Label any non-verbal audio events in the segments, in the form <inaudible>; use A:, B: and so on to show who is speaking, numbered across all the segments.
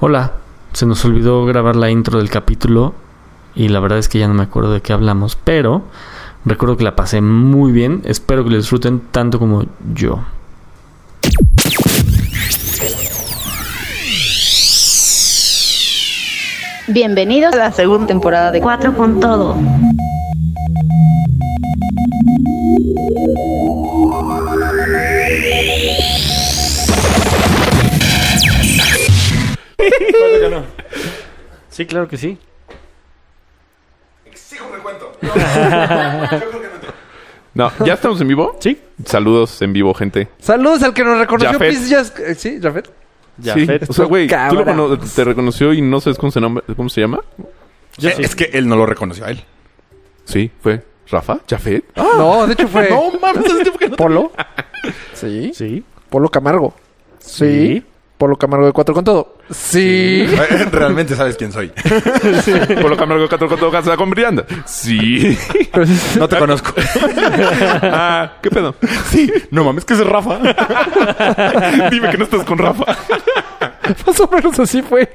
A: Hola, se nos olvidó grabar la intro del capítulo y la verdad es que ya no me acuerdo de qué hablamos, pero recuerdo que la pasé muy bien, espero que lo disfruten tanto como yo.
B: Bienvenidos a la segunda temporada de Cuatro con Todo.
A: Sí, claro que sí.
C: Exijo un recuento. No, yo creo que no entró.
D: No, ¿ya estamos en vivo?
A: Sí.
D: Saludos en vivo, gente.
E: Saludos al que nos reconoció
D: Jafet.
E: Pizzas. eh, Sí, Jafet.
D: sí.
A: Jafet.
D: O sea, güey, tú lo
E: Cabra.
D: cono- te reconoció y no sabes cómo se, nombra- cómo se llama.
C: Eh, Es que él no lo reconoció a él.
D: Sí, fue Rafa, Jafet.
E: No, de hecho fue
D: mames, ese tipo que Ah. <laughs> no.
E: Polo. Sí.
A: Sí.
E: Polo Camargo. Sí.
A: Sí.
E: Polo Camargo de Cuatro con Todo. Sí. <laughs>
C: Eh, <laughs> Realmente sabes quién soy.
D: Por lo que me recuerdo con todo casa con Brianda. Sí.
C: No te conozco.
D: Ah, ¿qué pedo?
C: Sí, no mames, que es Rafa.
D: Dime que no estás con Rafa.
E: Más o menos así fue.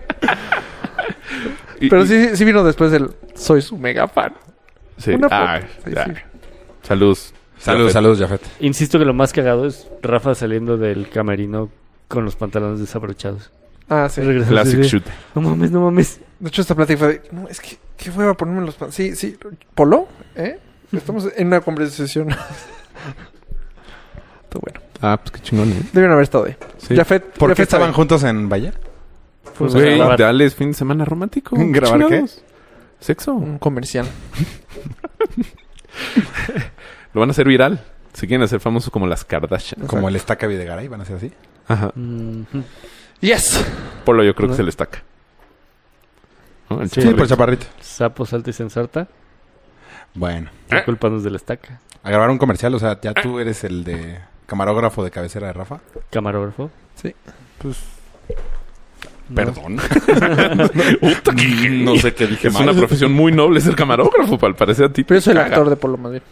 D: Y-
E: Pero
D: y-
E: sí, sí vino después del Soy su mega fan.
D: Sí.
E: una foto.
D: Ah,
E: Sí,
D: ya.
E: sí.
D: Saludos.
C: Saludos,
D: Jafet.
C: saludos, Jafet.
F: Insisto que lo más cagado es Rafa saliendo del camerino con los pantalones desabrochados.
E: Ah, sí.
F: Regresando
D: Classic
F: así de,
D: shoot.
F: No mames, no mames.
E: De hecho, esta plática fue de, no, es que, ¿qué hueva ponerme los pan? Sí, sí. ¿Polo? ¿Eh? Estamos en una conversación. <laughs> Todo bueno.
D: Ah, pues qué chingón, ¿eh?
E: Debieron haber estado ahí.
D: Sí.
E: Jafet.
C: ¿Por qué
E: Jafet
C: estaban
E: sabe.
C: juntos en Valle?
F: Fuimos a
D: Güey,
F: grabar.
D: dale, es Pues fin de semana <laughs> romántico.
C: ¿Grabar qué?
D: chingados? Sexo.
E: Un comercial.
D: Lo van a hacer viral. Se quieren hacer famosos como las Kardashian.
C: Como el estaca Videgaray, van a ser así.
D: Ajá.
F: Ujú.
E: Yes.
D: Polo yo creo que se le estaca. ¿No? El
F: Sí,
C: Sí,
D: chaparrito.
C: por chaparrito.
F: Sapo salta y se ensarta.
C: Bueno,
F: y Culpanos de la estaca.
C: a grabar un comercial, o sea, ya tú eres el de camarógrafo de cabecera de
D: <laughs>
C: Rafa.
F: Camarógrafo. No.
D: <laughs>
C: Perdón. Mm,
D: no sé qué dije. Es una profesión muy noble ser camarógrafo, al parecer a ti.
E: Pero yo
D: te
E: soy el
D: caga.
E: actor de Polo, más bien.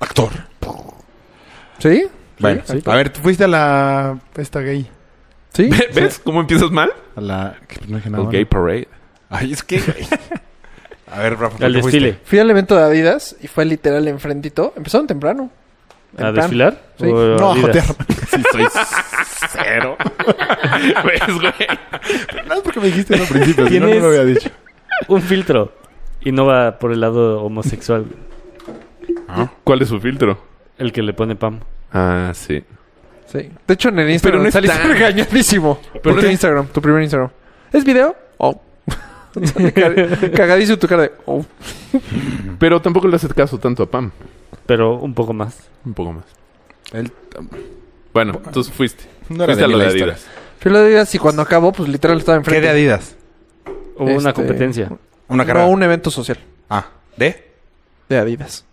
C: Actor.
E: ¿Sí?
C: Bueno,
F: sí.
C: a ver, tú fuiste a la. Esta gay.
E: ¿Sí?
D: Ve- <laughs> ¿Ves cómo empiezas mal?
C: A la. que No dije
D: El
C: nada.
D: gay parade.
C: Ay, es que. güey. A ver, Rafa. ¿por
F: Al
C: qué fuiste?
F: desfile.
E: Fui al evento de Adidas y fue literal enfrentito. Empezaron temprano.
F: ¿A
E: Temprano.
F: desfilar?
E: Sí.
F: ¿O
C: No,
F: a
C: joder.
F: Adidas?
C: Sí, soy cero.
D: <laughs> ¿Ves, güey?
C: <laughs> No es porque me dijiste eso al principio, si no, no
F: Tienes-
C: lo había dicho.
F: Un filtro. Y no va por el lado homosexual.
D: ¿Cuál es su filtro?
F: El que le pone Pam.
D: Ah, sí.
E: Sí. De hecho, en el Instagram
D: no es
E: saliste
D: tan- <laughs>
E: regañadísimo.
D: no
E: Por tu
D: es-
E: Instagram, tu primer Instagram. ¿Es video? Oh.
D: <laughs>
E: <laughs> Cagadísimo tu cara de... Oh.
D: Pero tampoco le hace caso tanto a Pam.
F: Pero un poco más.
D: Un poco más.
C: Él-
D: Bueno, entonces fuiste.
C: No
D: fuiste a
C: mí
D: lo
C: la
D: de
C: historia.
D: Adidas.
E: Fui a lo de Adidas y cuando acabó, pues literal estaba enfrente.
C: ¿Qué de Adidas?
F: Hubo una
E: Este,
F: competencia.
C: Una carrera.
E: No, un evento social
C: Ah, ¿de?
E: de Adidas.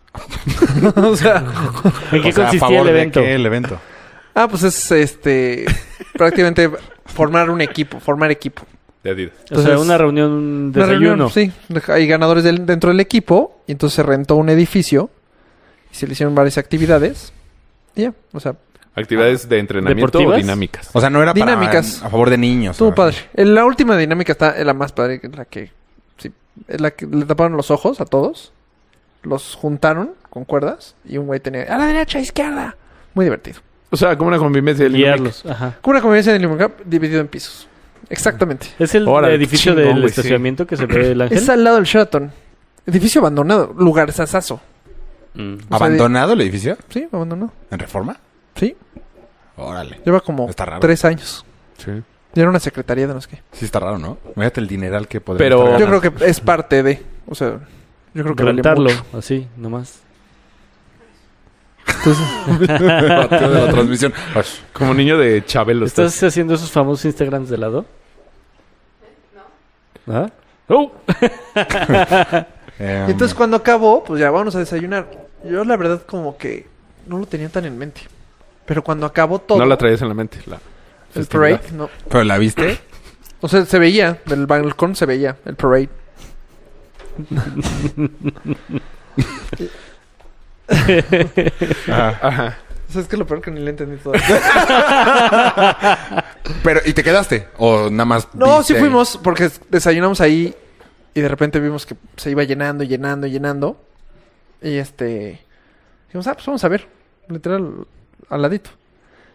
E: <laughs> o sea...
F: ¿En qué
C: O sea, a
F: consistía
C: favor
F: el
C: de
F: evento?
C: qué el evento?
E: Ah, pues es este... prácticamente formar un equipo, formar equipo.
D: De Adidas.
F: O sea,
E: Entonces,
F: una reunión de
E: Una reunión,
F: desayuno.
E: sí, hay ganadores del- dentro del equipo y entonces se rentó un edificio y se le hicieron varias actividades. Y ya, o sea,
D: ¿Actividades de entrenamiento
F: ¿Deportivas?
D: o dinámicas?
C: O sea, no era para-
E: Dinámicas.
C: a favor de niños.
E: estuvo
C: o-
E: padre. En la última dinámica está en la más padre, que es la que, sí, es la que le taparon los ojos a todos, los juntaron con cuerdas y un güey tenía a la derecha, a la izquierda. Muy divertido.
D: O sea, como una convivencia de
F: Guiarlos. Ajá.
E: Como una convivencia de Limon Cup dividido en pisos. Exactamente.
F: Es el
D: Órale,
F: edificio
D: chingón,
F: del
D: güey, sí.
F: estacionamiento que se ve el ángel.
E: Es al lado del Sheraton. Edificio abandonado, lugar sasazo.
F: Mm.
C: ¿Abandonado el edificio?
E: Sí, abandonado.
C: ¿En reforma?
E: Sí,
C: Órale.
E: lleva como
C: Está raro.
E: tres años.
D: Sí.
E: Y era una secretaría de no sé qué.
C: Sí está raro, ¿no? Fíjate el dineral que podría
D: Pero-
C: estar
E: Yo
C: ganando.
E: creo que es parte de. O sea, yo creo que vale
F: rentarlo
E: mucho.
F: así, nomás.
C: Partido
F: <laughs>
C: de la transmisión. Ay,
D: Como niño de Chabelo.
F: ¿Estás haciendo esos famosos Instagrams de lado? No. ¿Ah?
D: Uh,
C: em,
E: Y entonces cuando acabó, pues ya vámonos a desayunar. Yo la verdad como que no lo tenía tan en mente. Pero cuando acabó todo,
D: No la traías en la mente. La
E: el
D: festividad.
E: parade, no.
C: ¿Pero la viste?
E: O sea, se veía, del balcón se veía el parade.
D: Ajá.
E: O sea, es que lo peor que ni le entendí todo.
C: Pero, ¿y te quedaste? ¿O nada más?
E: No,
C: viste
E: sí
C: ahí?
E: fuimos porque desayunamos ahí y de repente vimos que se iba llenando, llenando, llenando. Y este. Dijimos, ah, pues vamos a ver. Literal, al ladito.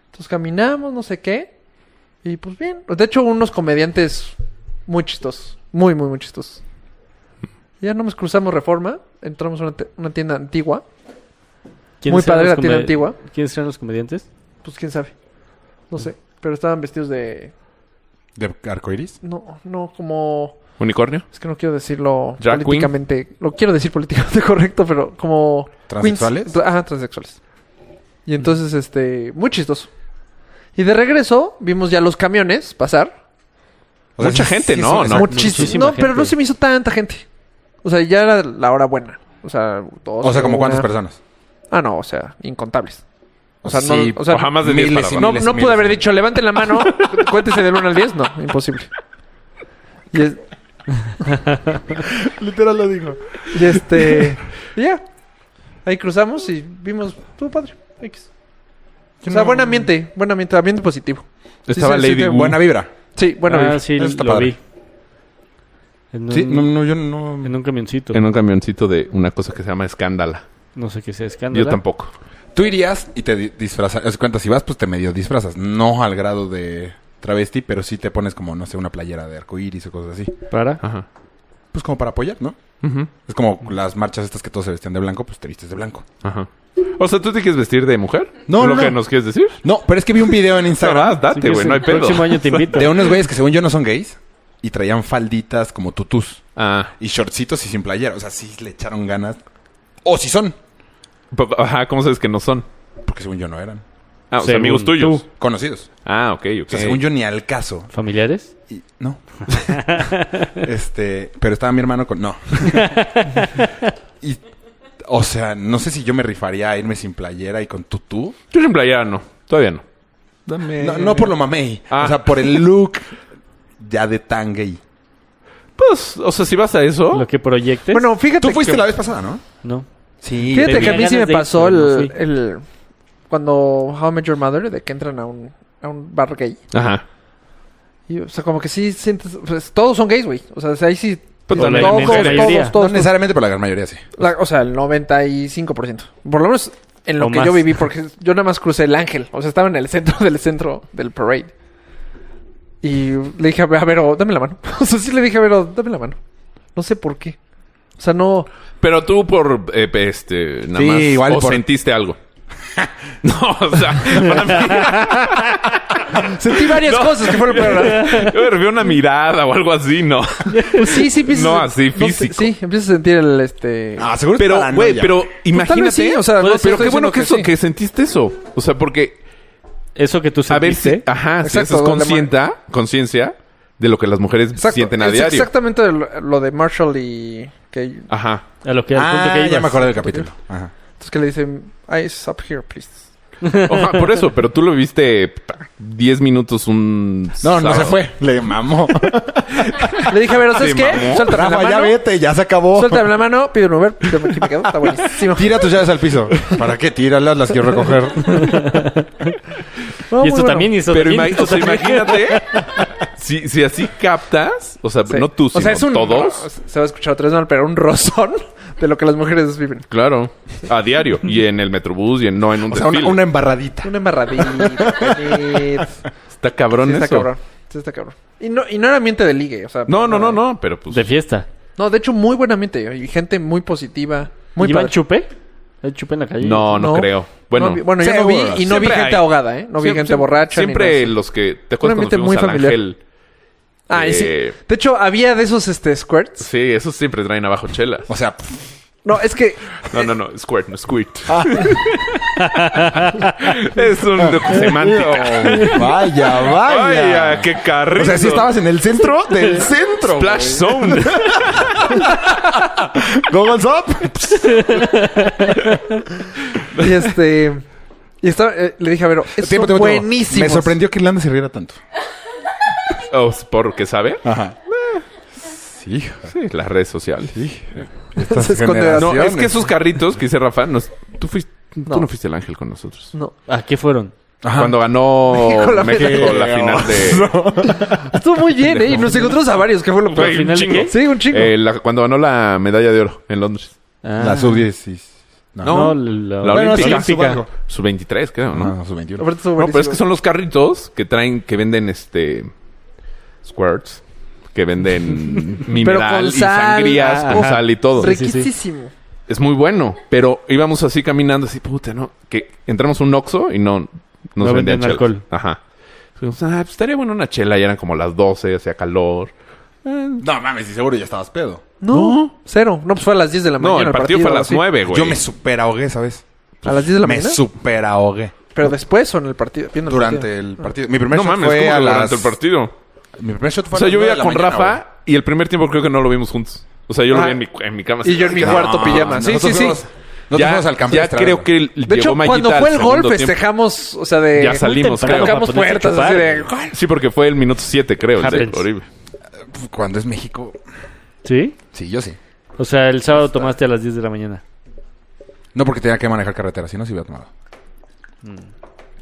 E: Entonces caminamos, no sé qué. Y pues bien. De hecho, unos comediantes muy chistos. Muy, muy, muy chistos. Ya no nos cruzamos Reforma. Entramos a una, te- una tienda antigua. Muy
F: ¿Quiénes eran
E: padre
F: los
E: la tienda
F: come-
E: antigua.
F: ¿Quiénes eran los comediantes?
E: Pues quién sabe. No sé. Pero estaban vestidos de.
C: ¿De arcoiris?
E: No, no, como.
D: ¿Unicornio?
E: Es que no quiero decirlo
D: ¿Drag queen?
E: políticamente. Lo quiero decir políticamente <laughs> correcto, pero como. queens.
C: ¿Transexuales?
E: Tra- ajá, transexuales. Y entonces, este. Muy chistoso. Y de regreso, vimos ya los camiones pasar.
D: Mucha gente, no,
C: son-
D: no.
C: exacto.
E: Muchísimo.
F: muchísima
E: No, pero no
F: gente.
E: se me hizo tanta gente. O sea, ya era la hora buena. O sea, todos.
C: O sea, ¿como cuántas
E: una-
C: personas?
E: Ah, no, o sea, incontables.
C: O
E: sea, no- o sea,
D: jamás de diez
C: miles
D: para
C: y
D: abajo.
E: No,
C: miles y
E: no
C: miles
E: pude haber
C: y
E: dicho, levanten la mano, cu- cuéntese del 1 al 10. No, imposible. Y es- Literal lo digo. Y este. y ya. Ahí cruzamos y vimos. Tú, padre. X. O sea, buen ambiente, buen ambiente, ambiente positivo.
D: Estaba
E: sí, sí,
D: Lady
E: que
D: Wu.
C: Buena vibra.
E: Sí, bueno,
F: ah, sí,
C: Eso está
F: lo
C: padre.
F: vi. En un,
C: Sí, no, no, yo no...
F: en un camioncito.
D: En un camioncito de una cosa que se llama escándala.
F: No sé qué sea escándalo.
D: Yo tampoco.
C: Tú irías y te di- disfrazas. Es cuenta, si vas, pues te medio disfrazas. No al grado de travesti, pero sí te pones como, no sé, una playera de arcoíris o cosas así.
F: Para.
D: Ajá.
C: Pues como para apoyar, ¿no?
D: Ujú.
C: Es como las marchas estas que todos se vestían de blanco, pues te vistes de blanco.
D: Ajá. O sea, ¿tú te quieres vestir de mujer?
C: No,
D: ¿Es
C: no,
D: ¿Lo
C: no.
D: que nos quieres decir?
C: No, pero es que vi un video en
D: Te
C: <laughs> Instagram
D: vas, date, güey. no hay
F: el
D: pedo.
F: próximo año te invito.
C: de unos güeyes que según yo no son gays y traían falditas como tutús
D: Ah.
C: y shortcitos y sin playera. O sea, sí le echaron ganas. O si son,
D: Pero, pues, Ajá, ¿cómo sabes que no son?
C: porque según yo no eran.
D: Ah, o sea,
F: Según
D: amigos tuyos.
F: tú.
C: Conocidos.
D: Ah, ok, ok.
C: O sea, según yo ni al caso.
F: ¿Familiares?
C: Y- <laughs> no. este, pero estaba mi hermano con. <laughs> No. y, o sea, no sé si yo me rifaría a irme sin playera y con tutú.
D: Yo sin playera no. Todavía no.
C: No, no por lo mamey.
D: Ah.
C: O sea, por el look ya de tan gay.
D: Pues, o sea, si vas a eso...
F: ¿Lo que proyectes?
E: bueno, fíjate.
C: Tú fuiste
E: que,
C: la vez pasada, ¿no?
F: No.
C: Sí.
E: Fíjate que
F: Tenía
E: a mí sí me
F: ganas de ir,
E: pasó
F: pero no
E: el,
F: fui.
E: el- Cuando How I Met Your Mother, de que entran a un, a un bar gay.
D: Ajá.
E: Y, o sea, como que sí sientes. pues, todos son gays, güey. O sea, ahí sí.
D: Pues,
E: todos,
D: la
E: todos,
D: inmensa
E: todos,
F: mayoría.
E: todos,
C: No necesariamente, pero la gran mayoría sí.
E: La- o sea, el 95%. Por lo menos en lo
F: O
E: que
F: más.
E: yo viví, porque yo nada más crucé el ángel. O sea, estaba en el centro <laughs> del centro del parade. Y le dije a Vero, a Vero, dame la mano. <laughs> O sea, sí le dije a Vero, dame la mano. No sé por qué. O sea, no.
D: Pero tú por, eh, este, nada
C: Sí,
D: más...
C: igual
D: o
C: por-
D: sentiste algo. <laughs> no, o sea, para mí- <laughs>
E: Sentí varias
D: No.
E: cosas que fueron peor.
D: yo me refiero a una mirada o algo así, ¿no?
E: Pues sí, sí, empiezas
D: No,
E: a-
D: así,
E: sé,
D: físico.
E: sí, empiezas a sentir el este.
C: Ah, seguro es
D: Pero,
C: paranoia.
D: güey, pero
E: Pues, tal
D: imagínate...
E: vez sí, o sea, no te
D: pero
E: estoy
D: qué bueno
E: diciendo
D: que, eso,
E: sí.
D: que sentiste eso. O sea, porque
F: Eso que tú
D: A ver Ah.
F: sentiste.
D: si, ajá, si
E: Exacto,
D: haces
E: donde
D: conscienta, conciencia de lo que las mujeres
E: Exacto.
D: sienten a
E: Es
D: diario.
E: Exactamente lo, lo de Marshall y. Que,
D: Ajá.
F: A lo que al punto
C: Ah,
F: que
C: ya
F: ibas.
C: me acordé del capítulo. Ajá.
E: entonces que le dicen, Eyes up here, please.
D: Ajá, por eso, pero tú lo viste pa, 10 minutos un
C: No, no
D: sábado.
C: se fue. Le <laughs> mamó.
E: Le dije a Vero,
D: <laughs>
E: ¿sabes
D: Sí,
E: qué?
D: mamó.
E: Suéltame la
C: Rafa,
E: mano.
C: ya vete, ya se acabó.
E: Suéltame la mano, pide un Uber. Yo aquí me quedo, está
C: <laughs>
E: buenísimo.
C: Tira tus llaves al piso. ¿Para qué? Tíralas, las quiero <laughs> recoger.
E: No,
F: Y
E: muy
F: esto
E: bueno.
F: también hizo.
D: Pero
F: también
D: ima-
F: hizo
D: o sea,
F: también.
D: imagínate
E: <laughs>
D: si, si así captas, o sea,
E: Sí.
D: no tú, sino
E: O sea, es un...
D: todos.
E: Se va a escuchar otra vez mal, pero un rozón <laughs> de lo que las mujeres viven.
D: Claro, a diario. Y en el metrobús y en, no en un
C: O sea, una,
D: desfile.
C: una embarradita. <laughs>
E: Una embarradita. nit.
D: Está cabrón
E: sí, está
D: eso.
E: cabrón. Sí, está cabrón. Y no, y no era ambiente de ligue, o sea...
D: No,
E: para
D: no, no,
E: nada.
D: no, pero pues...
F: De fiesta.
E: No, de hecho, muy buen ambiente. Y gente muy positiva. Muy
F: ¿Iban
E: padre.
F: chupé? ¿Hay chupé en la calle?
D: No, no,
E: No.
D: creo.
E: Bueno,
D: Bueno,
E: no vi- bueno, yo no vi... Y no vi
D: Siempre
E: gente
D: hay.
E: ahogada, ¿eh? No vi
D: siempre-
E: gente borracha. ni nada
D: Siempre
E: así.
D: los que... ¿Te acuerdas
E: Un
D: cuando
E: ambiente
D: fuimos
E: muy
D: al
E: familiar.
D: Ángel?
E: Ah, y sí.
D: Eh,
E: De hecho, había de esos este, squirts.
D: Sí, esos siempre traen abajo chelas.
E: <laughs>
C: O sea, pff,
E: No, es que
D: No, no, no, squirt, no squirt.
E: Ah.
D: <laughs> es un semántica.
C: <laughs>
E: <laughs>
C: vaya, vaya.
D: Vaya, qué carrito.
C: o sea, si estabas en el centro
D: <laughs>
C: del centro. <laughs>
D: Flash Zone.
C: Google's up.
E: Y este. Y estaba, eh, le dije a Vero, es
C: Tiempo, tiempo, tiempo.
E: buenísimo.
C: Me sorprendió que Irlanda se riera tanto.
D: Oh, porque sabe.
C: Ajá. Sí.
D: Sí, las redes sociales.
C: Estas
E: <laughs> Se esconde
C: generaciones.
D: No, es que esos carritos que dice Rafa, nos- tú fuiste, tú no fuiste el ángel con nosotros.
E: No.
F: ¿A qué fueron?
C: Ajá.
D: Cuando
E: <laughs>
D: ganó
E: México la
D: México
E: final.
D: la
C: <laughs>
D: final de...
E: Estuvo muy bien, ¿eh? Y nos encontramos a varios, que fue lo
F: ¿Pero
E: peor.
F: al final de qué?
E: Sí, un chingo.
D: eh, la- cuando ganó la medalla de oro en Londres.
C: La sub-16.
D: No,
F: No, la,
D: la
C: Bueno, sí, Ah.
D: olímpica.
C: subalgo.
D: Su 23, creo, ¿no?
C: No, no, sub-21.
E: Aparte estuvo
D: No, pero es que
E: buenísimo.
D: son los carritos que traen, que venden este. Squirts. Que
E: <laughs>
D: venden mineral
E: con
D: y
E: sal,
D: sangrías
E: ajá.
D: con sal y todo.
F: sí, sí.
E: Riquísimo.
D: Es muy bueno. Pero íbamos así caminando, así, puta, ¿no? Que entramos a un Oxxo y no nos
F: No
D: vendían
F: venden
D: chelas.
F: alcohol.
D: Ajá. Dijimos, ah, pues estaría bueno una chela. Y eran como las 12, hacía calor.
C: No mames, y seguro ya estabas pedo.
E: No, cero. No, pues fue a las 10 de la
D: No,
E: mañana.
D: el partido, fue a las
E: sí.
D: 9, güey.
C: Yo me super ahogué, ¿sabes?
E: ¿A las 10 de la
C: Me
E: mañana?
C: super ahogué.
E: Pero después o en el partido. Viendo el
C: Durante
E: partido.
C: el partido. Mi primer
D: No
C: shot
D: mames,
C: fue
D: ¿cómo
C: a
D: que
C: las...
D: durante el partido?
C: Mi primer shot fue
D: O
C: a
D: sea,
C: las
D: yo
C: nueve
D: iba
C: de la
D: con
C: mañana,
D: Rafa y el primer tiempo creo que no lo vimos juntos. O sea, yo
E: Ajá.
D: lo vi en mi, en mi cama.
E: Y yo en mi
D: Ya,
E: cuarto
C: güey.
E: pijama. Sí, sí,
C: Ah, Nosotros
E: sí.
C: fuimos- Nosotros fuimos al campeón.
D: ya creo que el-
E: De hecho,
D: llegó Mayita
E: cuando
D: al
E: fue el gol,
D: segundo tiempo.
E: festejamos, o sea, de...
D: Ya salimos, creo.
E: Tocamos
F: para ponerse a
E: puertas así de...
F: chupar.
D: Sí, porque fue el minuto 7, creo. el de
F: Happens.
D: horrible.
C: Cuando es México...
F: ¿Sí?
C: Sí, yo sí.
F: O sea, el sábado tomaste a las 10 de la <laughs> mañana.
C: No porque tenía que manejar carretera, si no, se hubiera tomado. Mm.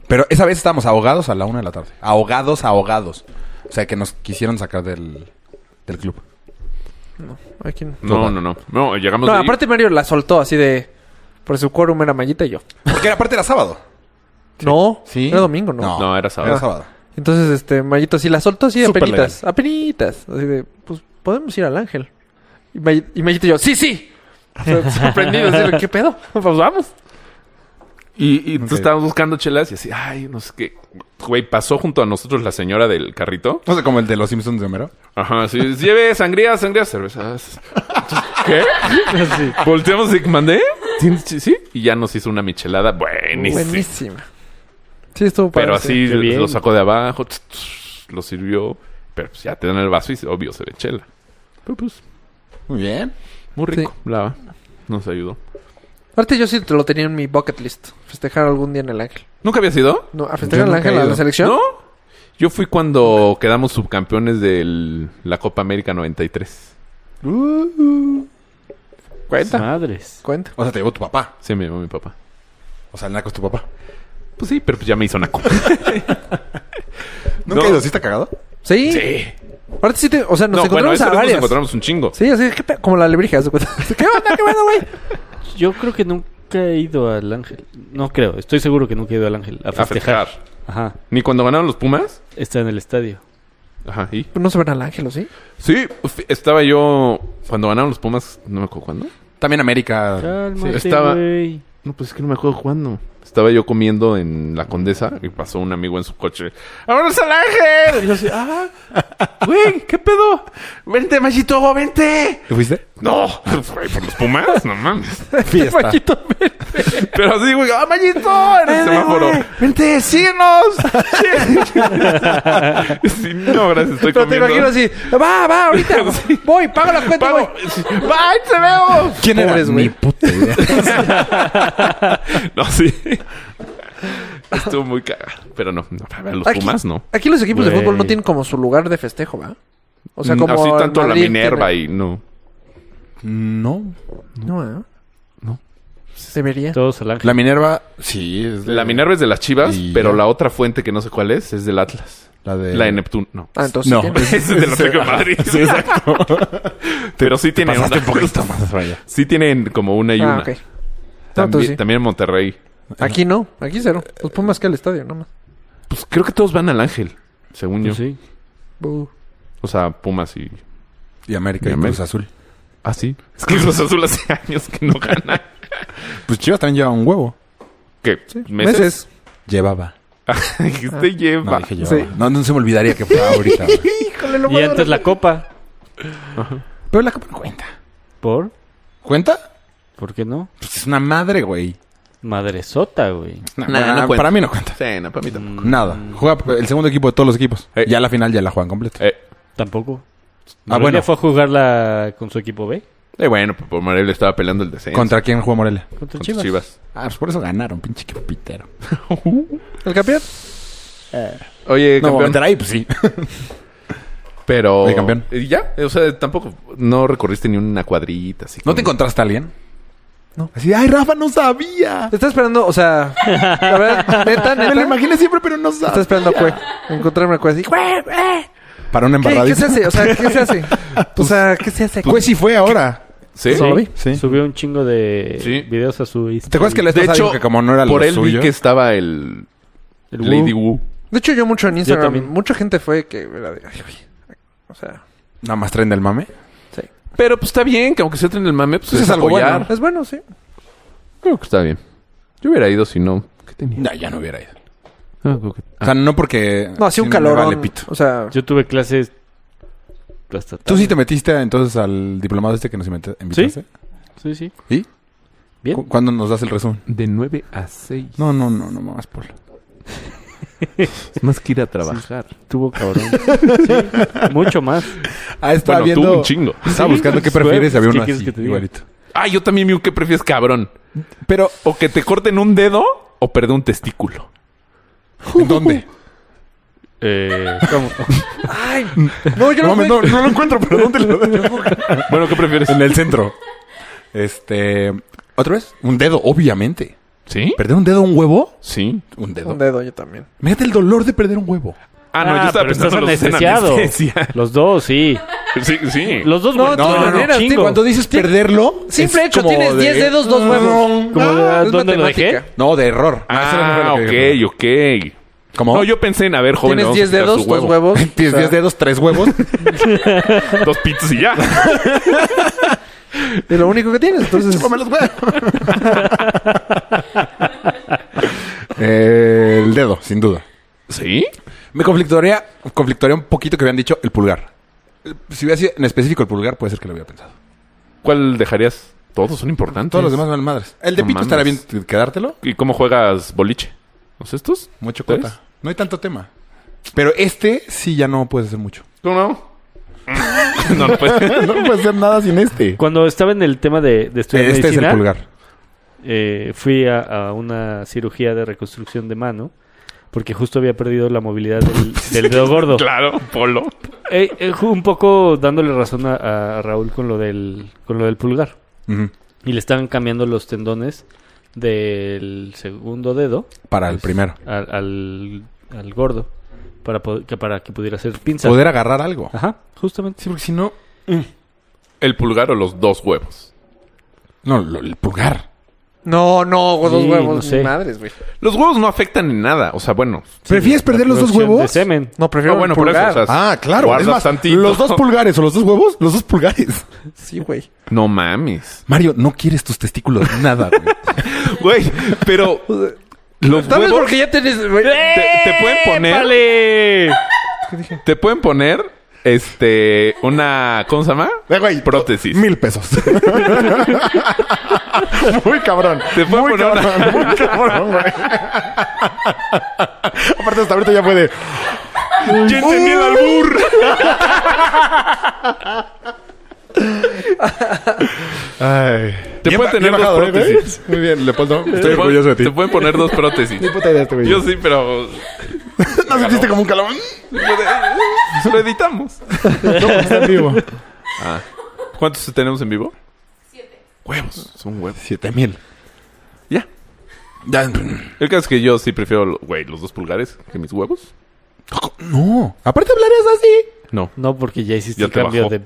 C: Pero esa vez estábamos ahogados a la una de la tarde. Ahogados, ahogados. O sea, que nos quisieron sacar del, del club.
E: Aquí no.
D: No, no, no. No, llegamos
C: Pues
E: No,
D: de-
E: aparte Mario la soltó así de... Por su quórum era Mayita y yo.
C: Porque era parte era sábado.
E: No,
C: Sí.
E: era domingo, ¿no?
D: No, era sábado.
C: Era sábado.
E: Entonces, este, Mayito así la soltó así
D: Súper
E: apenitas, apenitas. Así de, pues, podemos ir al ángel. Y, May- y Mayito y yo, sí, sí.
C: <laughs>
E: O sea, Sorprendido, así de, ¿qué pedo? Pues vamos.
D: Y, y
C: Ok.
D: tú estabas buscando chelas y así, ay, no sé qué. Güey, pasó junto a nosotros la señora del carrito.
C: No sé, como el de los Simpsons de Homero.
D: Ajá, sí. Lleve sangría, sangría, cervezas. ¿Qué?
F: <laughs>
D: Volteamos y mandé. ¿Sí? sí, sí. Y ya nos hizo una michelada buenísima.
E: Buenísima. Sí, estuvo
D: este.
E: padre.
D: Pero
E: sí.
D: así
F: Qué bien.
D: lo sacó de abajo, tss, tss, lo sirvió. Pero pues ya te dan el vaso y obvio se ve chela. Pero pues,
C: Muy bien.
D: muy
E: Sí.
D: rico. La- nos ayudó.
E: Aparte yo sí te lo tenía en mi bucket list. Festejar algún día en el ángel.
D: ¿Nunca había sido?
E: No, a festejar
C: Yo nunca
E: en el
C: he
E: ángel a la
C: ido.
E: selección.
D: ¿No? Yo fui cuando quedamos subcampeones de la Copa América 93.
C: Uh.
E: Cuenta.
F: Madres.
E: Cuenta.
C: O sea, te llevó tu papá.
D: Sí, me llevó mi papá.
C: O sea, el naco es tu papá.
D: Pues sí, pero pues ya me hizo naco.
C: ¿Nunca
D: No.
C: has ido? ¿Sí está cagado?
E: Sí.
D: sí.
E: Aparte sí te, o sea, nos
D: no, bueno,
E: encontramos
D: esa
E: a
D: vez nos
E: varias.
D: encontramos un chingo.
E: Sí, así ¿qué pe- como la lebrija, ¿se cuenta? <laughs> ¿Qué onda? ¿Qué bueno, güey?
F: Yo creo que nunca he ido al Ángel. No creo, estoy seguro que nunca he ido al Ángel. A
D: A
F: festejar.
D: festejar.
F: Ajá.
D: Ni cuando ganaron los Pumas.
F: Está en el estadio.
D: Ajá, y...
E: Pues No se van al ángel, ¿o sí?
D: Sí, f- estaba yo... Cuando ganaron los Pumas, no me acuerdo cuándo.
C: También América.
F: Cálmate,
D: estaba-
F: güey.
D: No, pues es que no me acuerdo cuándo. Estaba yo comiendo en La Condesa y pasó un amigo en su coche. ¡Vámonos al ángel! Y yo así, ¡ah! ¡Güey! ¿Qué pedo? ¡Vente, Machito! ¡Vente!
C: ¿Te fuiste?
D: ¡No! <laughs> pues, güey, ¿Por los Pumas? ¡No mames!
C: Fiesta.
D: Pero así, güey, ¡ah, Machito! En el semáforo.
E: ¡Vente, síguenos!
D: Sí, no, gracias, estoy
E: Pero te
D: comiendo.
E: imagino así, va, va, ahorita,
D: <laughs>
E: voy, pago la cuenta, y voy.
D: Vamos. Sí. ¡Bye! ¡Te veo!
C: <laughs> ¿Quién
E: Pobres,
C: eres,
E: güey.
C: Ni puta idea.
D: <laughs> No, sí. Estuvo muy cagado. Pero no, no, a ver, los
E: Aquí-
D: Pumas no.
E: Aquí los equipos de
F: Güey.
E: fútbol no tienen como su lugar de festejo, ¿va? O sea, como.
D: Mm, Así tanto la
E: Madrid
D: Minerva
E: tiene-
D: y no.
C: No.
E: No, ¿eh? No. Debería.
F: Todos al Ángel.
C: La Minerva. Sí, es de-
D: La Minerva es de las Chivas,
C: Y-
D: pero la otra fuente que no sé cuál es, es del Atlas.
C: La de.
D: La de Neptuno.
C: <laughs>
D: No.
E: Ah, entonces.
C: No.
E: sí tiene.
D: <laughs> Esa es del Atlético de Madrid. exacto. <laughs> pero sí tienen
C: Pasaste un
D: una.
C: poquito más
D: <laughs>
C: para allá.
D: Sí tienen como una y
E: Ah,
D: una.
E: ok. No,
D: También,
E: entonces sí.
D: también en Monterrey.
E: Aquí no, aquí cero. Los Pumas que al estadio, nomás.
D: Pues creo que todos van al Ángel, según yo.
F: Pues sí.
E: Bu.
D: O sea, Pumas y...
C: Y América y,
D: Y
C: Cruz
D: América.
C: Azul.
D: Ah, sí. Es que Cruz Azul hace años que no gana.
C: Pues Chivas también lleva un huevo.
D: ¿Qué?
E: Meses.
D: ¿Meses? Ah.
C: Llevaba.
D: <laughs> Dijiste lleva.
C: No, dije llevaba.
E: Sí.
C: No, no se me olvidaría <laughs> que fuera ahorita. güey.
E: Híjole, lo
F: Y antes la copa.
C: Pero la copa no cuenta.
F: ¿Por?
C: ¿Cuenta?
F: ¿Por qué no?
C: Pues es una madre, güey.
F: Madresota, güey. Mm,
C: No,
D: Nah,
C: bueno,
D: no cuenta.
C: para mí no cuenta.
D: Sí, no, para mí tampoco.
C: Nada. Juega el segundo equipo de todos los equipos.
D: Eh.
C: Ya la final ya la juegan completa.
D: Eh,
F: Tampoco.
C: ah,
F: Morelia
C: bueno.
F: fue a jugarla con su equipo B.
D: eh, bueno, pues por Morelia estaba peleando el descenso.
C: ¿Contra quién jugó Morelia?
F: Contra,
D: Contra
F: Chivas.
D: Chivas.
C: Ah, pues por eso ganaron, pinche equipo pitero.
E: ¿El campeón?
D: Oye,
C: No, voy a
D: campeón.
C: meter ahí, pues sí.
D: Pero. eh,
C: Oye, campeón.
D: Y ya, o sea, tampoco. No recorriste ni una cuadrita. Así
C: ¿No
D: con-
C: te encontraste a alguien?
E: No.
C: Así, ay, Rafa no sabía.
E: Está esperando, o sea, la verdad,
D: <laughs>
E: neta,
C: Me lo
E: neta.
C: imaginé siempre, pero no
E: Está
C: sabía.
E: esperando a Cue. Encontrarme a Cue así. "Cue, eh".
C: Para una
E: ¿Qué, ¿Qué
C: embarradita.
E: se hace? O sea, ¿qué se hace? O sea, ¿qué se hace?
C: Pues sí fue ahora.
D: ¿Sí?
E: Sí.
C: Sí.
F: Subió un chingo de
D: Sí.
F: videos a su Instagram.
C: ¿Te acuerdas que la
D: De
C: esposa
D: hecho,
C: dijo que como no era
D: por
C: lo
D: él
C: suyo?
D: vi que estaba el,
F: El Wu.
D: Lady Wu.
E: De hecho, yo mucho en Instagram,
F: también.
E: mucha gente fue que era de, "Ay, güey". O sea,
C: Nada más tren del mame.
D: Pero pues está bien, que aunque se tren el mame, pues,
C: Pues
D: es
C: es algo
D: algo
C: bueno.
E: es bueno, sí.
D: Creo que está bien. Yo hubiera ido si no. ¿Qué tenía?
C: Ya, ya no hubiera ido.
F: Ah,
C: O sea, no porque...
E: No, así un
C: sí me
E: calor.
C: vale pito.
E: O sea,
F: Yo tuve clases hasta
C: ¿Tú
F: tarde.
C: sí te metiste entonces al diplomado este que nos invita- invitaste?
F: Sí, sí.
C: ¿Y?
F: Bien.
C: ¿Cu- ¿Cuándo nos das el resumen?
D: De 9 a 6.
C: No, no, no, no mames, Paul.
D: Es más que ir a trabajar.
F: Tuvo cabrón. <laughs> Sí, mucho más.
C: Ah, estaba
D: Bueno, tú
C: viendo...
D: un chingo.
C: Estaba buscando pues, qué prefieres y había
F: ¿Qué
C: uno
F: quieres
C: así,
F: que te diga?
C: igualito.
D: Ah, yo también vi un que prefieres, cabrón.
C: Pero,
D: O que te corten un dedo o perder un testículo.
C: ¿en dónde?
F: Eh, <laughs> ¿Cómo?
E: no, yo
C: No,
E: no,
C: mames,
E: fui-
C: no, no lo encuentro, pero ¿dónde lo
D: Bueno, ¿qué prefieres?
C: En el centro. Este... ¿Otra vez? Un dedo, obviamente.
D: ¿Sí?
C: ¿Perder un dedo un huevo?
D: Sí.
C: Un dedo.
E: un dedo yo también.
C: Imagínate el dolor de perder un huevo.
D: Ah, no, yo estaba
F: pero estás
D: pensando en los en
F: anestesiado.
D: anestesia. <laughs>
F: Los dos, sí.
D: Sí, sí.
F: Los dos, güey.
E: No,
F: duelen
E: no, no,
F: un
E: no,
F: chingo.
C: Cuando dices perderlo...
E: Simple
C: es
E: hecho,
C: como
E: tienes
C: de-
E: 10 dedos,
C: <laughs>
E: dos huevos.
F: Como de,
E: Ah, es
F: ¿Dónde lo
E: matemática.
F: dejé?
C: No, de error.
D: Ah,
C: eso es
D: ok,
C: lo
D: ok.
C: que- ¿Cómo?
D: No, yo pensé en, a ver, joven, le vamos a
E: Tienes 10
D: quitar
E: dedos,
D: su huevo.
E: dos huevos.
C: <laughs> Tienes
E: o sea,
C: 10 dedos, tres
E: <laughs>
C: huevos. <laughs>
D: Dos pizzas y ya.
E: Es lo único que
C: <laughs>
E: tienes. Entonces, <laughs>
C: Eh, el dedo, sin duda.
D: ¿Sí?
C: Me conflictuaría, conflictuaría un poquito que habían dicho el pulgar. Eh, Si hubiera sido en específico el pulgar, puede ser que lo hubiera pensado.
D: ¿Cuál dejarías? Todos son importantes.
C: Todos los demás valen madres. El de
D: No
C: pito estaría bien
D: mames.
C: quedártelo.
D: ¿Y cómo juegas boliche? ¿Los estos?
C: Mucho
D: ¿Tres?
C: cuota. No hay tanto tema. Pero este sí ya no puedes hacer mucho.
D: ¿Cómo no? <laughs> no, pues. no
F: <laughs>
C: <laughs>
D: puedes.
C: no puedes hacer nada sin este.
F: Cuando estaba en el tema de, de estudiar
C: Este es
F: medicina,
C: el pulgar.
F: eh, fui a, a una cirugía de reconstrucción de mano porque justo había perdido la movilidad del, del dedo gordo.
D: Claro, polo.
F: Eh, eh, ju- un poco dándole razón a, a Raúl con lo del con lo del pulgar.
C: Ujú.
F: Y le estaban cambiando los tendones del segundo dedo
C: Para el primero.
F: al, al, al gordo para po- que para que pudiera hacer pinza.
C: Poder agarrar algo.
F: Ajá, justamente.
C: Ah, Sí, porque si no.
D: ¿El pulgar o los dos huevos?
C: No, lo- el pulgar.
E: no, no, güey, dos
F: Sí,
E: huevos,
F: no
E: ni
F: sé.
E: madres, güey.
D: Los huevos no afectan en nada. O sea, bueno.
C: ¿Prefieres perder los dos
F: Producción
C: huevos?
F: De semen.
E: No, prefiero
D: Ah, bueno,
E: el
D: por eso,
E: pulgar.
D: o sea,
C: Ah, claro.
D: Guardas
C: Es más,
D: tantito.
C: los dos pulgares o los dos huevos, los dos pulgares.
E: Sí, güey.
D: No mames.
C: Mario, no quieres tus testículos nada, güey.
D: Güey, pero... Los
E: Tal vez
D: huevos
E: porque ya tienes... güey,
D: te, te pueden poner... Te pueden poner... Este... Una... ¿Cómo se llama?
C: Eh, güey,
D: Prótesis.
C: Mil pesos. <laughs> muy cabrón.
D: Te pueden
C: muy
D: poner una-
C: cabrón, muy cabrón, güey. Aparte, hasta ahorita ya puede.
D: ¡Ya entendí el albur! Te
C: Bien
D: pueden
C: ba-
D: tener
C: bien
D: dos
C: bajado, ¿eh, güey?
D: prótesis.
C: Muy bien, Leopoldo. Estoy
D: Te pon-
C: orgulloso de ti.
D: Te pueden poner dos prótesis.
C: Ni puta idea este güey.
D: Yo sí, pero...
C: ¿No sentiste como un calabón?
D: Lo editamos.
C: No,
D: pues,
C: está en vivo.
D: ¿Cuántos tenemos en vivo? Siete. Huevos. Son huevos.
C: Siete mil.
D: Ya.
C: Ya.
D: El caso es que yo sí prefiero, lo- güey, los dos pulgares que mis huevos.
C: No. Aparte, hablarías así.
D: No.
F: No, porque ya hiciste
D: Ya
F: el
D: te
F: cambio
D: bajó.
F: de.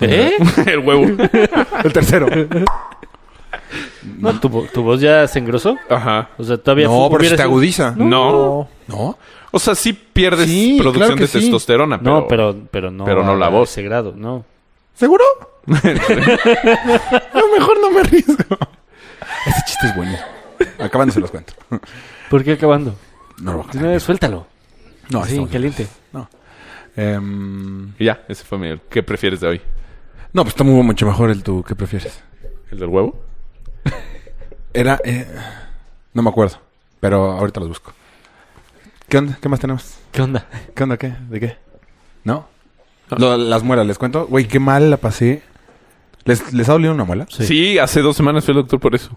F: ¿Eh?
D: <laughs> el huevo.
C: El tercero.
F: No, ¿tu, vo- tu voz ya se engrosó.
D: Ajá.
F: O sea, todavía
C: No,
F: fu-
C: pero
F: hubiera
C: si te
F: sido-
C: agudiza.
D: No.
C: No.
D: O sea, sí pierdes
C: Sí,
D: producción
C: claro que
D: de
C: sí.
D: testosterona, Ah, pero...
F: No, pero, pero no.
D: pero no la
F: a
D: voz.
F: Ese grado, no.
C: ¿Seguro?
D: <laughs>
C: no, mejor no me arriesgo. Ese Este chiste es bueno. Acabando se los cuento.
F: ¿Por qué acabando?
C: No lo voy a
F: De una vez, suéltalo.
C: No,
F: Así,
C: estamos-
F: caliente.
C: Em,
D: Y Ya, ese fue mi... ¿Qué prefieres de hoy?
C: no, pues está muy mucho mejor el tú. ¿Qué prefieres?
D: ¿El del huevo?
C: Era... eh, no me acuerdo, pero ahorita los busco. ¿Qué onda? ¿Qué más tenemos?
F: ¿Qué onda?
C: ¿Qué onda? ¿Qué? ¿De qué? ¿No? Lo- las muelas, les cuento. Güey, qué mal la pasé. ¿Les, les ha dolido una muela?
D: Sí. hace dos semanas fui al doctor por eso.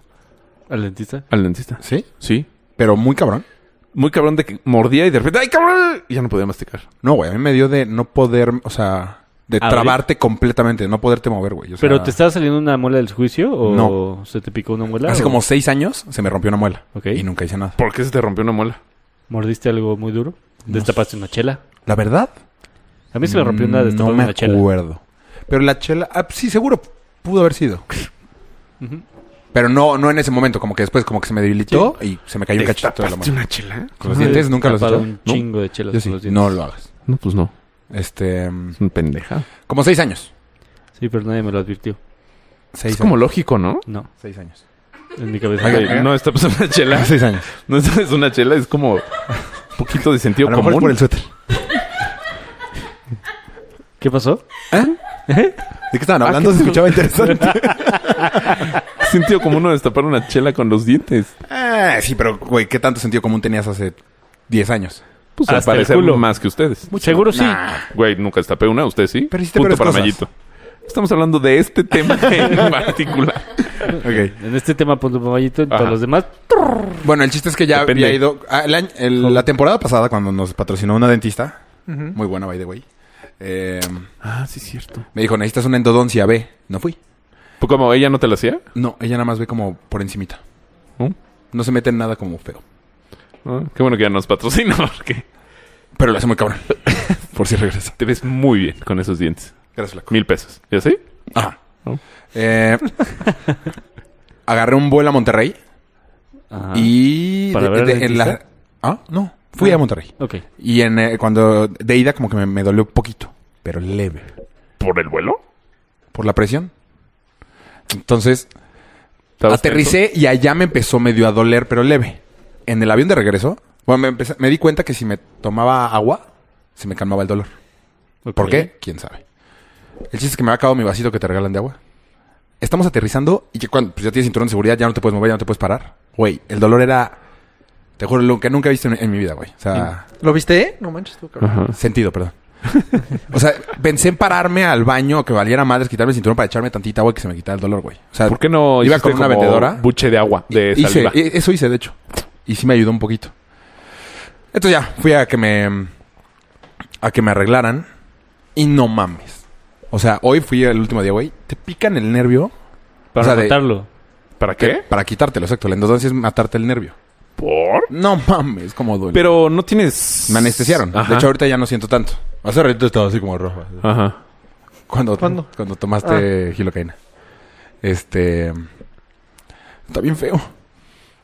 F: ¿Al dentista?
D: Al dentista.
C: Sí.
D: Sí.
C: Pero muy cabrón.
D: Muy cabrón de que mordía y de repente... ¡Ay, cabrón! Y ya no podía masticar.
C: No, güey, a mí me dio de no poder, o sea, de
F: Abrir.
C: trabarte completamente, de no poderte mover, güey. O sea,
F: ¿Pero te estaba saliendo una muela del juicio o
C: No.
F: se te picó una muela?
C: Hace
F: o
C: como seis años se me rompió una muela.
F: Ok.
C: Y nunca hice nada.
D: ¿Por qué se te rompió una muela?
F: ¿Mordiste algo muy duro? ¿Destapaste una chela?
C: La verdad,
F: A mí se me rompió una
C: Mm, no
F: destapada
C: me
F: una chela.
C: acuerdo. Pero la chela, ah, sí, seguro pudo haber sido.
F: Ujú.
C: Pero no, no en ese momento, como que después como que se me debilitó y se me cayó un cachito de la
D: ¿Destapaste
C: mano.
D: una chela?
C: Con los
F: Yo he
C: dientes nunca los he
F: tapado
C: hecho.
F: un
C: ¿No?
F: chingo de chelas
C: Yo
F: con
C: sí,
F: los dientes.
C: no lo hagas.
D: No, pues no.
C: Este, mm,
D: Es un pendeja.
C: como seis años.
F: Sí, pero nadie me lo advirtió.
C: Seis
D: es como
C: años.
D: lógico, ¿no?
F: No,
C: Seis años.
F: en mi cabeza.
C: Oiga,
F: Oye,
C: oiga.
D: No, esta pues, es una
C: <laughs>
D: chela.
C: Seis años.
D: No, esta es una chela. Es como un poquito de
C: A
D: sentido
C: lo mejor es
D: común.
C: por el suéter.
F: ¿Qué pasó?
C: ¿De qué
F: Ah,
C: estaban hablando? Se escuchaba interesante.
D: <laughs>
F: <laughs>
D: sentido común no destapar una chela con los dientes.
C: Ah, sí, pero, güey, ¿qué tanto sentido común tenías hace 10 años?
D: Pues
F: Hasta
D: al parecer
F: el culo.
D: más que ustedes.
F: Seguro sí.
D: Güey, nunca destapé una. ¿Usted sí?
C: Pero hiciste
D: Punto
C: peores
D: para
C: cosas.
D: Mayito. Estamos hablando de
C: <laughs>
D: este tema en particular.
C: Ok.
F: En este tema, punto papayito, en
D: Ajá.
F: todos los demás.
C: Bueno, el chiste es que ya
D: Depende.
C: había ido... ah, el año- el- la temporada pasada, cuando nos patrocinó una dentista, muy buena, by the way, eh,
D: Ah, sí, cierto.
C: me dijo, necesitas una endodoncia B. No fui.
D: Pues como ella no te la hacía.
C: No, ella nada más ve como por encimita.
D: ¿Mm?
C: No se mete en nada como feo.
D: Ah, qué bueno que ya nos patrocina <laughs> porque
C: Pero lo hace muy cabrón. por si regresa.
D: te ves muy bien con esos dientes.
C: Gracias, flaco.
D: Mil pesos. ¿Y así?
C: Ajá.
D: ¿No?
C: Eh, agarré un vuelo a Monterrey
F: Ajá.
C: y...
F: Ah. ¿Para ver al
C: en
F: dentista?
C: Ah, no. Fui a Monterrey.
F: Ok.
C: Y en, eh, cuando de ida como que me, me dolió poquito, pero leve,
D: ¿Por el vuelo?
C: por la presión. Entonces,
D: ¿Estabas
C: aterricé y allá me empezó medio a doler, pero leve. En el avión de regreso, bueno, me, empecé- me di cuenta que si me tomaba agua, se me calmaba el dolor. ¿Por
F: Ok.
C: qué? ¿Quién sabe? El chiste es que me ha acabado mi vasito que te regalan de agua. Estamos aterrizando y que cuando pues ya tienes cinturón de seguridad, ya no te puedes mover, ya no te puedes parar. Güey, el dolor era... Te juro, lo que nunca he visto en, en mi vida, güey. O sea...
E: ¿Lo viste? No manches tú, cabrón.
D: Ajá.
C: Sentido, perdón. o sea, pensé en pararme al baño, que valiera madres, quitarme el cinturón para echarme tantita agua y que se me quitara el dolor, güey. O sea,
D: ¿Por qué no
C: iba
D: hiciste
C: con una
D: como
C: vendedora?
D: buche de agua, de
C: Hice-
D: saliva?
C: e- eso hice, de hecho. Y sí me ayudó un poquito. Entonces ya, fui a que me... A que me arreglaran. Y no mames. O sea, hoy fui el último día, güey. Te pican el nervio.
F: Para
C: O sea, de-
F: matarlo.
D: ¿Para qué?
C: Para quitártelo, exacto. La endodoncia es matarte el nervio.
D: ¿Por?
C: No mames, como duele.
D: Pero no tienes...
C: me anestesiaron.
D: Ajá.
C: De hecho, ahorita ya no siento tanto. Hace ratito estaba así como rojo. así.
D: Ajá.
C: Cuando,
E: ¿Cuándo?
C: cuando tomaste gilocaína. Este. Está bien feo.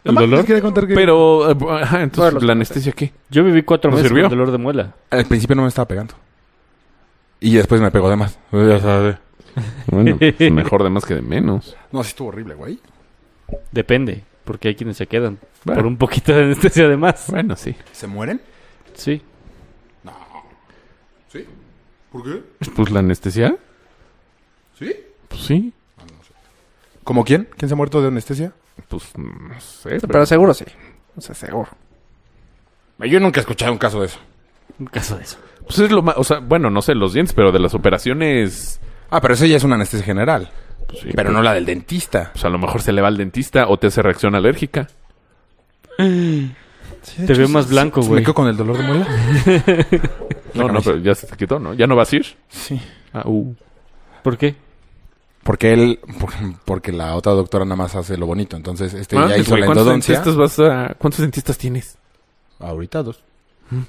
D: ¿El
C: Nomás
D: dolor?
C: les quería contar que-
D: Pero, eh, ajá, entonces,
C: pues,
D: ¿la anestesia qué?
F: Yo viví cuatro
D: ¿No
F: meses
D: sirvió?
F: con dolor de muela.
C: Al principio no me estaba pegando. Y después me pegó de más. Ya sabes.
D: Bueno,
C: <laughs>
D: pues, mejor de más que de menos.
C: No, sí estuvo horrible, güey.
F: Depende, porque hay quienes se quedan.
D: Bueno.
F: Por un poquito de anestesia de más.
D: Bueno, sí.
C: ¿Se mueren?
F: Sí.
C: ¿Sí? ¿Por qué?
D: Pues la anestesia,
C: ¿Sí?
D: pues sí.
C: ¿Como quién? ¿Quién se ha muerto de anestesia?
D: Pues no sé.
E: Pero seguro sí. O sea, seguro.
C: Yo nunca he escuchado un caso de eso.
F: Un caso de eso.
D: Pues es lo más, o sea, bueno, no sé, los dientes, pero de las operaciones...
C: Ah, pero eso ya es una anestesia general.
D: pues, sí,
C: Pero no la del dentista.
D: Pues a lo mejor se le va al dentista o te hace reacción alérgica.
F: Te veo más blanco,
C: ¿Se me
F: güey.
C: quedó con el dolor de muela?
D: No, no, pero ya se te quitó, ¿no? ¿Ya no vas a ir?
C: Sí.
D: Ah, uh.
F: ¿Por qué?
C: Porque él... Porque la otra doctora nada más hace lo bonito. Entonces, este ya
D: Antes,
C: hizo
D: güey,
C: la
D: Ah, ¿cuántos
C: endodoncia.
D: dentistas vas a... ¿Cuántos dentistas tienes?
C: Ahorita dos.
E: Mm.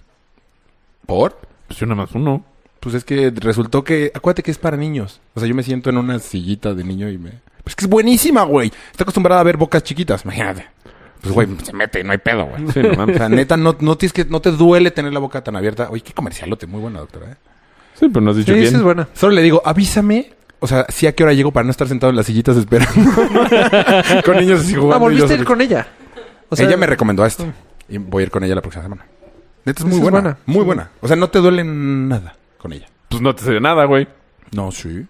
C: ¿Por?
D: Pues yo nada más uno.
C: Pues es que resultó que. Acuérdate que es para niños. O sea, yo me siento en una sillita de niño y me. Pues que es buenísima, güey. Está acostumbrada a ver bocas chiquitas, imagínate. Pues, güey, se mete, no hay pedo, güey.
D: Sí, no
C: O
D: mames.
C: sea,
E: <laughs>
C: neta, no, no, tienes que, no te duele tener la boca tan abierta. Oye, qué comercialote, muy buena, doctora. ¿eh?
D: <laughs> Sí, pero no has dicho
E: Sí,
D: bien.
E: sí es buena.
C: Solo le digo, avísame. O sea, sí a qué hora llego para no estar sentado en las sillitas
E: <laughs>
C: esperando. con niños así jugando.
E: Ah,
C: y yo
E: volviste a ir
C: solo-
E: con ella. O sea, mm.
C: ella me recomendó esto. Y voy a ir con ella la próxima semana. Neta, es muy
E: Esa es
C: buena.
E: buena.
C: Muy buena. O sea, no te duele nada con ella.
D: Pues no te sirve nada, güey.
C: No, sí.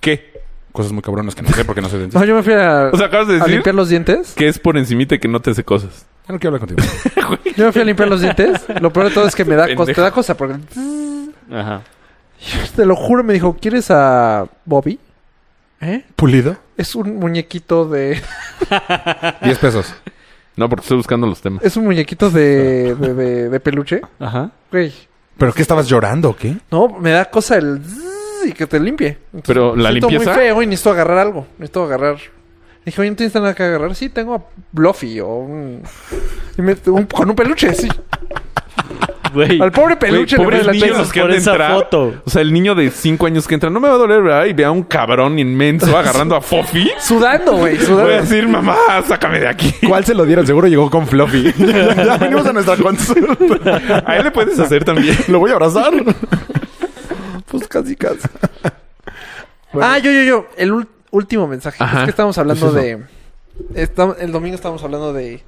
D: ¿Qué?
C: Cosas muy cabronas que no sé porque no soy dentista.
E: <laughs> No, yo me fui a,
D: O sea, acabas de
E: a
D: decir
E: limpiar los dientes.
D: que es por encimita y que no te hace cosas.
C: Ya no quiero hablar contigo.
E: Yo me fui a limpiar los dientes. Lo peor de todo es que me da, cosa,
D: Pendejo.
E: te da cosa. Porque
F: Ajá.
E: te lo juro, me dijo, ¿quieres a Bobby? ¿Eh?
C: ¿Pulido?
E: Es un muñequito de...
C: 10 pesos.
D: No, porque estoy buscando los temas.
E: Es un muñequito de, de, de- de peluche.
F: Ajá.
E: Güey.
C: ¿Pero qué estabas llorando o qué?
E: No, me da cosa el... meses y que te limpie. Entonces,
D: Pero la
E: me siento
D: limpieza.
E: muy feo y necesito agarrar algo. Necesito agarrar. Dije, oye, ¿no tienes nada que agarrar? Sí, tengo a Bluffy o un... y me- un- con un peluche, sí.
F: Güey.
E: Al pobre
D: Güey,
E: peluche le
D: pobres
E: duele la
D: niños
E: teta.
D: los que
F: por
D: han de
F: esa
D: entrar.
F: foto.
D: O sea, el niño de 5 años que entra, no me va a doler, ¿verdad? Y ve a un
C: <laughs>
D: cabrón inmenso agarrando a Fofi.
E: Sudando, güey,
D: Voy a
E: sudando.
D: decir, mamá, sácame de aquí.
C: ¿Cuál se lo dieron? Seguro llegó con <laughs> Fluffy. ya, ya venimos a nuestra consulta.
D: <laughs> A él le puedes hacer también.
C: Lo voy a abrazar. pues casi, casi.
E: Ah, yo, yo, yo. El ul- último mensaje.
D: Ajá.
E: Es que estamos hablando
C: Pues
E: de. estam- el domingo estábamos hablando de.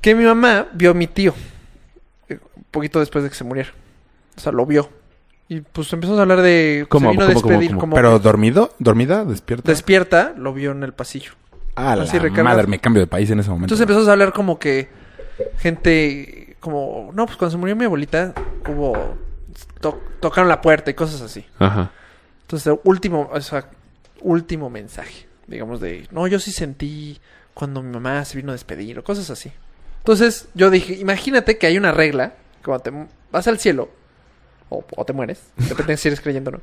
E: Que mi mamá vio a mi tío. eh, Un poquito después de que se muriera. O sea, lo vio. Y pues empezamos a hablar de.
D: ¿Cómo?
E: Se vino a
D: ¿Cómo, cómo,
E: despedir.
D: cómo?
E: como
C: Pero dormido, dormida, despierta.
E: despierta, lo vio en el pasillo.
C: ah, la
E: Así recargas.
C: madre, me cambio de país en ese momento.
E: Entonces empezamos a hablar como que. Gente. Como. No, pues cuando se murió mi abuelita, hubo. to- tocaron la puerta y cosas así.
D: Ajá.
E: Entonces, último, o sea, último mensaje, digamos, de, no, yo sí sentí cuando mi mamá se vino a despedir o cosas así. Entonces, yo dije, imagínate que hay una regla, que cuando te mu- vas al cielo, o, o te mueres, depende si eres creyendo o no,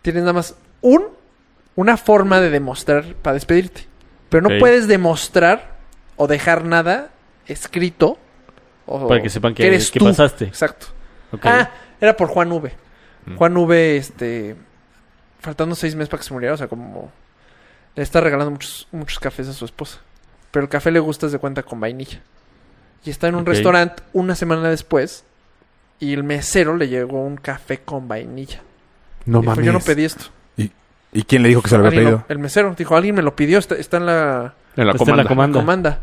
E: tienes nada más un, una forma de demostrar para despedirte. Pero no
F: Ok.
E: puedes demostrar o dejar nada escrito. o-
F: Para que sepan que-
E: eres
F: que
E: tú.
F: pasaste.
E: Exacto.
F: Ok.
E: Ah, era por Juan V.
C: Mm.
E: Juan V, este. Faltando seis meses para que se muriera, o sea, como. Le está regalando muchos, muchos cafés a su esposa. Pero el café le gusta, haz de cuenta, con vainilla. Y está en un
F: Ok.
E: restaurante una semana después. Y el mesero le llegó un café con vainilla.
D: No
E: Y dijo, yo no pedí esto.
C: ¿Y, y quién le dijo que se lo había
E: Alguien lo-
C: pedido?
E: el mesero dijo, alguien me lo pidió, está, está en la
D: En la
F: Está en
D: comanda.
F: la comanda.
E: comanda.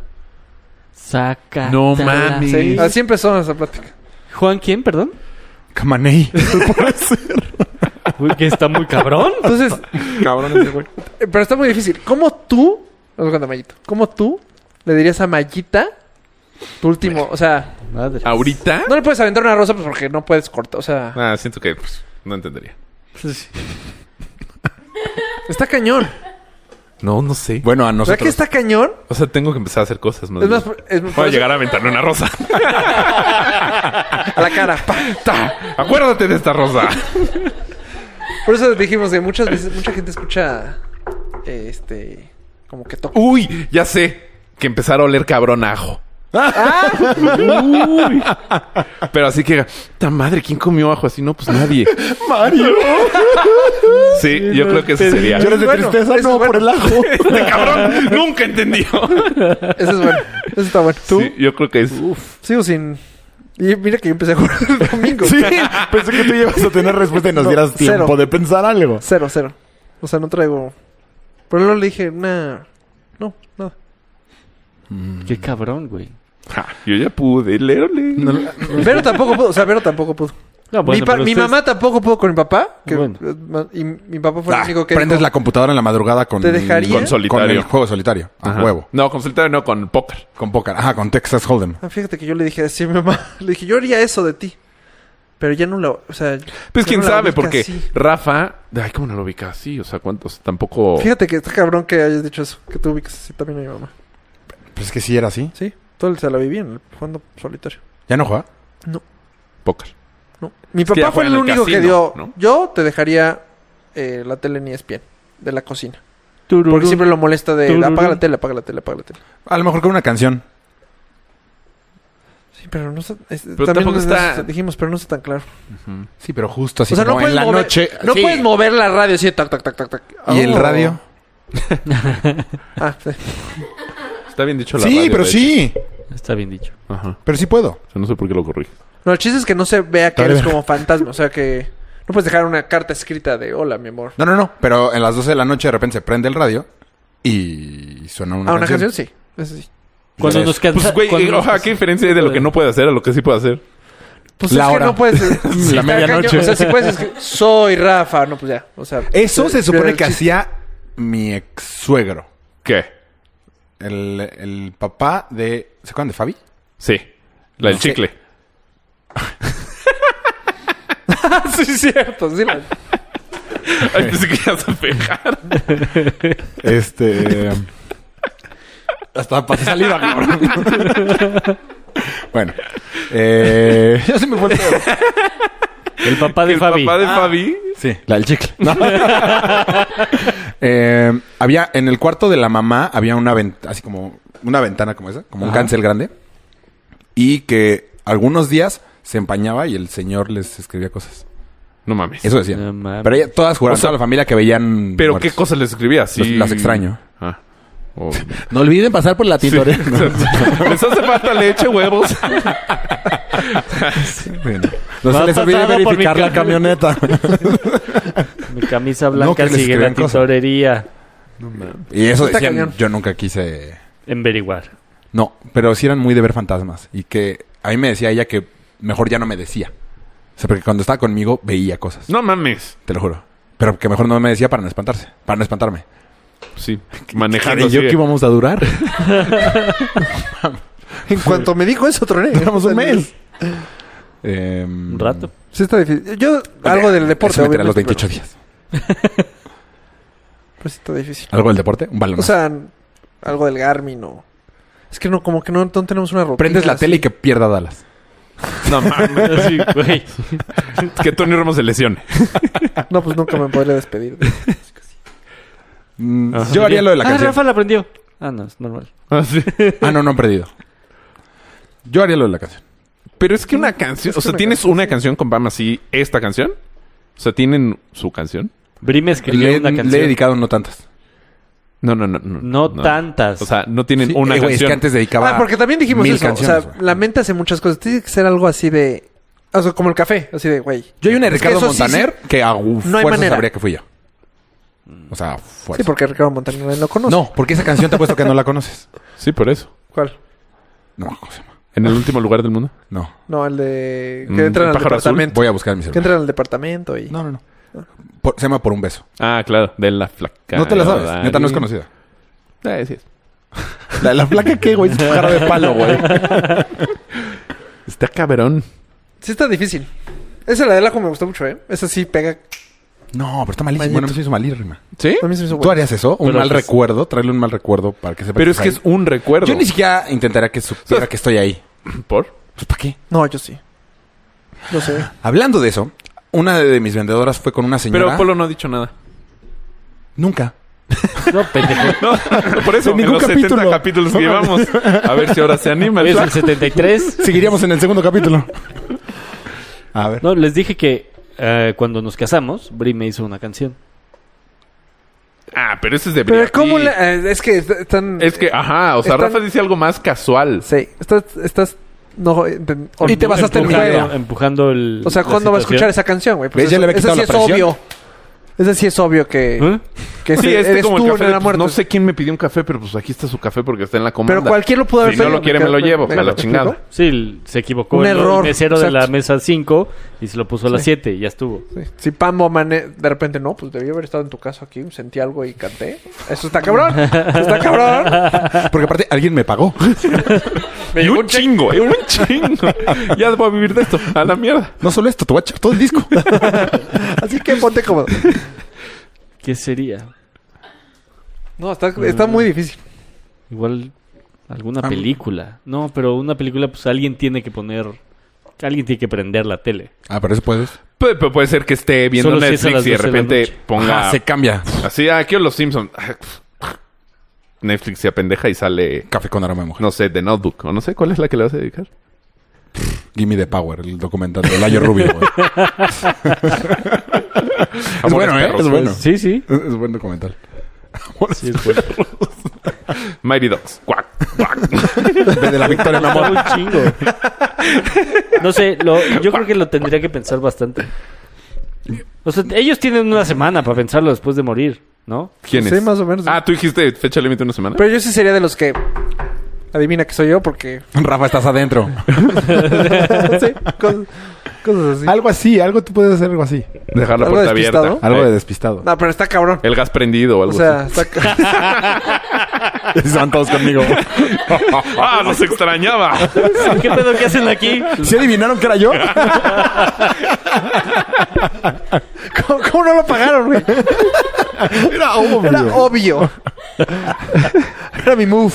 F: Saca.
D: No mames.
E: Sí, así empezó esa plática.
F: Juan, ¿quién? Perdón.
C: Camaney.
F: Uy, que está muy cabrón.
E: Entonces,
C: Ah,
D: Cabrón ese güey.
E: Eh, Pero está muy difícil. ¿Cómo tú, nos cuenta Mayito, cómo tú le dirías a Mayita tu último? O sea,
F: <laughs> Madre.
D: Ah, ¿Ahorita?
E: no le puedes aventar una rosa pues, porque no puedes cortar. O sea,
D: Ah, siento que pues, no entendería.
E: está cañón.
D: No, no sé.
C: <laughs> bueno, a
E: O sea,
C: nosotros.
E: que está cañón.
D: O sea, tengo que empezar a hacer cosas más.
E: Es más,
D: bien.
E: es
D: Voy a
E: por
D: llegar a aventarle una rosa.
E: eso- a la cara. pa.
D: Ta, Acuérdate de esta rosa.
E: Por eso dijimos que muchas veces, mucha gente escucha eh, este, como que toca.
D: Uy, ya sé que empezar a oler cabrón a ajo. Uy. Pero así que, ta madre, ¿quién comió ajo así? No, pues nadie.
C: Mario.
D: Sí, yo creo que eso sería.
C: Llores de
E: Bueno,
C: tristeza,
E: eso
C: no,
E: bueno.
C: por el ajo.
D: <laughs> Este cabrón nunca entendió.
E: <laughs> Eso es bueno. Eso está bueno. ¿Tú?
D: Sí, yo creo que es.
E: Sigo sin. Y mira que yo empecé a jugar el domingo. <laughs>
C: sí, pensé que tú llevas a tener respuesta y nos
E: No,
C: dieras
E: cero.
C: tiempo de pensar algo.
E: Cero, cero. O sea, no traigo. Pero no le dije, nada. No, nada.
F: Qué cabrón, güey.
D: Ja, yo ya pude. Lérole.
E: Vero tampoco pudo, o sea, Vero tampoco pudo.
F: No,
E: mi, pa- mi mamá tampoco pudo con mi papá. que-
F: Bueno.
E: eh, ma- Y mi papá fue
C: Ah,
E: el único que.
C: prendes
E: dijo,
C: la computadora en la madrugada con,
E: ¿Te dejaría?
C: con
E: Con
D: solitario.
C: Con el juego solitario. A
D: Ajá.
C: huevo.
D: No, con solitario no, con póker.
C: Con póker. Ajá, con Texas Hold'em.
E: "Ah, fíjate que yo le dije así a mi mamá. <laughs> Le dije, yo haría eso de ti. Pero ya no lo. O sea.
D: Pues
E: ya
D: quién
E: no la
D: sabe,
E: ubica
D: porque
E: así".
D: Rafa. Ay, ¿cómo no lo ubica así? O sea, ¿cuántos? Tampoco.
E: Fíjate que está cabrón que hayas dicho eso. Que tú ubicas así también a mi mamá.
C: Pues es que sí era así.
E: Sí. Todo el- se la viví en el- jugando solitario.
C: ¿Ya no juega?
D: Póker.
E: No. Mi
D: que ya
E: papá fue
D: juegan
E: el
D: en el
E: único que
D: casino,
E: dio.
D: ¿no?
E: Yo te dejaría eh, la tele en ESPN. De la cocina. Porque siempre lo molesta de.
F: Tururú.
E: Apaga la tele, apaga la tele, apaga la tele.
C: A lo mejor con una canción.
E: Sí, pero no está. es-
D: Pero
E: también
D: tampoco
E: nos-
D: está-
E: dijimos, pero no está tan claro.
C: Sí, pero justo así.
E: o sea, no,
C: como
E: puedes
C: en la
E: mover,
C: noche.
E: no
C: Sí.
E: puedes mover la radio así, tac, tac, tac, tac, tac.
C: ¿Y el
E: Oh.
C: radio?
E: Ah, sí.
D: Está bien dicho la
C: Sí,
D: radio,
C: pero
D: de
C: sí.
F: Está bien dicho.
D: hecho. Ajá.
C: Pero sí puedo.
D: O sea, no sé por qué lo corrí.
E: No, el chiste es que no se vea que
C: Dale,
E: eres
C: ve.
E: como fantasma. O sea, que no puedes dejar una carta escrita de hola, mi amor.
C: No, no, no. Pero en las 12 de la noche de repente se prende el radio y suena una
E: ah, una
C: canción.
E: canción, sí. Eso sí.
F: Cuando
C: Pues,
F: nos cansa,
D: Pues, güey,
F: cuando <laughs>
D: eh,
F: nos
D: oja,
F: cansa-
D: ¿qué diferencia hay de lo que no puede hacer a lo que sí puede hacer?
E: Pues
C: La
E: es
C: hora.
E: que no <laughs> puedes.
C: La
E: Está
C: medianoche.
E: cañón. O sea, si puedes escribir, soy Rafa. No, pues ya. O sea,
C: Eso se
E: pierde
C: supone
E: el
C: que
E: chiste.
C: hacía mi ex suegro.
D: ¿Qué?
C: El, el papá de. ¿Se acuerdan de Fabi?
D: Sí. La del
C: No sé.
D: chicle.
C: <laughs>
E: <laughs> sí, es cierto. Sí, la-
D: Ay, pensé que ibas a pegar.
C: <laughs> Este. Hasta pasé saliva, cabrón. <laughs> bueno. Eh, ya se me fue el pedo.
F: El papá de
D: el
F: Fabi.
D: papá de Fabi.
C: Sí, la del chicle. No. <laughs> Eh, había, en el cuarto de la mamá había una ventana, así como una ventana como esa, como un cancel grande. Y que algunos días se empañaba y el señor les escribía cosas.
D: No mames.
C: Eso decía.
F: No mames.
C: Pero ella, todas juraban, toda la familia que veían.
D: Pero
C: muertos.
D: qué cosas les escribía, sí.
C: Los- las extraño.
D: Ah. Oh.
C: No olviden pasar por la
F: <laughs>
C: tintorería.
D: <laughs>
C: <laughs>
D: Les hace falta leche, huevos.
C: Bueno, no
F: Va
C: se les olvide
F: pasando por
C: verificar
F: mi
C: la
F: <laughs>
C: camioneta.
F: Mi camisa
C: No, que
F: blanca
C: les
F: sigue
C: escriban
F: la
C: cosas.
F: tesorería.
C: y eso
E: Está
C: decían,
E: cañón.
C: yo nunca quise...
F: Enveriguar.
C: No, pero sí eran muy de ver fantasmas. Y que a mí me decía ella que mejor ya no me decía. O sea, porque cuando estaba conmigo veía cosas.
D: No mames.
C: Te lo juro. Pero que mejor no me decía para no espantarse. Para no espantarme.
D: pues <laughs> Sí.
C: ¿Y
D: Manejando.
C: yo
D: así de-
C: que íbamos a durar?
E: <laughs> En cuanto me dijo eso, troné.
C: Duramos un mes. Em, <laughs>
F: Un rato.
E: Sí, está difícil. Yo, algo del deporte.
C: Eso me trae los
E: obviamente,
C: 28
E: pero-
C: días.
E: pero sí está difícil.
C: ¿Algo del deporte? Un balón.
E: O sea, algo del Garmin o... Es que no, como que no, no tenemos una rutina.
C: prendes la
E: así.
C: tele y que pierda Dallas.
D: No <laughs> mames.
F: Así, güey.
D: Que Tony Ramos se lesione.
E: No, pues nunca me podré despedir.
C: <laughs> Mm, yo haría lo de la
F: ah,
C: canción.
F: Rafa la aprendió. Ah, no, es normal.
D: <laughs>
C: Ah, no, no han perdido. Yo haría lo de la canción.
D: Pero es que una canción. O sea, ¿tienes una canción con Pam así, esta canción? O sea, ¿tienen su canción?
F: Bri me escribió
C: Le,
F: una
C: le
F: canción.
C: he dedicado no tantas.
D: No, no, no. No,
F: No, tantas.
D: O sea, no tienen
C: Sí,
D: una
C: eh, güey,
D: canción.
C: Es que antes dedicaba...
E: Ah, porque también dijimos
C: mil
E: eso. O
C: canciones,
E: sea,
C: güey.
E: la mente hace muchas cosas. Tiene que ser algo así de... O sea, como el café. Así de, güey.
C: Yo hay una de
E: Es que
C: Ricardo
E: eso sí,
C: Montaner que a
E: No hay
C: fuerza
E: manera.
C: sabría que fui yo. O sea,
E: Sí,
C: fuerza.
E: porque Ricardo Montaner no conoce.
C: Pues. No, porque esa canción te apuesto que no la
E: <laughs>
C: conoces.
D: Sí, por eso.
E: ¿Cuál?
C: No, ¿cómo se llama?
D: En el último lugar del mundo.
C: No.
E: No, el de...
D: Mm,
E: Que entran
D: el
E: al
D: pájaro azul.
E: departamento.
C: Voy a buscar en mi
E: Que
C: celular.
E: entran al departamento y...
C: No, no, no. Por- se llama Por un beso.
D: Ah, claro. De la flaca.
C: No te la sabes. Neta, no es conocida.
D: Eh, sí es.
C: La de la flaca, ¿qué, güey? Es tu cara de palo,
E: <laughs>
C: güey.
D: Está cabrón.
E: Sí está difícil. Esa la del ajo me gustó mucho, ¿eh? Esa sí pega.
C: No, pero está malísimo.
E: Maldito.
C: Bueno, me hizo malísima.
D: ¿Sí?
E: A mí se me hizo
C: ¿Tú
E: buena.
C: harías eso? ¿Un
F: Pero
C: mal
F: pues-
C: recuerdo? Traerle un mal recuerdo para que sepa
D: Pero es que es
C: está
D: un recuerdo.
C: ahí. Yo ni siquiera intentaría que supiera que estoy ahí.
D: ¿Por?
C: Pues, ¿para qué?
E: No, yo sí. No sé.
C: Hablando de eso, una de mis vendedoras fue con una señora...
D: Pero Polo no ha dicho nada.
C: Nunca.
F: No, pendejo.
D: No, <laughs> por eso,
C: En
D: en,
C: ningún
D: los
C: capítulo.
D: 70 capítulos <laughs> que
C: No mames.
D: llevamos. A ver si ahora se anima. el
F: Es el
D: flaco.
F: 73.
C: Seguiríamos en el segundo capítulo. A ver.
F: No, les dije que eh, cuando nos casamos, Bri me hizo una canción.
D: Ah, pero eso es de
E: Pero
D: Briati.
E: ¿cómo le- eh, Es que est- están...
D: Es que, ajá, o sea,
E: Están-
D: Rafa dice algo más casual.
E: Sí. Estás... estás no, eh, eh,
C: Y te basaste en mi
F: Empujando-
C: idea.
F: Empujando el...
E: O sea,
F: la
E: ¿cuándo va a escuchar
F: situación.
E: esa canción, güey?
C: ¿Ves? Ya le había
E: esa
C: quitado
E: sí
C: la
E: es
C: presión.
E: obvio. Esa sí es obvio que...
F: ¿Eh?
E: Que
D: Sí,
E: se-
D: este
E: eres
D: como
E: tú
D: el café.
E: en
D: de,
E: la
D: pues,
E: muerte.
D: no sé quién me pidió un café, pero pues aquí está su café porque está en la comanda.
E: Pero cualquiera lo pudo haber
D: Si no
E: pedido,
D: lo quiere, me lo llevo, a la chingada.
E: explico?
F: Sí, el- se equivocó
E: Un
F: el
E: error,
F: mesero de la
E: exacto.
F: mesa 5 y se lo puso a las
E: Sí.
F: 7 y ya estuvo.
E: Sí. Si Pambo Mané de repente no, pues debí haber estado en tu casa aquí, sentí algo y canté. Eso está cabrón. Eso está cabrón.
C: Porque aparte alguien me pagó.
D: Y un chingo, eh,
F: <laughs>
D: un chingo. ya debo vivir de esto, a la mierda.
C: No solo esto, te voy a echar todo el disco.
E: Así que ponte cómodo.
F: ¿Qué sería?
E: No, está, está muy difícil.
F: Igual alguna
C: Ah,
F: película. No, pero una película pues alguien tiene que poner... Alguien tiene que prender la tele.
C: Ah, pero eso puedes.
D: Pu- pu- puede ser que esté viendo
F: Solo si es a
D: Netflix y
F: las
D: de
F: 12 de la
D: repente
F: noche.
D: ponga
C: Ah, se cambia.
D: así, ah, quiero los Simpsons. Netflix se apendeja y sale,
C: Café con aroma de mujer.
D: no sé, The Notebook. O no sé, ¿cuál es la que le vas a dedicar?
C: Give me the power, el documental de Layo Rubio. güey. es bueno, ¿eh?
D: perros,
C: Es bueno.
F: pues. Sí, sí.
C: Es buen documental. <laughs>
F: Sí, es bueno.
D: <laughs> Mighty Dogs. Cuac, cuac.
C: De la victoria, mi
F: Está
C: amor.
F: muy chingo. No sé, lo- yo creo que lo tendría que pensar bastante. O sea, ellos tienen una semana para pensarlo después de morir, ¿no?
D: ¿Quién
E: Sí,
D: es?
E: más o menos.
D: Ah, tú dijiste fecha límite una semana.
E: Pero yo sí sería de los que adivina que soy yo porque <laughs>
C: Rafa, estás adentro.
E: sí, cosas, cosas así.
C: Algo así, algo tú puedes hacer algo así.
D: Dejar la
E: ¿Algo
D: puerta
E: despistado?
D: abierta.
C: Algo
D: Eh,
C: de despistado. <laughs>
E: No, pero está cabrón.
D: El gas prendido o
E: O
D: algo
E: sea,
D: así.
E: está ca-
C: Estaban todos conmigo.
D: <laughs> ¡Ah, nos
E: <laughs>
D: extrañaba!
F: ¿Qué pedo que hacen aquí?
C: <laughs> ¿Sí adivinaron que era yo?
E: ¿Cómo, cómo no lo pagaron, güey?
C: Era obvio.
E: Era obvio. Era mi move.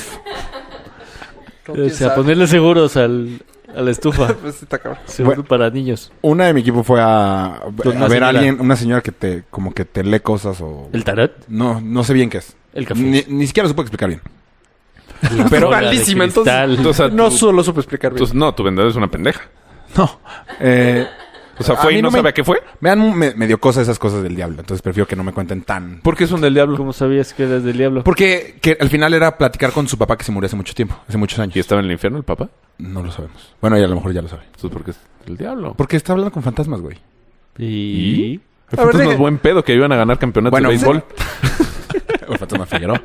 F: <laughs> pues, O sea, ponerle seguros al A la estufa.
E: Pues sí, está cabrón.
F: Seguro
C: Bueno.
F: para niños.
C: Una de mi equipo fue a, a ver
F: una
C: a
F: señora.
C: alguien, una señora que te, como que te lee cosas o...
F: El tarot,
C: No, no sé bien qué es.
F: el café.
C: Ni, ni siquiera lo supe explicar bien.
F: la
C: pero
F: bola de
E: malísima, entonces,
F: cristal.
D: O sea,
E: No
D: tú-
E: solo supe explicar bien.
D: Entonces, no, tu vendedor es una pendeja.
C: No. Eh,
D: O sea,
C: A
D: fue
C: mí
D: y no,
C: no me-
D: sabe a qué fue.
C: me dan me, me dio cosa esas cosas del diablo. Entonces prefiero que no me cuenten tan...
D: Porque es un del diablo.
F: ¿Cómo sabías que eras del diablo?
C: Porque que al final era platicar con su papá que se murió hace mucho tiempo, hace muchos años.
D: ¿Y estaba en el infierno el papá?
C: No lo sabemos. Bueno, ella a lo mejor ya lo sabe.
D: Entonces, porque es el diablo.
C: Porque está hablando con fantasmas, güey.
F: Y...
D: El
E: A ver,
D: fantasma
E: deja-
D: es buen pedo que iban a ganar campeonatos
C: Bueno,
D: de béisbol.
C: O el fantasma Figueroa.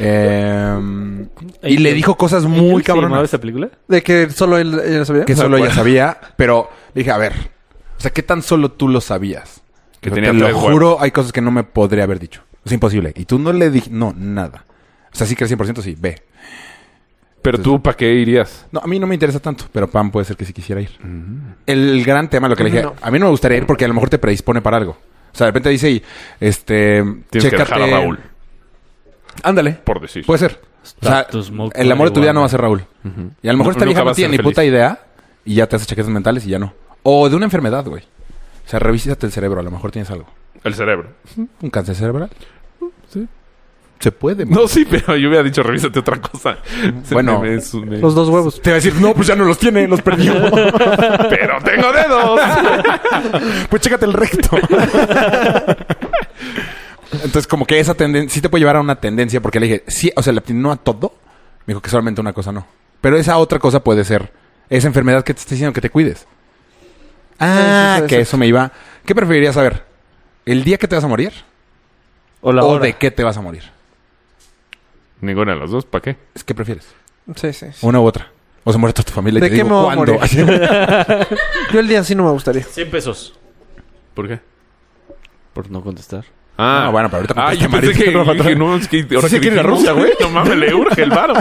C: Eh, y le dijo cosas muy
F: ¿Se llamaba
C: cabronas
F: esa película?
E: ¿De que solo él, ella lo sabía?
C: que solo ella sabía, pero le dije, a ver, o sea, ¿qué tan solo tú lo sabías?
D: Que
C: Pero
D: tenía
C: te lo
D: tres huevos.
C: juro, hay cosas que no me podría haber dicho. Es imposible. Y tú no le dije, no, nada. O sea, sí que al 100% sí, ve.
D: Pero tú, ¿para qué irías?
C: No, a mí no me interesa tanto, pero Pam puede ser que sí quisiera ir.
D: Mm.
C: El gran tema, lo que le dije,
E: No.
C: a mí no me gustaría ir porque a lo mejor te predispone para algo. O sea, de repente dice, y, este,
D: Tienes
C: chécate- Pues-
D: que dejar a Raúl,
C: Ándale.
D: por decir.
C: Puede ser. O sea,
F: Status moco
C: el amor de tu vida no
F: marihuana.
C: va a ser Raúl. Y a lo mejor
D: No-
C: esta
D: nunca
C: vieja
D: va
C: no
D: a ser
C: tiene ni
D: feliz.
C: puta idea y ya te hace chaquetas mentales y ya no. O de una enfermedad, güey. O sea, revísate el cerebro, a lo mejor tienes algo.
D: El cerebro. <laughs>
C: ¿Un cáncer cerebral?
D: Sí.
C: Se puede. man.
D: No, sí, pero yo hubiera dicho, revísate otra cosa. <laughs> Se
C: Bueno.
D: me- me- me-
E: <laughs> Los dos huevos.
C: Te va a decir, no, pues ya no los tiene, los
D: <laughs>
C: perdió.
D: pero tengo dedos.
C: <laughs> pues chécate el recto. Entonces, como que esa tendencia, sí te puede llevar a una tendencia, porque le dije, sí, o sea, le no a todo. Me dijo que solamente una cosa no. Pero esa otra cosa puede ser esa enfermedad que te está diciendo que te cuides. Ah,
E: Sí, sí, sí,
C: que
E: sí.
C: eso me iba. ¿Qué preferirías saber? ¿El día que te vas a morir?
F: O la
C: ¿O
F: hora.
C: de qué te vas a morir?
D: Ninguna de las dos, ¿para qué?
C: Es que prefieres.
E: Sí, sí. sí.
C: Una u otra. O se muere toda tu familia y
E: ¿De
C: te
E: qué
C: digo
E: me voy a
C: cuándo. <laughs>
E: Yo el día sí no me gustaría.
F: 100 pesos.
D: ¿Por qué?
F: Por no contestar.
D: Ah,
C: No, bueno, pero ahorita
D: Ah,
C: contesta,
D: yo pensé
C: marica,
D: que,
C: no,
D: dije,
C: <laughs> patrón.
D: no, es que ahora
C: Sí
D: que
C: quiere ir a
D: dijimos,
C: Rusia, güey.
D: No mames, le urge
C: <laughs>
D: el varo.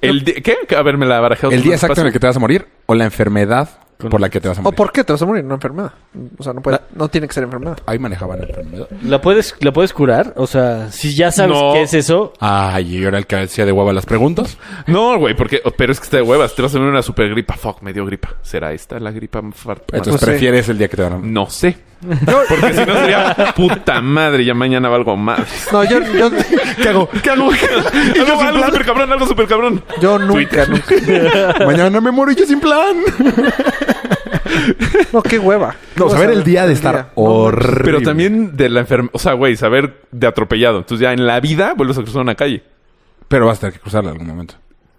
D: El di- ¿Qué? A ver, me la barajé.
C: ¿El día exacto en el que te vas a morir? ¿O la enfermedad
F: Con-
C: por la que te vas a
E: ¿O
C: morir?
E: Oh, por qué te vas a morir? No enfermedad. O sea, no puede, no tiene que ser enfermedad.
C: Ahí manejaban enfermedad.
F: ¿La puedes, ¿La puedes curar? O sea, si ya sabes
D: No.
F: qué es eso,
C: Ay, y ahora el que hacía de guava las preguntas.
D: No, güey, porque... oh, Pero es que está de huevas. Te vas a morir una super gripa. Fuck, me dio gripa. ¿Será esta la gripa? más fuerte?
C: Entonces
E: No sé.
C: prefieres el día que te van a morir.
D: No sé. Porque si no sería puta madre, ya mañana valgo más.
E: <laughs> No, yo, yo,
D: ¿Qué hago? ¿Qué
C: <laughs>
D: hago? algo algo super cabrón, algo super cabrón.
E: yo nunca, nunca.
C: <laughs> Mañana me muero y yo sin plan.
E: No, qué hueva.
C: No, saber el día de estar horrible.
D: Pero también de la enfermedad. O sea, güey, saber de atropellado. Entonces ya en la vida vuelves a cruzar una calle.
C: Pero vas a tener que cruzarla en algún momento.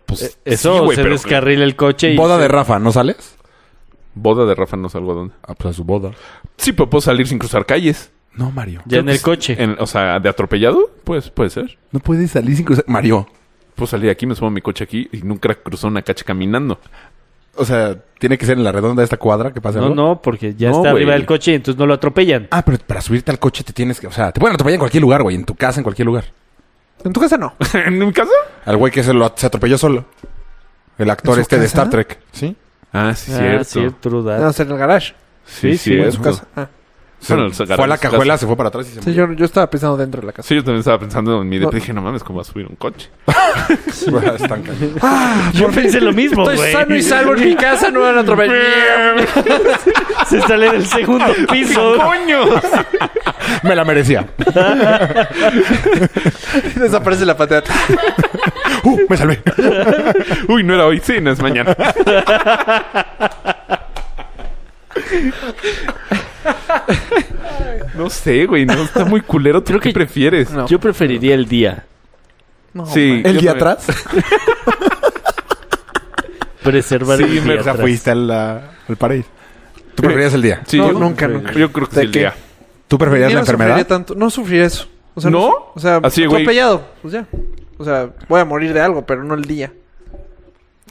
D: Pues
F: eso
D: sí, güey,
F: se
D: pero-
F: descarrila el coche y...
C: Boda de Rafa, ¿no sales?
D: Boda de Rafa no salgo a dónde.
C: Ah, pues a su boda.
D: Sí, pero puedo salir sin cruzar calles.
C: No, Mario.
F: Ya en el coche.
D: En- o sea, de atropellado, pues puede ser.
C: No puedes salir sin cruzar. Mario.
D: Puedo salir aquí, me subo a mi coche aquí y nunca cruzó una calle caminando. <laughs>
C: O sea, tiene que ser en la redonda de esta cuadra que pasa
F: No,
C: algo?
F: no, porque ya
D: No,
F: está arriba
D: güey.
F: del coche y entonces no lo atropellan.
C: Ah, pero para subirte al coche te tienes que... O sea, te pueden atropellar en cualquier lugar, güey. En tu casa, en cualquier lugar.
E: En tu casa no.
D: ¿En mi casa?
C: Al güey que se, lo, se atropelló solo. El actor
E: ¿En su
C: este de
E: casa?
C: Star Trek. ¿Sí?
D: Ah, sí,
F: Ah,
D: cierto.
F: cierto,
E: No,
F: Rudá.
E: o sea, en el garage.
D: Sí,
F: Sí, sí,
E: En
D: cierto.
E: su casa. Ah.
C: Se-
D: Bueno, se agarró
C: fue a la
D: en su
C: cajuela, se fue para atrás y se
E: Sí, yo, yo estaba pensando dentro de
D: <laughs>
E: la casa.
D: Sí, yo también estaba pensando en mi...
E: No.
D: Dije, no mames, ¿cómo va a subir un coche? <laughs>
C: murió. <laughs> Estanca.
F: Yo pensé lo mismo, güey.
E: salvo en mi casa, no me van a atropellar.
F: <laughs> Se sale del segundo piso.
D: ¡Coño!
C: Me la merecía.
E: <laughs> Desaparece la patada.
C: <laughs> Uh, me salvé.
D: Uy, no era hoy. Sí, no es mañana. <laughs> no sé, güey. No, está muy culero. ¿Tú
F: Creo
D: qué
F: que-
D: prefieres?
E: No.
F: Yo preferiría el día.
E: No,
D: Sí.
C: ¿El
D: yo
C: día
D: también.
C: atrás?
F: Preservar el
D: Sí,
F: día.
D: me-
C: O sea,
F: atrás.
C: fuiste al, ah, al París. ¿Tú preferías el día?
D: Sí,
E: No,
D: yo-
E: nunca, nunca.
D: Yo creo que
E: ¿De
D: sí el
E: qué?
D: día.
C: ¿Tú preferías
E: Yo
C: la
E: no sufriría
C: enfermedad?
E: tanto. No sufriría eso. O sea,
D: ¿No?
E: O sea,
D: Así, güey.
E: atropellado. Pues ya. O sea, voy a morir de algo, pero no el día.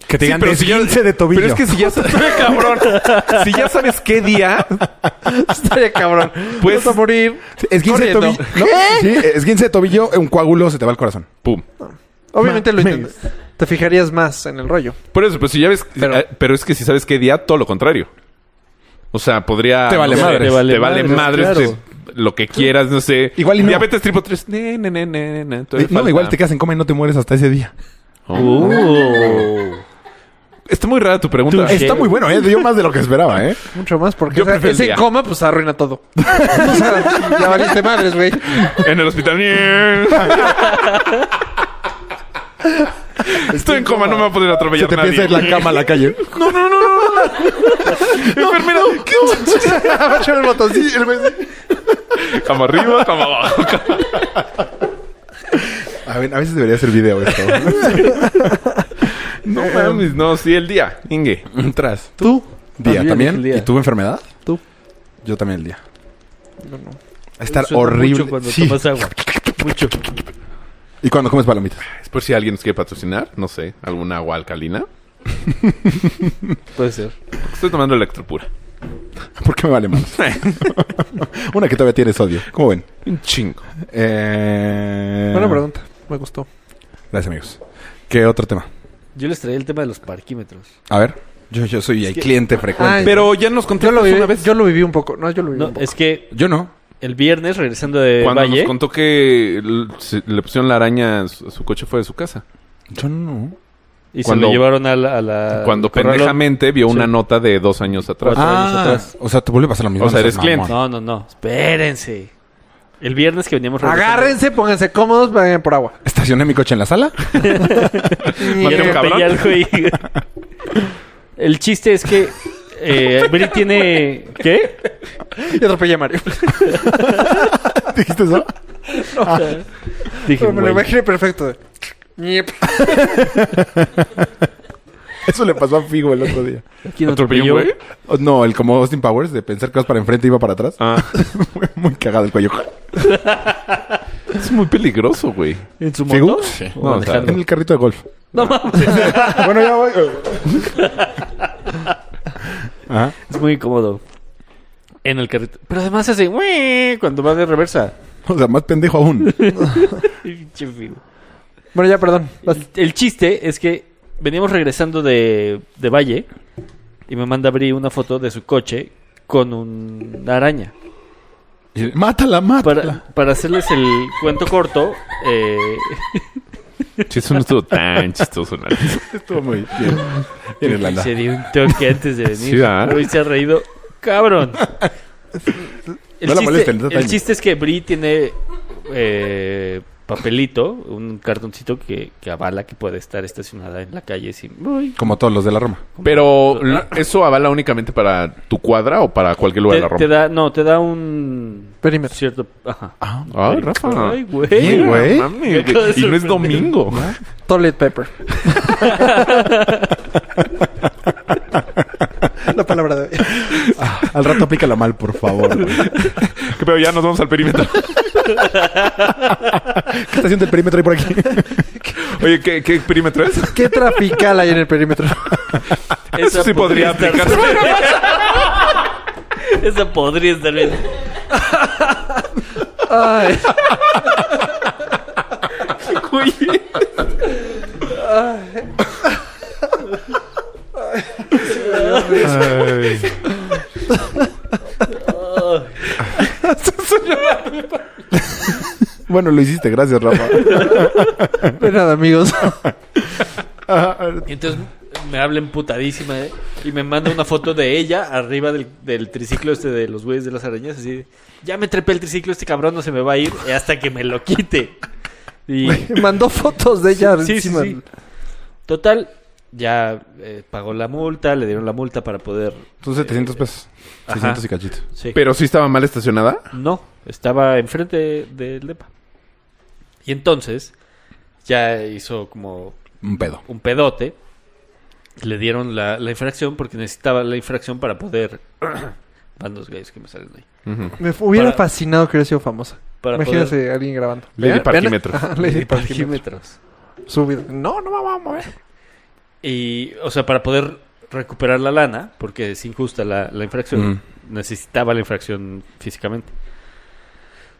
C: Que te
D: Sí,
C: digan
D: pero si ya-
C: esguince de tobillo.
D: Pero es que si ya sabes, cabrón, <laughs> si ya sabes qué día,
E: <laughs> Estaría cabrón.
D: Pues-
E: Pues a morir.
C: Esguince de
E: corriendo.
C: tobillo. ¿no? Sí, esguince de tobillo, un coágulo se te va al corazón.
D: pum.
E: Obviamente lo intenté. Te fijarías más en el rollo.
D: Por eso, pues si ya ves, eh, pero,
E: Pero-
D: es que si sabes qué día, todo lo contrario. O sea, podría.
C: Te vale
D: no sé,
C: madres.
D: Te vale,
F: Te vale
D: madres.
F: madres,
D: te- lo que quieras, no sé.
C: Igual y no.
D: Diabetes tipo 3. Ne, ne, ne, ne, ne,
C: No, igual te quedas en coma y no te mueres hasta ese día.
F: Uh.
D: Está muy rara tu pregunta.
F: Touché.
D: Está-
C: Está muy bueno, ¿eh? Dio más de lo que esperaba, ¿eh?
E: Mucho más porque
D: Yo
E: esa-
D: prefiero el
E: ese
D: día.
E: coma pues arruina todo. <laughs> O sea, ya valiste madres, güey.
F: Ah.
D: En el hospital. Estoy en coma, no me va a poder
C: Se
D: atropellar
C: te
D: nadie.
C: piensa en la cama a la calle.
D: No, no, no, no, no.
C: <laughs>
D: Enfermera, ¿qué?
C: Abajo el botoncillo, el güey. así.
D: Cama arriba, cama abajo.
C: A ver, a veces debería ser video esto.
D: No mames, no, sí, el día. Inge.
C: Un Tras.
E: Tú.
C: Día
F: También
C: también.
F: el día.
C: ¿Y tu enfermedad?
E: Tú.
C: Yo también el día.
E: no.
C: Va a estar
F: Suena
C: horrible.
F: Mucho cuando
C: Sí.
F: tomas agua. Mucho.
C: Y cuando comes palomitas.
D: Es por si alguien nos quiere patrocinar, no sé, alguna agua alcalina.
F: Puede ser.
D: Estoy tomando electropura.
C: ¿Por qué me vale más? <laughs> Una que todavía tiene sodio. ¿Cómo ven?
D: Un chingo.
C: Eh...
E: Buena pregunta. Me gustó.
C: Gracias, amigos. ¿Qué otro tema?
F: Yo les traía el tema de los parquímetros.
C: A ver. Yo, yo soy el cliente frecuente.
E: Ay.
D: Pero ya nos contó
E: Yo lo, viví,
D: una vez.
E: yo lo viví un poco. No, yo lo viví
F: No,
E: un poco.
F: es que
C: Yo no.
F: el viernes, regresando de
D: Cuando
F: Eh, Valle,
D: nos contó que l- se- le pusieron la araña a su, a su coche fue de su casa.
C: Yo no.
F: y se
D: cuando-
F: lo llevaron a la... a la-
D: Cuando
F: al corralón.
D: pendejamente vio una
F: Ah, Sí.
D: nota de dos años atrás.
C: Ah,
D: Ah,
F: Cuatro años atrás.
C: o sea, te vuelve a pasar lo mismo.
D: O sea,
C: No seas
D: eres cliente.
C: mamón.
F: No, no, no. Espérense. El viernes que veníamos regresando-
E: Agárrense, pónganse cómodos, vayan por agua.
C: Estacioné mi coche en la sala.
F: Y
D: Mateo,
F: atropellé
D: cabrón.
F: al güey. El chiste es que eh, Bri tiene... ¿Qué?
E: Y atropellé a Mario.
C: <laughs> ¿Dijiste eso?
F: Dije,
E: Pero me lo
F: güey.
E: imaginé perfecto. Ñep.
C: Eso le pasó a Figo el otro día.
F: ¿Quién
D: ¿Atropelló un güey?
C: Oh, No, el como Austin Powers, de pensar que vas para enfrente y iba para atrás.
D: Ah,
C: Fue <laughs> muy cagado el cuello.
D: es muy peligroso, güey.
F: ¿En su
C: ¿Figo?
F: moto?
C: Sí.
F: ¿O
D: No, o sea,
F: manejando?
C: En el carrito de golf.
F: No mames.
C: <laughs> bueno, ya voy. Ajá.
F: Es muy incómodo. En el carrito. Pero además hace... "Ué", Cuando va de reversa.
C: O sea, más pendejo aún.
F: Pinche Figo.
E: Bueno, ya, perdón. Vas.
F: El, el chiste es que veníamos regresando de, de Valle y me manda abrir una foto de su coche con un- una araña.
C: Y- Mátala, mátala.
F: Para, para hacerles el cuento corto, eh,
D: Sí, eso no estuvo tan chistoso. la neta.
C: Este Estuvo muy <laughs> bien. En Irlanda.
F: se dio un toque antes de venir.
D: Sí, ¿verdad?
F: Pero hoy se ha reído. ¡Cabrón! El,
C: No la
F: chiste,
C: molesten, no
F: el
C: dañen.
F: chiste es que Bri tiene eh, papelito, un cartoncito que, que avala que puede estar estacionada en la calle sin... Uy,
C: Como todos los de la Roma.
D: Pero, l- ¿eso avala únicamente para tu cuadra o para cualquier lugar de
F: te,
D: la Roma?
F: te da, no, te da un...
E: Perímetro.
F: Cierto. Ajá.
C: Ah.
D: Ay, Rafa.
F: Ay, güey.
C: Bien, güey.
D: Mami,
F: Me acabo de
D: y no es
F: sorprender.
D: domingo.
E: Toilet paper. <laughs> La palabra de hoy.
C: Ah, Al rato aplícala mal, por <laughs> favor. güey. ¿Qué
D: Que pero ya nos vamos al perímetro.
C: está haciendo el perímetro ahí por <laughs> aquí?
D: Oye, ¿qué, qué perímetro es?
E: ¿Qué trafical hay en el perímetro? <laughs>
D: Eso sí podría
F: estar-
D: aplicarse.
F: <laughs> Esa podría estar bien.
E: Ay,
F: Güey.
D: <laughs>
C: bueno, lo hiciste. Gracias, Rafa.
E: de Pues nada, amigos. <laughs>
F: Y entonces me habla emputadísima ¿eh? y me manda una foto de ella arriba del, del triciclo este de los güeyes de las arañas. Así, de, ya me trepé el triciclo, este cabrón no se me va a ir hasta que me lo quite. <laughs> Y
E: Mandó fotos de ella.
F: Sí, sí,
E: encima.
F: sí. Total, ya eh, pagó la multa, le dieron la multa para poder...
C: Son 700 pesos.
F: Ajá.
C: 600 y cachito.
F: sí.
D: Pero Eh, sí estaba mal estacionada.
F: No, estaba enfrente del DEPA. Y entonces ya hizo como
C: Un pedo.
F: un pedote. Le dieron la, la infracción porque necesitaba la infracción para poder... <clears throat> Van dos gallos que me salen ahí.
D: <laughs>
E: Me f- hubiera
F: Para-
E: fascinado que hubiera sido famosa.
F: Para
E: Imagínese <laughs>
F: poder-
E: a alguien grabando.
D: Lady
E: Vean-
D: Parquímetro.
E: vean- Ajá, Lady Parquímetro.
F: Parquímetros.
E: Subido. No, no vamos a mover.
F: Y, o sea, para poder recuperar la lana, porque es injusta la, la infracción, necesitaba la infracción físicamente.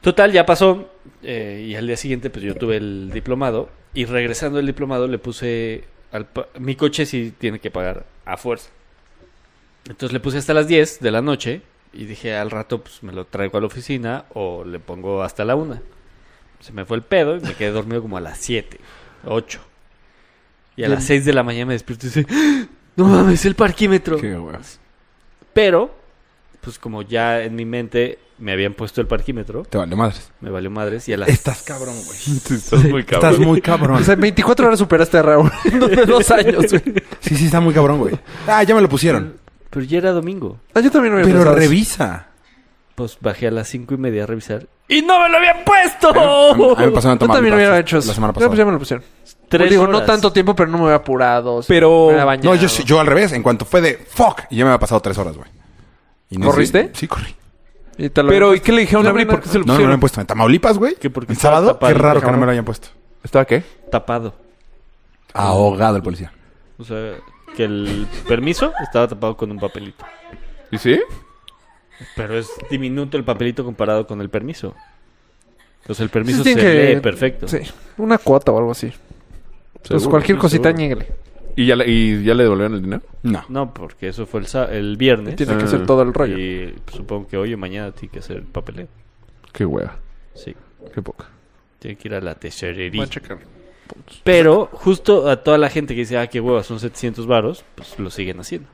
F: Total, ya pasó. eh, y al día siguiente, pues yo tuve el diplomado. Y regresando del diplomado, le puse. Al pa- mi coche sí tiene que pagar a fuerza. Entonces le puse hasta las 10 de la noche. Y dije, al rato, pues me lo traigo a la oficina o le pongo hasta la 1. Se me fue el pedo y me quedé dormido como a las 7, 8. Y a las 6 de la mañana me despierto y dice, No mames, el parquímetro.
C: Qué hueva.
F: Pero, pues como ya en mi mente me habían puesto el parquímetro,
C: Te vale madres.
F: me valió madres y a
C: <laughs>
F: las...
C: Estás cabrón, güey.
D: Estás muy cabrón.
C: Estás muy cabrón.
E: O sea, en 24 horas superaste a Raúl. <laughs> de dos años, güey.
C: Sí, sí, está muy cabrón, güey. Ah, ya me lo pusieron.
F: Pero ya era domingo.
E: Ah, yo también me
C: Pero revisa.
F: Pues bajé a las cinco y media a revisar. ¡Y no me lo habían puesto!
C: A mí- a mí me pasó en
E: Yo también
C: Tamaulipas
E: hubiera hecho eso.
C: La semana
E: Yo, pues, ya
C: pasada.
E: me lo pusieron.
F: Tres
E: pues, digo, no
F: horas.
E: tanto tiempo, pero no me había apurado. sí,
C: Pero...
E: me había bañado.
C: No, yo, sí- yo al revés. En cuanto fue de fuck, y ya me había pasado tres horas, güey. Y no
E: ¿Corriste?
C: sé- Sí, corrí.
E: Y te lo-
D: Pero, ¿y qué le dijeron a
E: No,
D: Abril?
E: no, no.
D: ¿Por qué se lo
C: No, no me
D: pusieron?
C: lo han puesto. En Tamaulipas, güey.
F: Que porque
C: ¿En sábado?
F: estaba
C: Qué raro que
F: tapadito,
C: no me
F: cabrón.
C: lo hayan puesto.
D: ¿Estaba qué?
F: Tapado.
C: Ahogado el policía.
F: O sea, que el permiso estaba tapado con un papelito.
D: ¿Y sí?
F: Pero es diminuto el papelito comparado con el permiso. Entonces el permiso se
E: tienen que-
F: lee perfecto.
E: Sí, una cuota o algo así. Entonces,
D: Seguro,
E: cualquier
D: sí,
E: cosita,
D: seguro.
E: ñéguele.
D: ¿Y ya, le, ¿Y ya le devolvieron el dinero?
C: No.
F: No, porque eso fue el, sa- el viernes.
E: Tiene que
D: Ah.
E: ser todo el rollo.
F: Y supongo que hoy o mañana tiene que hacer el papeleo.
D: Qué hueva.
F: Sí.
D: Qué poca.
F: Tiene que ir a la tesorería.
E: Voy a checar.
F: Pero justo a toda la gente que dice, ah, qué hueva, son 700 varos, pues lo siguen haciendo.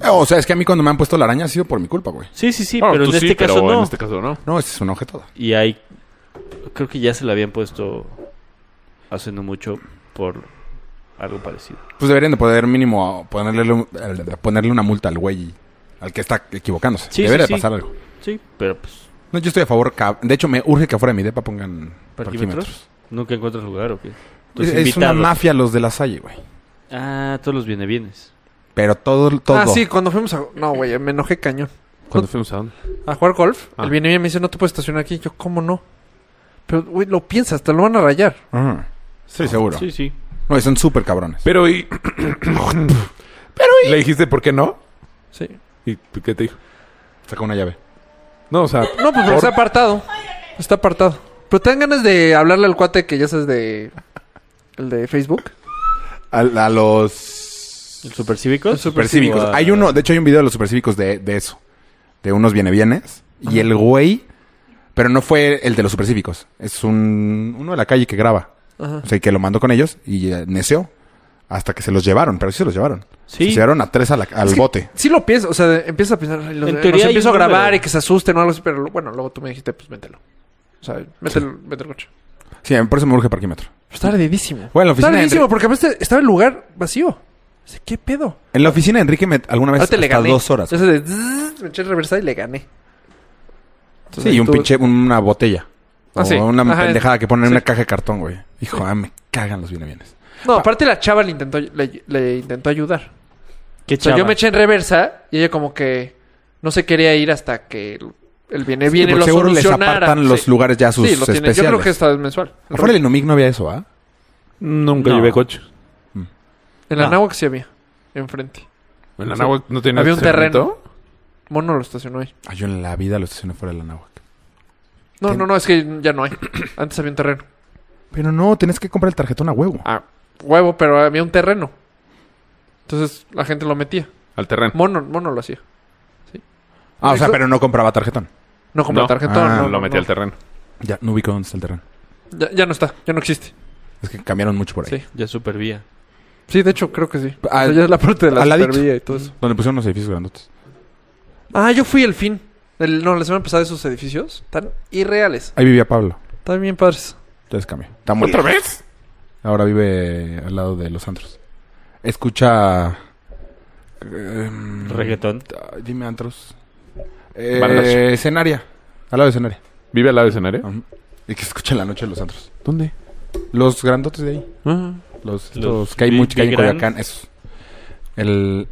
C: Eh, O sea, es que a mí cuando me han puesto la araña ha sido por mi culpa, güey.
F: Sí, sí, sí,
D: Bueno,
F: pero, en
D: tú
F: este,
D: sí,
F: caso
D: pero
F: no.
D: en este caso no.
C: No, ese es un objeto.
F: Y hay, creo que ya se lo habían puesto hace no mucho por algo parecido.
C: Pues deberían de poder mínimo ponerle, un- eh, ponerle una multa al güey al que está equivocándose.
F: Sí,
C: Debería
F: sí,
C: de
F: sí.
C: pasar algo.
F: Sí, pero pues,
C: No, yo estoy a favor. cab- De hecho, me urge que afuera de mi depa pongan parquímetros.
F: parquímetros. Nunca encuentras lugar o qué. Tus
C: Es, es una
F: invitados.
C: mafia los de la Salle, güey.
F: Ah, todos los viene bienes.
C: Pero todo, todo.
E: Ah, sí, cuando fuimos a... No, güey, me enojé cañón.
D: ¿Cuándo fuimos a dónde?
E: A jugar golf,
D: Ah.
E: el viene me dice, no te puedes estacionar aquí. Yo, ¿cómo no? Pero, güey, lo piensas, te lo van a rayar.
C: Ajá. Sí, seguro.
F: Sí, sí.
C: No, son súper cabrones.
D: Pero y... pero y... ¿Le dijiste por qué no?
E: Sí.
D: ¿Y tú qué te dijo?
C: Saca una llave.
D: No, o sea...
E: No, pues pero está apartado. Está apartado. Pero te dan ganas de hablarle al cuate que ya sabes de... El de Facebook.
C: A, a los
F: ¿El supercívico? El
C: supercívicos. Ah. Hay uno, de hecho, hay un video de los supercívicos de, de eso. De unos viene-vienes. Y el güey. Pero no fue el de los supercívicos. Es un uno de la calle que graba.
E: Ajá.
C: O sea, y que lo mandó con ellos y eh, neció. Hasta que se los llevaron, pero sí se los llevaron.
F: Sí.
C: Se llevaron a tres a la- al
E: Es que
C: bote.
E: Sí lo pienso, o sea, empiezas a pensar... Los,
F: En
E: los
F: teoría hay
E: empiezo a
F: un
E: grabar
F: número.
E: y que se asusten o algo así, pero bueno, luego tú me dijiste, pues mételo. O sea, mételo, mételo el coche.
C: Sí, por eso me urge parquímetro.
E: Está ardidísimo.
C: Bueno, en la
E: Está
C: oficina de
E: ardidísimo porque además te- estaba el lugar vacío. Dice, ¿qué pedo?
C: En la oficina de Enrique me, alguna vez
E: Ahora te le
C: Pues, hasta
E: gané.
C: dos horas.
E: Ese de zzzz, me eché el reversa y le gané.
C: Sí, y un
E: tú-
C: pinche, una botella.
E: Ah,
C: o
E: sí.
C: una
E: Ajá,
C: pendejada que ponen en
E: sí.
C: una caja de cartón, güey. Hijo, ah, me cagan los bienes.
E: No, aparte la chava le intentó, le, le intentó ayudar.
F: ¿Qué
E: O sea,
F: chava?
E: yo me eché en reversa y ella como que no se quería ir hasta que el, el viene viene lo
C: seguro les
E: solucionara.
C: apartan los
E: Sí.
C: lugares ya a sus
E: Sí, lo tiene.
C: especiales.
E: Yo creo que esta es mensual.
C: Afuera del Inomic no había eso, ¿ah?
D: Nunca
F: No.
D: llevé coche.
E: En la
F: No.
E: Anáhuac sí había. Enfrente.
D: ¿En la Nahuatl no tenía
E: Había un terreno.
D: estacionamiento?
E: Mono lo estacionó ahí.
C: Ah, yo en la vida lo estacioné fuera de la náhuac.
E: No,
C: Ten-
E: no, no, es que ya no
C: <coughs>
E: hay. Antes había un terreno.
C: Pero no, tenés que comprar el tarjetón a huevo.
E: Ah, huevo, pero había un terreno. Entonces la gente lo metía.
D: Al terreno.
E: Mono, mono lo hacía.
C: Ah, o sea,
E: eso-
C: pero no compraba tarjetón.
E: No compró
D: No.
E: tarjetón.
C: Ah,
E: no,
D: lo
E: no,
D: metí
E: no.
D: al terreno.
C: Ya, no ubico dónde está el terreno.
E: Ya, ya no está, ya no existe.
C: Es que cambiaron mucho por ahí.
E: Sí.
F: Ya supervía.
E: Sí, de hecho, creo que sí.
C: Ah,
E: O sea, ya es la parte de la
C: al ladito. Mm.
E: supervía y todo eso.
C: Donde pusieron unos edificios grandotes.
E: Ah, yo fui el fin. El- no, la semana pasada esos edificios tan irreales.
C: Ahí vivía Pablo.
E: Están bien padres.
C: Entonces cambió. Está muy ¿Otra vez? Ahora vive al lado de los antros. Escucha... em,
F: Reggaetón.
C: Ah, Dime antros.
D: Bandas.
C: Eh, escenaria. Al lado de escenaria.
D: ¿Vive al lado del escenario?
C: Ajá. Y que escucha en la noche los antros.
D: ¿Dónde?
C: Los grandotes de ahí. Los, estos que hay
F: big-
C: mucho que hay en
F: big grands.
C: Coyoacán. Esos. El...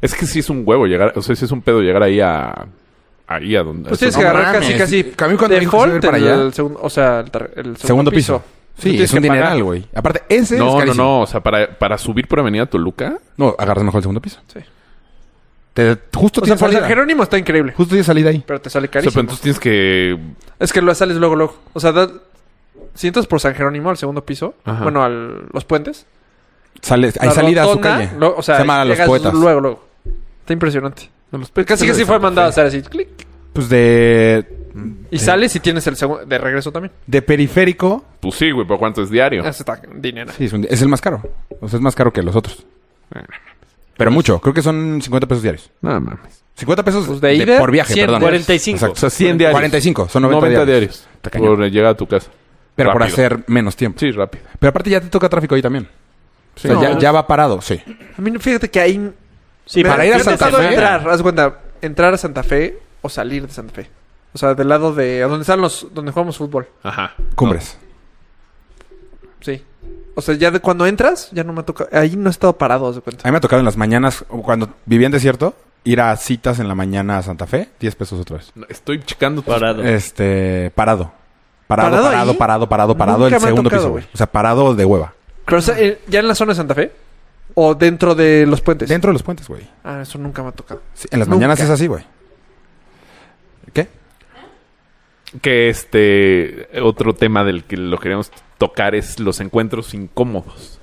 D: Es que sí es un huevo llegar... O sea, sí es un pedo llegar ahí a... Ahí a donde...
E: Pues tienes
C: no
E: que agarrar
C: mames.
E: casi, casi.
C: A mí cuando me dijo que se iba a ir
E: default
C: para allá.
E: el segundo, o sea, el, tar- el segundo,
C: Segundo piso.
E: Tú
C: Sí,
E: tienes
C: es un
E: que pagar.
C: dineral, güey. Aparte, ese es
D: No, no,
C: carísimo.
D: no. O sea, para, para subir por Avenida Toluca...
C: No, agarras mejor el segundo piso.
E: Sí.
C: Te, justo
E: O sea,
C: tienes
E: por San
C: salida.
E: Jerónimo está increíble.
C: Justo tienes salida ahí.
E: Pero te
D: O
E: sale
D: sea, pero
E: carísimo.
D: entonces tienes que...
E: Es que lo sales luego, luego. O sea, da, si entras por San Jerónimo al segundo piso,
D: Ajá.
E: bueno, al, los puentes.
C: Sale- hay
E: la
C: salida
E: rotonda,
C: a su calle.
E: lo- o sea,
C: Se llama a los
E: llegas
C: poetas.
E: Luego, luego. Está impresionante. Casi que sí fue mandado a hacer así, clic.
C: Pues de.
E: Y sales y tienes el segundo de regreso también.
C: De periférico.
D: Pues sí, güey, pero ¿cuánto es diario?
E: Eso está dinero.
C: Sí, es, un- es el más caro. O sea, es más caro que los otros.
D: Ah,
C: Pero mucho. Creo que son 50 pesos diarios.
D: No mames.
C: 50 pesos
E: Pues de ida,
C: por viaje,
E: 100
C: perdón.
E: diarios.
F: 45.
D: O sea, 100 diarios.
C: 45, son 90 diarios. Está cañón.
D: Por eh, llegar a tu casa.
C: Pero por
D: Rápido.
C: hacer menos tiempo.
D: Sí, rápido.
C: Pero aparte ya te toca tráfico ahí también.
D: Sí.
C: o sea, ya,
E: No.
C: ya va parado, sí.
E: A mí, no- fíjate que ahí
F: Sí,
C: Para
E: Me-
C: ir a
E: me ha
C: Santa
E: tocado
C: Fe.
E: Entrar, haz de cuenta, entrar a Santa Fe o salir de Santa Fe. O sea, del lado de a donde están los donde jugamos fútbol.
D: Ajá.
C: Cumbres.
E: Sí. O sea, ya de cuando entras, ya no me toca. Ahí no he estado parado, haz de
C: A
E: cuenta.
C: mí me ha tocado en las mañanas, o cuando vivía en desierto, ir a citas en la mañana a Santa Fe, 10 pesos otra vez.
D: No, Estoy checando tus-
F: Parado.
C: Este, parado. Parado,
E: ¿Parado
C: parado, parado,
E: ahí?
C: parado, parado,
E: Nunca
C: el
E: me ha
C: segundo
E: tocado,
C: piso. güey.
E: güey.
C: O sea, parado de hueva.
E: Pero, o sea, eh, ya en la zona de Santa Fe o dentro de los puentes.
C: Dentro de los puentes, güey.
E: Ah, eso nunca me ha tocado.
C: Sí, en las
E: Nunca.
C: mañanas es así, güey. ¿Qué?
D: Que este otro tema del que lo queremos tocar es los encuentros incómodos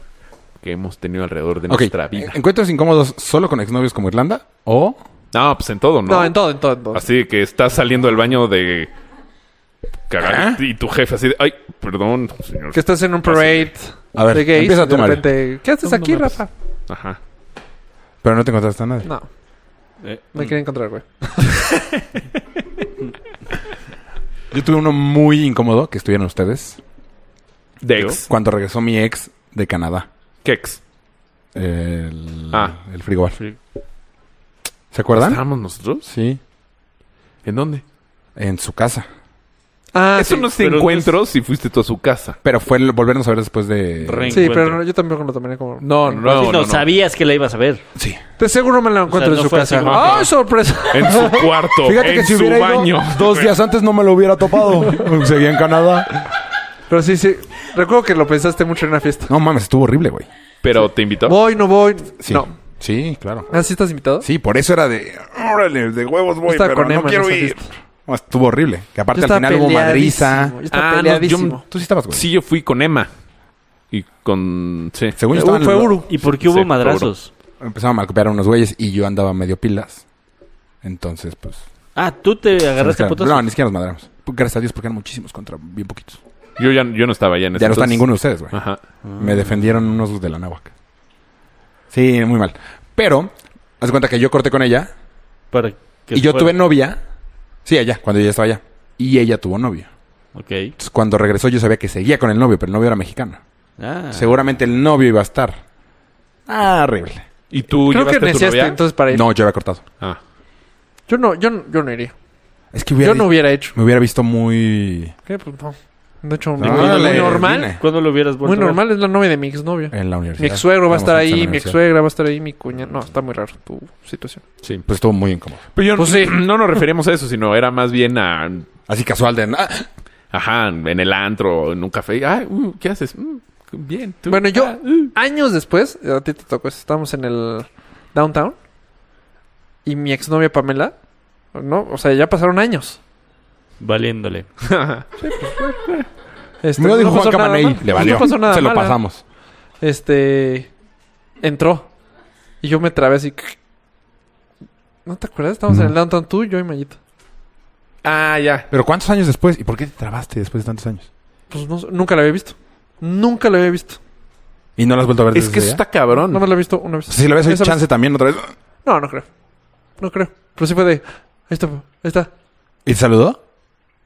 D: que hemos tenido alrededor de
C: Ok.
D: nuestra vida.
C: ¿Encuentros incómodos solo con exnovios como Irlanda? ¿O
D: No, pues en todo, ¿no?
E: No, en todo, en todo, en todo.
D: Así que estás saliendo del baño de
C: ¿Ah?
D: cagar y tu jefe así de, ay, perdón, señor.
E: Que estás en un parade
C: A ver,
E: de gays
C: empieza
E: y
C: tú,
E: de
C: Mario.
E: repente, ¿qué haces
D: No, no
E: aquí,
D: me pasa.
E: Rafa?
D: Ajá.
C: pero no te encontraste a nadie?
E: No,
F: Eh,
E: me quería encontrar, güey.
C: Yo tuve uno muy incómodo que estuvieron ustedes
D: De ex.
C: cuando regresó mi ex de Canadá.
D: ¿Qué ex?
C: El,
D: Ah.
C: el frigobar.
D: Fri-
C: ¿Se acuerdan?
D: ¿Estábamos nosotros?
C: Sí.
D: ¿En dónde?
C: En su casa.
E: Ah,
D: Eso
E: sí.
D: no se
F: pero
D: encuentros si fuiste tú a su casa.
C: Pero fue el volvernos a ver después de...
F: Re-
E: Sí,
F: encuentro.
E: pero no, yo también lo tomé como...
D: No, no,
F: sí,
D: no,
F: no,
D: no.
F: sabías que la ibas a ver.
C: Sí.
E: De seguro me lo encuentro
F: O sea, no
E: en su
F: fue así
E: casa.
F: como que-
E: ¡Ay, sorpresa!
D: En su cuarto,
C: Fíjate
D: en
C: que si
D: su
C: hubiera
D: baño.
C: ido <laughs> dos días antes no me lo hubiera topado. <laughs> Seguía en Canadá.
E: Pero sí, sí. Recuerdo que lo pensaste mucho en una fiesta.
C: No mames, estuvo horrible, güey.
D: Pero te invitó.
E: Voy, no voy.
C: Sí.
E: No.
C: Sí, claro.
E: ¿Ah, sí estás invitado?
C: Sí, por eso era de... Órale, de huevos voy,
E: Estaba
C: pero
E: con
C: no
E: Emma en
C: quiero
E: esa
C: ir.
E: fiesta.
C: No, estuvo horrible. Que aparte
E: Yo
C: al
E: estaba
C: final hubo madriza.
E: peleadísimo, Yo estaba
D: Ah, no, yo-
E: peleadísimo.
C: Tú sí estabas, güey.
D: Pues Sí, yo fui con Emma. Y con... Sí.
C: Según yo
E: Fue-
C: estaban...
E: fue Uru.
F: ¿Y por qué hubo
D: Sí,
F: madrazos?
C: Empezaban a malcopiar a unos güeyes y yo andaba medio pilas. Entonces, pues...
F: Ah, tú te agarraste
C: Mezclaron.
F: putas.
C: No, ni siquiera nos madramos. Gracias a Dios porque eran muchísimos contra bien poquitos.
D: Yo ya yo no estaba ya en ese
C: Ya no está
D: entonces.
C: ninguno de ustedes,
F: Ah.
C: güey.
D: Ajá.
C: Me defendieron unos de la náhuac. Sí, muy mal. Pero, haz de cuenta que yo corté con ella
F: Para que
C: y yo
F: fuera.
C: tuve novia. Sí, allá, cuando ella estaba allá. Y ella tuvo novio.
F: Ok.
C: Entonces, cuando regresó yo sabía que seguía con el novio, pero el novio era mexicano.
F: Ah.
C: Seguramente el novio iba a estar. Ah, horrible.
D: ¿Y tú
E: Creo que
D: llevaste a tu
E: necesitas
D: novia?
E: entonces para ir.
C: No, yo había cortado.
D: Ah.
E: Yo no, yo, no- yo no iría.
C: Es que hubiera
E: Yo no hubiera hecho.
C: me hubiera visto muy...
E: ¿Qué? Pues no. De
C: No,
E: hecho, muy,
C: dale,
E: muy normal.
C: vine.
F: ¿Cuándo lo hubieras vuelto
E: Muy
F: a ver?
E: normal. Es la novia de mi exnovia.
C: En la universidad.
E: Mi ex suegro va a estar
C: Estábamos juntos en
E: ahí.
C: la
E: Mi ex
C: universidad.
E: suegra va a estar ahí. Mi cuñado. No, está muy raro tu situación.
D: Sí.
C: Pues estuvo muy incómodo.
D: Pero yo
E: Pues sí.
D: no nos referíamos a eso, sino era más bien a...
C: Así casual de... "Ah,
D: Ajá, en el antro, o en un café. Ah, uh, ¿qué haces? Mm, bien. ¿tú?
E: Bueno, yo,
D: Ah, uh.
E: años después, eh, a ti te tocó, eso, estábamos en el downtown y mi exnovia Pamela, no, o sea, ya pasaron años.
F: Valiéndole.
E: Este,
C: Me lo dijo
E: pasó
C: Juan
E: nada
C: Camaney.
E: mal.
C: Le
E: Pues
C: valió.
E: No pasó nada
C: Se lo
E: mal, ¿eh?
C: pasamos.
E: Este, entró y yo me trabé así. ¿No te acuerdas? Estábamos
C: No.
E: en el downtown tú, yo y Mayito.
D: Ah, ya.
C: Pero ¿cuántos años después? ¿Y por qué te trabaste después de tantos años?
E: Pues no, nunca la había visto. Nunca la había visto.
C: ¿Y no la has vuelto a ver Pues
D: Es
C: desde
D: que
C: ese
D: eso
C: día?
D: está cabrón.
E: No me la he visto una vez.
C: O sea, si la ves hoy,
E: Esa vez-
C: chance también otra vez.
E: No, no creo. No creo. Pero sí fue de, ahí está, ahí está.
C: ¿Y te saludó?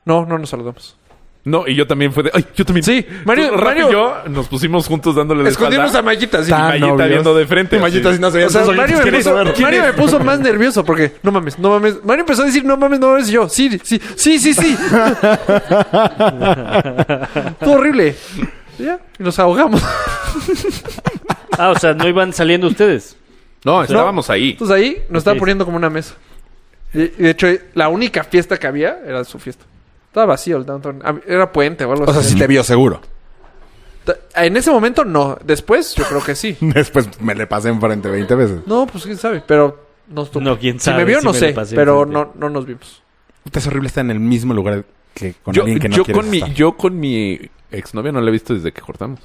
E: No, no nos saludamos.
D: No, y yo también fue de... Ay, yo también.
E: Sí, Mario-
D: Tú, Rafa
E: Mario-
D: y yo nos pusimos juntos dándole la
E: Escondimos a
D: espalda.
E: Mayita, sí.
D: Y
C: Pues, Tan
D: Mayita
C: novios.
D: viendo de frente.
C: Y Mayita
D: así.
C: si no se veía.
E: O sea,
C: Entonces, oye,
E: Mario, me
C: ¿quién es?
E: puso,
C: A ver, ¿quién
E: Mario
C: es?
E: me puso más nervioso porque no mames, no mames. Mario empezó a decir no mames, no mames. Y yo, sí, sí, sí, sí,
F: <laughs>
E: sí. Todo horrible. Y ya, y nos ahogamos.
F: Ah, o sea, no iban saliendo ustedes.
D: No, estábamos ahí.
E: Entonces ahí nos estaba
F: Ok.
E: poniendo como una mesa. Y, y de hecho, la única fiesta que había era su fiesta. Estaba vacío el downtown. A- Era puente o algo
C: O sea,
E: así.
C: sí te vio seguro.
E: Ta- En ese momento no. Después, yo creo que <laughs> sí.
C: Después me le pasé enfrente 20 veces.
E: No, pues quién sabe. Pero nos tocó.
F: No, quién
E: si
F: sabe.
E: me vio,
F: si
E: no
F: me
E: sé.
F: la pasé
E: Pero
F: enfrente.
E: no, no nos vimos.
C: Puta, Es horrible estar en el mismo lugar que con
D: Yo,
C: alguien que no
D: yo
C: quieres
D: con mi,
C: estar.
D: yo con mi exnovia no la he visto desde que cortamos.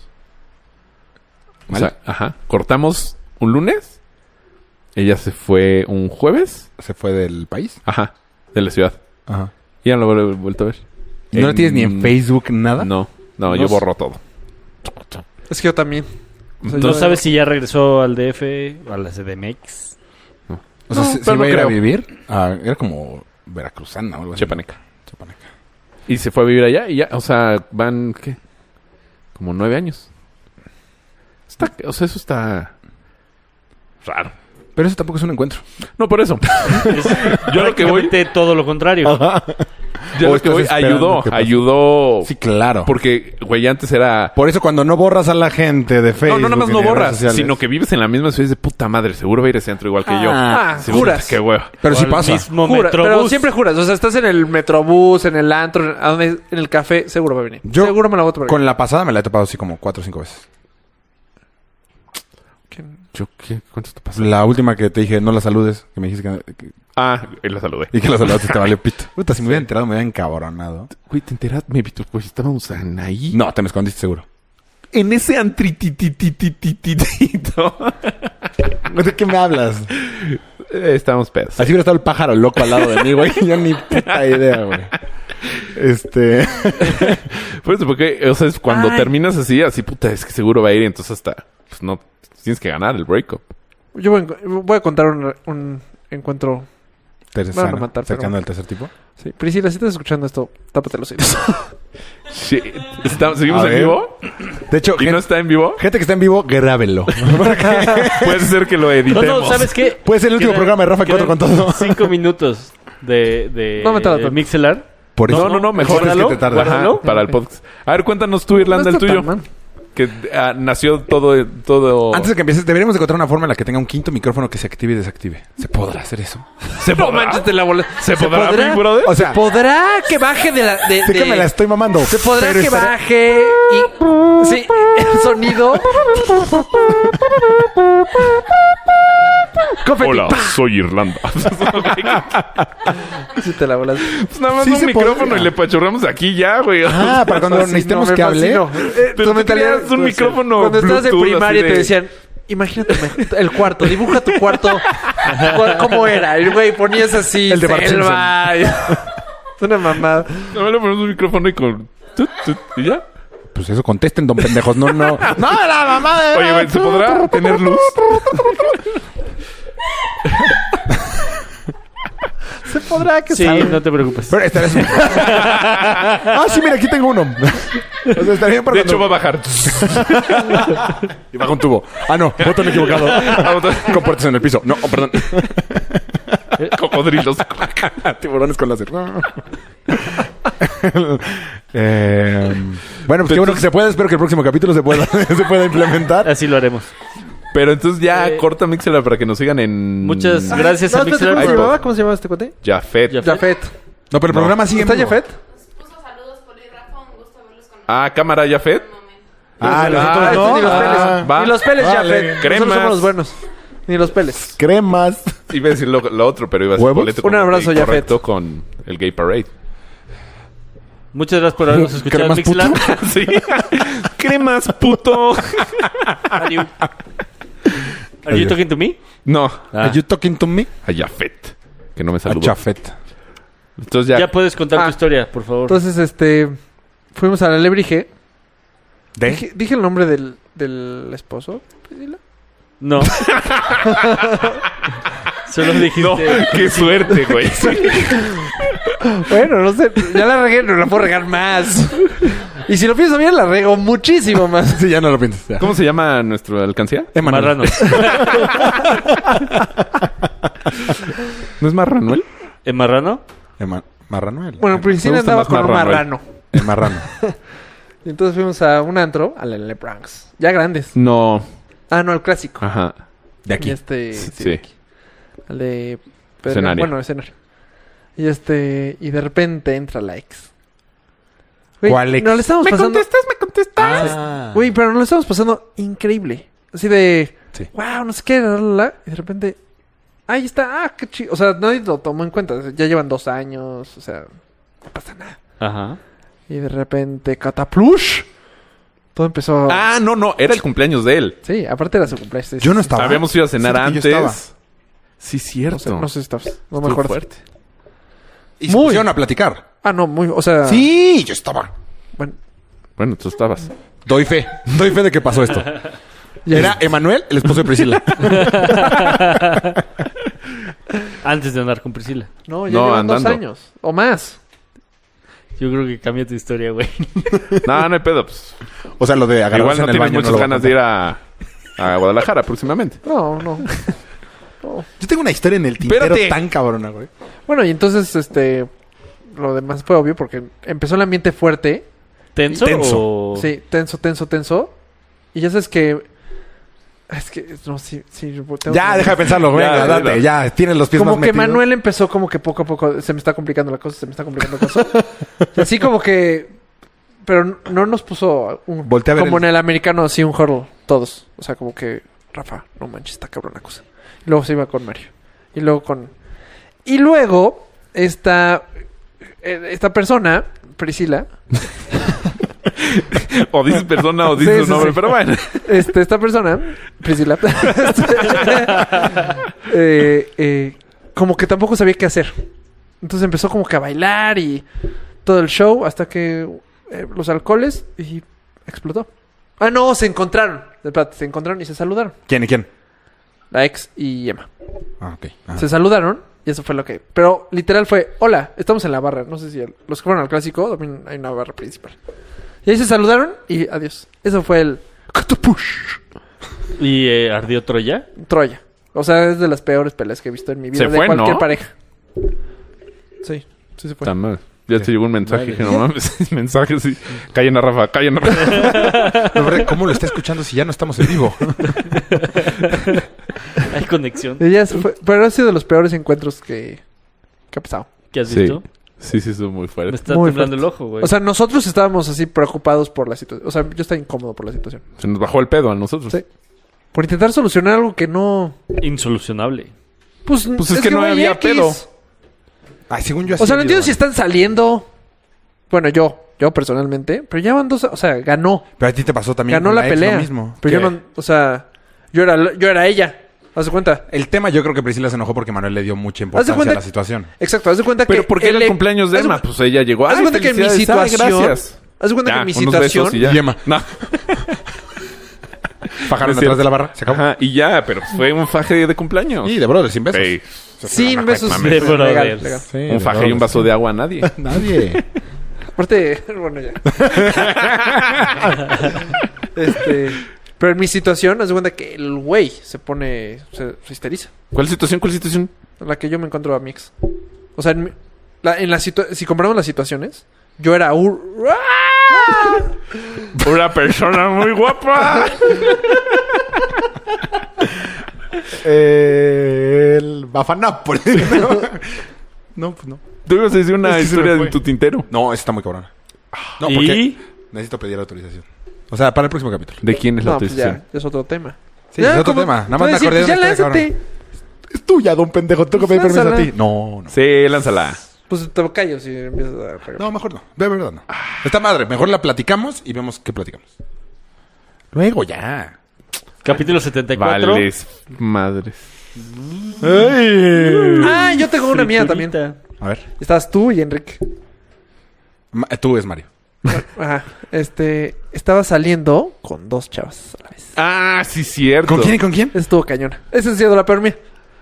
D: O
C: ¿Mal?
D: sea, ajá. Cortamos un lunes. Ella se fue un jueves.
C: ¿Se fue del país?
D: Ajá. De la ciudad.
C: Ajá.
D: Y ya no lo he vuelto a ver.
C: ¿Y no la tienes ni en
D: En-
C: Facebook nada?
D: No, no,
C: No
D: yo
C: sé.
D: borro todo.
E: Es que yo también.
F: No
C: Entonces,
F: sabes si ya regresó al DF, a la CDMX.
C: o sea,
D: No,
C: ¿se, se iba
D: pero
C: a
D: no
C: ir a
D: creo.
C: vivir? Ah, era como veracruzana o algo así.
D: Chepaneca.
C: Chepaneca.
D: Y se fue a vivir allá y ya, o sea, van, ¿qué? Como nueve años. Está, o sea, eso está raro.
C: Pero eso tampoco es un encuentro.
D: No, por
C: <laughs>
D: eso.
F: <laughs> Es
D: Yo lo que voy-
F: prácticamente todo lo contrario.
D: Yo
C: O
D: lo que
C: estás
D: voy,
C: esperando
D: ayudó,
C: que pase.
D: ayudó.
C: Sí, claro.
D: Oh. Porque, güey, antes era...
C: Por eso cuando no borras a la gente de Facebook.
D: No, no, nada más
C: y
D: no
C: de redes
D: borras,
C: sociales-
D: sino que vives en la misma ciudad y dices, puta madre, seguro va a ir al centro igual que
E: Ah,
D: yo. Sí, puta,
E: juras.
D: Qué hueva.
C: Pero
F: O
C: sí
F: al
C: pasa.
F: mismo
E: Jura, pero
F: Metrobús.
E: siempre juras. O sea, estás en el metrobús, en el antro, en, a donde- en el café, seguro va a venir.
C: Yo-
E: seguro me la voto por
C: Con la pasada me la he topado así como cuatro o cinco veces.
D: Yo, ¿qué? ¿Cuánto te pasa?
C: La última que te dije, no la saludes, que me dijiste que, que-
D: Ah, él la saludé.
C: y que la saludaste te valió pito. Puta, si me hubiera enterado me hubiera encabronado.
D: Güey, ¿te enteraste? Me tú, güey, estábamos en ahí.
C: No, te me escondiste seguro.
D: En ese antrititititititito.
C: Pues, ¿De qué me hablas?
D: <laughs> Eh, Estábamos pedos.
C: Así hubiera estado el pájaro loco al lado de mí, güey. Yo ni puta idea, güey. Este.
D: Pues, Por eso, porque, o sea, es cuando
E: Ay.
D: terminas así, así, puta, es que seguro va a ir y entonces hasta, pues no, tienes que ganar el breakup.
E: Yo voy, a- voy a contar un, un encuentro.
C: Tercero.
E: Bueno, matar, pero-
C: Cercano al tercer tipo.
E: Sí. Priscila, si estás escuchando esto, tápate los
C: <laughs>
E: oídos.
D: Shit. Está- ¿Seguimos
C: A
D: en
C: ver.
D: vivo?
C: De hecho,
D: ¿Y
C: gen-
D: no está en vivo?
C: gente que está en vivo, <laughs> grábenlo.
D: <laughs> Puede ser que lo
F: No,
D: editemos.
F: no, ¿sabes qué?
C: Puede ser el último
F: Quedan-
C: programa de Rafa 4
F: quedan
C: con
D: <laughs>
C: todo.
F: <laughs> Cinco minutos de, de,
E: No me tarda
F: de
E: tanto.
F: Mixelar.
C: Por
D: No, no, no, mejor
C: es que
F: guárdalo,
C: te tarda.
F: guárdalo.
D: Ajá, para el podcast. A ver, cuéntanos tú, Irlanda,
E: No
D: el
E: está
D: tuyo.
E: tan mal.
D: Que ah, nació todo, todo...
C: Antes de que empieces, deberíamos de encontrar una forma en la que tenga un quinto micrófono que se active y desactive. ¿Se podrá hacer eso?
D: ¿Se
E: No
D: podrá?
E: manches, te la bola.
D: ¿Se podrá, Big Brother?
C: O sea,
E: ¿Podrá que baje de la. De,
C: sé que
E: de-
C: me la estoy mamando.
E: Se podrá
C: pero
E: que
C: estará-
E: baje y. Sí, el sonido.
C: <laughs>
E: Confeti.
D: Hola, soy Irlanda. <laughs>
E: Sí, te la bolas.
D: pues nada más
C: Sí
D: un
C: se
D: micrófono
C: podría.
D: y le pachurramos aquí ya, güey. <laughs>
C: Ah, para <laughs> cuando
E: Fascino,
C: necesitemos
E: me
C: que hable.
E: fascinó.
D: Pero
E: Tu
D: tú
E: mentalidad-
D: tenías un
E: pues,
D: micrófono
E: Cuando estabas en
D: Bluetooth, así
E: primaria te
D: de-
E: decían, imagínate me- el cuarto, dibuja tu cuarto. ¿Cuál- ¿Cómo era? El güey ponías así,
C: El de Bart
E: selva. Es una mamada.
D: No me le ponemos un micrófono y con... tut, tut, y ya.
C: Pues eso contesten, don pendejos. No, <laughs> no. no, la mamá de.
D: Oye, güey, ¿se podrá tener luz?
E: Se podrá que
F: Sí,
E: sí.
F: no te preocupes.
C: Pero estaría <laughs> su- ah, sí, mira, aquí tengo uno. <laughs> o sea, estaría para
D: De hecho, va a
C: cuando-
D: bajar.
C: Y baja un tubo. Ah, no, botón
D: <laughs>
C: equivocado. con puertas en el piso. No, oh, perdón.
D: Cocodrilos.
C: <laughs> Tiburones con láser. <laughs> Eh, bueno, pues qué bueno que se pueda. Espero que el próximo capítulo se pueda, <laughs> se pueda implementar.
F: Así lo haremos.
D: Pero entonces ya
F: Eh,
D: corta Mixela para que nos sigan en...
F: Muchas gracias
E: No,
F: a
E: espérate, ¿cómo,
F: Mixelar.
E: se
D: iPod.
E: llamaba? ¿Cómo se llamaba este cuate?
D: Jafet.
F: Jafet.
E: Jafet.
C: No, pero el programa sigue. en
E: ¿Está
C: vivo.
E: Jafet?
G: Puso saludos por ahí, Rafa. Un gusto verlos con
D: Ah, cámara Jafet.
C: Ah, los
D: Ah,
C: otros
E: estos
C: no.
E: este, Ni los
C: Ah,
E: peles.
D: va.
E: Ni los peles,
C: Vale.
E: Jafet. Nosotros
D: Cremas.
E: somos los buenos. Ni los peles.
C: Cremas.
D: Iba a decir lo, lo otro, pero iba a decir
C: ¿Huevos?
D: boleto
E: Un
D: con-
E: abrazo, Jafet.
D: correcto con el Gay Parade.
F: Muchas gracias por habernos escuchado en
C: ¿Cremas puto?
F: Mixelar.
D: <laughs> <laughs> sí. Cremas, puto.
F: <laughs> Adiós. Are you
C: Adiós.
F: talking to me?
D: No,
E: Ah.
C: Are you talking to me?
D: a Jafet. Que no me
C: A
D: saludó.
C: Chafet.
D: Entonces ya...
F: Ya puedes contar
E: Ah.
F: tu historia, por favor.
E: Entonces, este. Fuimos a la Lebrige.
C: ¿De?
E: Dije, dije el nombre del, del esposo. Pues, Priscila.
D: <laughs>
F: No. Solo dijiste.
D: No, <laughs> qué suerte, güey.
E: Bueno, no sé. Ya la regué, no la puedo regar más. Y si lo pienso bien, la rego muchísimo más.
C: Sí, ya no lo piensas. ya.
D: ¿Cómo se llama nuestra alcancía?
C: Emanuel.
D: <laughs>
F: Marranos.
D: ¿No es Marranuel?
F: ¿En Marrano?
C: Ema- Marranuel.
E: Bueno, Priscila
D: Me gusta
E: andaba
D: más
E: con un
D: marrano,
E: marrano.
C: El marrano.
E: Y entonces fuimos a un antro, a la Lebranx. Ya grandes.
D: No.
E: Ah, no, al clásico.
D: Ajá.
C: De <laughs>
E: Y
C: aquí.
E: este.
D: Sí.
E: sí, de aquí. Al de. Pedregal.
D: Escenario.
E: Bueno, escenario. Y este. Y de repente entra la ex. Güey,
C: ¿Cuál ex?
E: No le estamos pasando.
D: me contestas.
C: Ah.
E: Güey, pero nos lo estamos pasando increíble. Así de.
C: Sí.
E: Wow, no sé qué. la, la, la", y de repente. Ahí está. Ah, qué chido. O sea, nadie lo tomó en cuenta. o sea, Ya llevan dos años. O sea, no pasa nada.
F: Ajá.
E: Y de repente, cataplush. Todo empezó.
D: Ah, no, no. Era el cumpleaños de él.
E: Sí, aparte era su cumpleaños. sí,
C: Yo no
E: sí, sí.
C: estaba.
D: Habíamos ido a cenar
C: Siento que yo
D: antes. Sí, cierto.
E: No sé, no sé si estabas. No me
D: Estuvo
E: acuerdo.
D: fuerte.
C: Y se
E: Muy.
C: pusieron a platicar.
E: Ah, no, muy. O sea.
C: Sí, yo estaba.
E: Bueno,
D: Bueno, tú estabas.
C: Doy fe. Doy fe de que pasó esto. <laughs> Era Emanuel, el esposo de
D: <laughs>
C: Priscila.
F: Antes de andar con Priscila.
E: No, ya
D: No,
E: llevan dos
D: andando.
E: años. O más.
F: Yo creo que cambia tu historia, güey.
D: No, no hay pedo. pues.
C: o sea, lo de agarrarse
D: Igual no
C: en el
D: tienes
C: baño. no
D: muchas
C: lo voy a
D: ganas de
C: contar.
D: ir a, a Guadalajara próximamente.
E: No, no. <laughs>
C: Yo tengo una historia en el tintero
D: Espérate.
C: tan cabrona, güey.
E: Bueno, y entonces, este. Lo demás fue obvio porque empezó el ambiente fuerte.
F: ¿Tenso?
C: Tenso.
F: o-
E: Sí, tenso, tenso, tenso. Y ya sabes que. Es que. No, sí, sí. tengo que-
C: Ya, deja de pensarlo, güey.
D: Ya,
C: date,
D: dilo.
C: ya. Tienes los pies
E: Como
C: más
E: que
C: metidos.
E: Manuel empezó como que poco a poco. Se me está complicando la cosa, se me está complicando la cosa. así como que. Pero no nos puso un.
C: Voltea a ver
E: como
C: el-
E: en el americano, así un hurdle. Todos. O sea, como que. Rafa, no manches, está cabrón la cosa. Y luego se iba con Mario. Y luego con. Y luego, esta. eh, Esta persona, Priscila.
D: <laughs> O dices persona o
E: Sí,
D: dices
E: sí,
D: nombre,
E: sí.
D: pero <laughs> bueno.
E: Este, esta persona, Priscila, <laughs> este, eh, eh, como que tampoco sabía qué hacer. Entonces empezó como que a bailar y todo el show hasta que eh, los alcoholes y explotó. Ah, no, se encontraron. Espérate, se encontraron y se saludaron.
C: ¿Quién y quién?
E: La ex y Emma.
C: Ah, ok. Ajá.
E: Se saludaron y eso fue lo que... Pero literal fue, hola, estamos en la barra. No sé si el- los que fueron al clásico también hay una barra principal. Y ahí se saludaron y adiós. Eso fue el... ¡Catupush!
F: ¿Y eh, ardió Troya? <laughs>
E: Troya. O sea, es de las peores peleas que he visto en mi vida
D: Se
E: de
D: fue,
E: cualquier
D: ¿no?
E: pareja. Sí, sí se fue.
D: Está mal. Ya te llegó un mensaje, dije, no mames, <laughs> mensaje sí. Callen a Rafa, callen a <laughs> Rafa.
C: La verdad, ¿Cómo lo está escuchando si ya no estamos en vivo? <laughs>
F: ¿Hay conexión?
E: Y ya se fue. Pero ha sido de los peores encuentros que, que ha pasado.
F: ¿Qué has
D: Sí,
F: visto?
D: sí, sí, estuvo muy
F: Me
D: fuerte.
F: está
E: Muy
F: temblando
E: fuerte.
F: el ojo,
D: Pues-
F: güey.
E: O sea, nosotros estábamos así preocupados por la situación. O sea, yo estaba incómodo por la situación.
D: Se nos bajó el pedo a nosotros.
E: Sí. Por intentar solucionar algo que no...
F: Insolucionable.
E: Pues,
D: Pues es que no
E: güey,
D: había
E: X.
D: pedo.
C: Ay, Ah, según yo así
E: O sea, no
C: ha
E: entiendo
C: habido,
E: si están saliendo... Bueno, yo. Yo personalmente. Pero ya van dos... O sea, ganó.
C: güey. Pero a ti te pasó también.
E: Ganó
C: con
E: la,
C: ex
E: pelea.
C: Lo mismo.
E: Pero yo
C: Que
E: no... O sea... Yo era, yo era ella. ¿Haz de cuenta?
C: El tema yo creo que Priscila se enojó porque Manuel le dio mucha importancia
E: cuenta-
C: a la situación.
E: Exacto, haz de cuenta que.
D: Pero ¿por qué era el
E: él-
D: cumpleaños de
E: haz
D: Emma? Pues ella llegó.
E: Haz de
D: "Ay,
E: cuenta que en mi
D: felicidades, ay,
E: situación.
D: gracias".
E: Haz de cuenta
D: Ya,
E: que mi
D: unos
E: situación.
D: besos y ya.
C: Y Emma.
D: No.
C: Fajaron
D: Es
C: atrás
D: cierto.
C: de la barra. Se acabó.
D: Ajá, y ya, pero pues fue un faje de cumpleaños.
C: Y de brother, sin besos.
D: Ey,
E: Sin besos.
D: mames.
E: legal,
F: Brothers.
E: legal.
C: Sí, de
D: un faje y un
C: brothers.
D: vaso de agua a nadie.
C: Nadie.
E: Aparte, <laughs> bueno, ya. este. Pero en mi situación, haz de cuenta que el güey se pone. Se, se histeriza.
D: <laughs> ¿Cuál situación? ¿Cuál situación?
E: En la que yo me encuentro a Mix. O sea, en, mi- la, en la situa- si comparamos las situaciones, yo era. ur- ¡Ah!
D: Una persona muy <laughs> guapa.
C: El Bafanápolis. <laughs> no, pues no.
D: Tú ibas a decir una
C: Es que se me
D: historia
C: fue.
D: de tu tintero.
C: No, esa está muy cabrona. No, porque
F: ¿Y?
C: necesito pedir autorización. O sea, para el próximo capítulo.
D: ¿De quién es la
E: No, pues
D: autorización?
E: ya, es otro tema.
C: Sí, es otro tema. Nada más me acordé de
E: pues Ya
C: una historia
E: lánzate.
C: Es tuya, don pendejo. Tengo que pedir permiso a
E: Lánzala.
C: ti. No, no.
D: Sí, lánzala.
E: Pues te callo si empiezas a regar.
C: No, mejor no. De verdad no. Esta Ah. madre, mejor la platicamos y vemos qué platicamos. Luego ya.
F: Capítulo 74.
D: Vales, madres.
E: Ah, yo tengo una mía también.
F: Friturita.
C: A ver.
E: Estabas tú y Enrique.
C: Ma- eh, Tú es Mario.
E: Ajá. Este, estaba saliendo con dos chavas a la vez.
D: Ah, sí, cierto.
C: ¿Con quién y con quién?
E: Eso estuvo cañona. Esa ha sido la peor mía.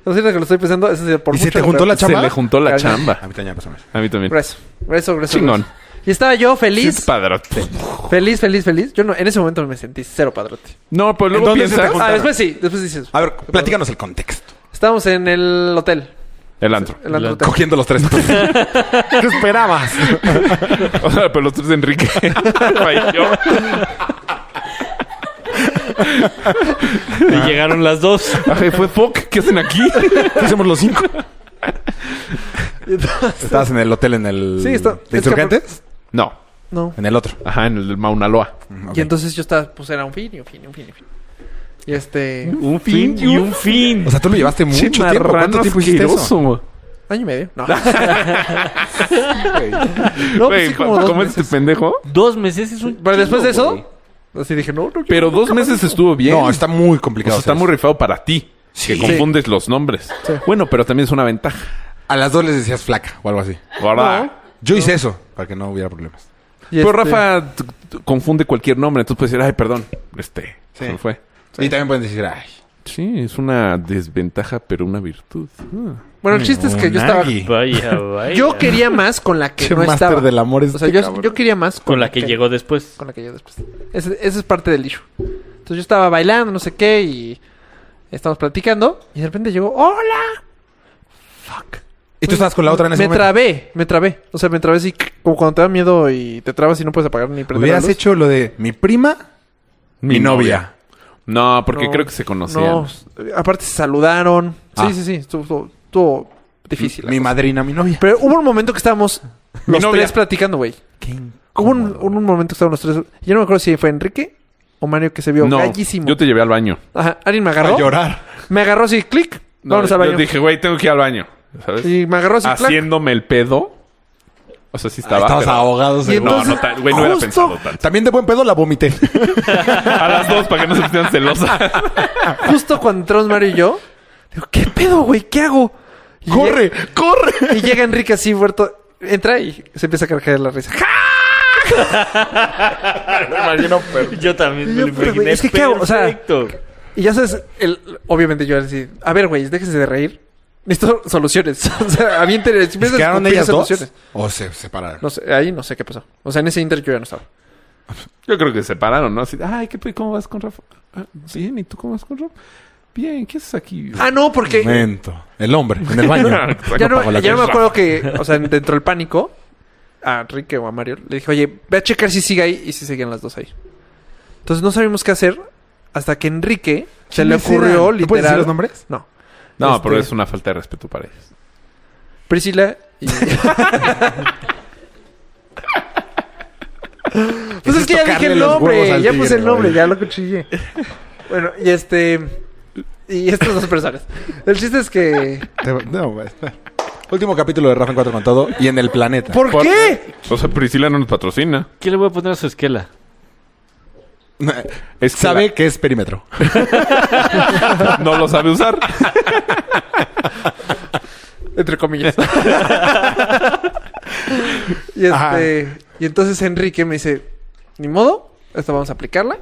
E: Lo siento que lo estoy pensando, esa ha sido por
C: ¿Y se
E: mucho
C: te juntó la
E: peor.
C: chava?
D: Se le juntó la
E: Cañón.
D: chamba.
C: A mí también me pasó eso.
D: A mí también.
E: Grueso, grueso, grueso.
D: Chingón.
E: grueso. Y estaba yo feliz,
D: Sí, padrote.
E: feliz, feliz, feliz. Yo no, en ese momento me sentí cero padrote.
D: No, pues luego
C: Entonces,
D: piensas...
C: Juntaron.
E: Ah, después sí, después dices.
C: A ver, platícanos el contexto.
E: Estábamos en el hotel.
D: El antro.
E: El antro hotel.
C: Cogiendo <laughs> los tres. ¿Qué esperabas?
D: <laughs>
C: <laughs>
D: O sea, pero los tres de Enrique. <laughs> Rafa y yo.
F: Y llegaron las dos.
D: Ay, fue fuck. ¿Qué hacen aquí?
C: ¿Qué hacemos los cinco? Estabas en el hotel en el...
E: Sí, está-
C: ¿De
E: es que-
C: Insurgentes?
D: No.
E: No.
C: En el otro.
D: Ajá, en el del Mauna Loa.
E: Y entonces yo estaba, pues era un fin y un fin y un fin y un fin. Y este.
C: Mm.
F: Un fin y <laughs> un fin.
C: O sea, tú lo llevaste mucho tiempo. ¿Cuánto
D: Marrano
C: tiempo hiciste eso?
D: asqueroso.
E: Año y medio.
C: <laughs>
E: No. no, pues
D: Güey,
E: sí, como
D: ¿cu-
E: dos
D: ¿Cómo es
E: meses.
D: este pendejo?
F: Dos meses es un.
E: Pero después
F: chingo,
E: de eso,
F: güey.
E: así dije, no, no.
D: Pero dos meses estuvo bien.
C: No, está muy
D: O
C: complicado.
D: sea, está
C: hacer
D: muy
C: eso.
D: rifado para ti. Que confundes los nombres. Bueno, pero también es una ventaja.
C: A las dos les decías flaca o algo así.
D: ¿Verdad?
C: Yo hice eso para que no hubiera problemas.
E: Y
D: Pero
E: este-
D: Rafa t- t- confunde cualquier nombre, entonces puede decir, ay, perdón, este, se me fue.
C: Y también pueden decir, ay.
D: Sí, es una desventaja, pero una virtud. Ah.
E: Bueno, el chiste es que yo estaba.
C: Nagui.
F: Vaya, vaya.
E: Yo quería más con la que
C: Qué
E: no
C: máster
E: estaba.
C: del amor es
E: O sea,
C: este
E: yo,
C: cabrón.
E: yo quería más
F: Con la que llegó después.
E: Con la que llegó después. Ese, ese es parte del issue. Entonces yo estaba bailando, no sé qué, y estábamos platicando, y de repente llegó, ¡Hola! Fuck.
C: Y tú estabas con la otra en ese
E: me
C: momento.
E: trabé, me trabé. O sea, me trabé así, como cuando te da miedo y te trabas y no puedes apagar ni prender la
C: Hubieras
E: luz.
C: hecho lo de mi prima, mi, novia.
D: No, porque
E: No,
D: creo que se conocían.
E: No, aparte se saludaron.
C: Ah.
E: Sí, sí, sí, estuvo, estuvo- estuvo difícil. la
C: Mi
E: cosa.
C: madrina, mi novia.
E: Pero hubo un momento que estábamos
C: Mi
E: los
C: novia.
E: tres platicando, güey.
C: Qué
E: Hubo un, un- un momento que estábamos los tres. Yo no me acuerdo si fue Enrique o Mario que se vio
D: No,
E: gallísimo.
D: yo te llevé al baño.
E: Ajá, alguien me
C: a
E: agarró.
C: llorar.
E: Me agarró así, clic.
D: No,
E: Vámonos al
D: Yo
E: baño.
D: dije, pues, güey, tengo que ir al baño. ¿Sabes?
E: Y me agarró así, clac.
D: Haciéndome el pedo. O sea, sí estaba.
C: Estabas
D: pero-
C: ahogados.
E: Y
C: seguro.
E: entonces-
D: no, no, tan- güey, no era
E: justo-
D: pensado tanto.
C: También de buen pedo la <laughs> vomité.
D: A las dos, para que no se pusieran celosas.
E: <laughs> <laughs> Justo cuando entramos Mario y yo, digo, ¿qué pedo, güey? ¿Qué hago? Y
C: ¡Corre! ¡Corre!
E: llega- Y llega Enrique así, muerto. Entra y se empieza a cargar la risa. ¡Ja!
F: Yo también me
E: Yo,
F: lo
E: pero, güey,
F: imaginé.
E: es que, ¿qué hago? O sea,
F: perfecto.
E: Y ya sabes, el, obviamente yo así, a ver, güey, déjense de reír. Necesito soluciones. <laughs> o sea, avienten, empiezan a
C: ¿Quedaron
E: escupir
C: ellas dos?
E: soluciones.
C: ¿O se separaron?
E: No sé, ahí no sé qué pasó. O sea, en ese inter yo ya no estaba.
D: Yo creo que se pararon, ¿no? Así, ay, ¿qué, pe- ¿cómo vas con Rafa? Ah, Bien, ¿y tú cómo vas con Rafa? Bien, ¿qué haces aquí?
E: Ah, no, porque
C: Momento. El hombre, en el <laughs> baño.
E: ya no,
C: Apagó la
E: ya no me
C: luz.
E: acuerdo que, o sea, dentro del pánico, a Enrique o a Mario le dije, oye, ve a checar si sigue ahí y si seguían las dos ahí. Entonces no sabíamos qué hacer hasta que Enrique se le
C: ¿Quiénes eran?
E: ocurrió
C: ¿No puedes decir
E: literal.
C: los nombres?
E: No,
D: no,
E: este-
D: pero es una falta de respeto para ellos.
E: Priscila
C: <laughs>
E: y. Pues es que ya dije
C: tocarle
E: el
C: los huevos
E: nombre,
C: al
E: ya puse
C: tigre,
E: el nombre,
C: güey.
E: ya lo cuchillé. Bueno, y este. Y estas dos personas. El chiste es que.
C: Te- No, güey. Último capítulo de Rafa en 4 con todo y en el planeta.
E: ¿Por,
D: Por-
E: qué?
D: O sea, Priscila no nos patrocina. <laughs>
F: ¿Qué le voy a poner a su <laughs> esquela?
D: Es que
C: Sabe que <laughs> es perímetro.
D: la- no lo sabe usar.
E: Entre
C: <laughs>
E: comillas. y este.
C: Ajá.
E: Y entonces Enrique me dice: Ni modo, esta vamos a aplicarla.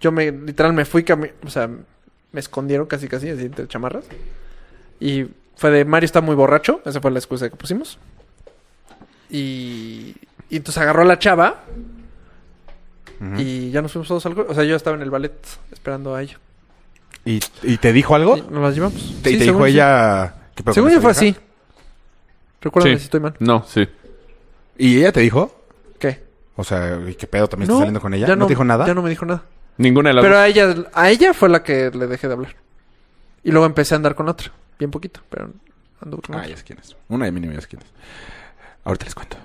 E: Yo me, literal, me fui, cami- o sea, me escondieron casi casi, así entre chamarras. Y fue de Mario está muy borracho, esa fue la excusa que pusimos. Y, y entonces agarró a la chava. Y ya nos fuimos todos al... gol. O sea, yo estaba en el ballet esperando a ella.
C: ¿Y, y te dijo algo?
E: Y nos las llevamos.
C: ¿Te,
E: Sí,
C: y te
E: según
C: dijo
E: yo-
C: ella? ¿Qué pedo
E: Según
C: con
E: yo fue
C: esta
E: así.
C: vieja?
E: Recuérdame
D: Sí.
E: si estoy mal.
D: No, sí.
C: ¿Y ella te dijo?
E: ¿Qué?
C: O sea, ¿y ¿qué pedo? ¿También estás saliendo con ella?
E: ya
C: ¿No, te dijo nada?
E: Ya no me dijo nada.
D: Ninguna de las
E: Pero
D: dos.
E: a ella, a ella fue la que le dejé de hablar. Y luego empecé a andar con otra. Bien poquito, pero anduve con
C: Ah,
E: otra.
C: ya sé quién es. Una de mínimo ya sé quién es. Ahorita les cuento.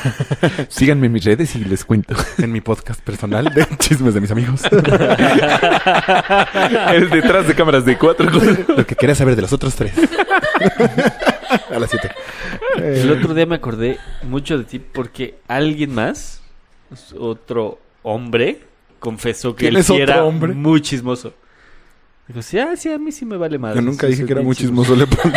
C: <laughs>
D: Síganme en mis redes y les cuento.
C: <laughs> En mi podcast personal de <laughs> chismes de mis amigos.
D: El detrás de cámaras de cuatro. <laughs>
C: Lo que quería saber de los otros <laughs> tres. A las siete.
F: El otro día me acordé mucho de ti porque alguien más, otro hombre, confesó que
C: ¿Quién
F: él
C: es
F: sí
C: otro
F: era
C: hombre?
F: muy chismoso. Dijo, sí, ah, sí, a mí sí me vale madre.
C: Yo nunca
F: Sí,
C: dije
F: soy
C: que era
F: bien
C: muy chismoso. Le pongo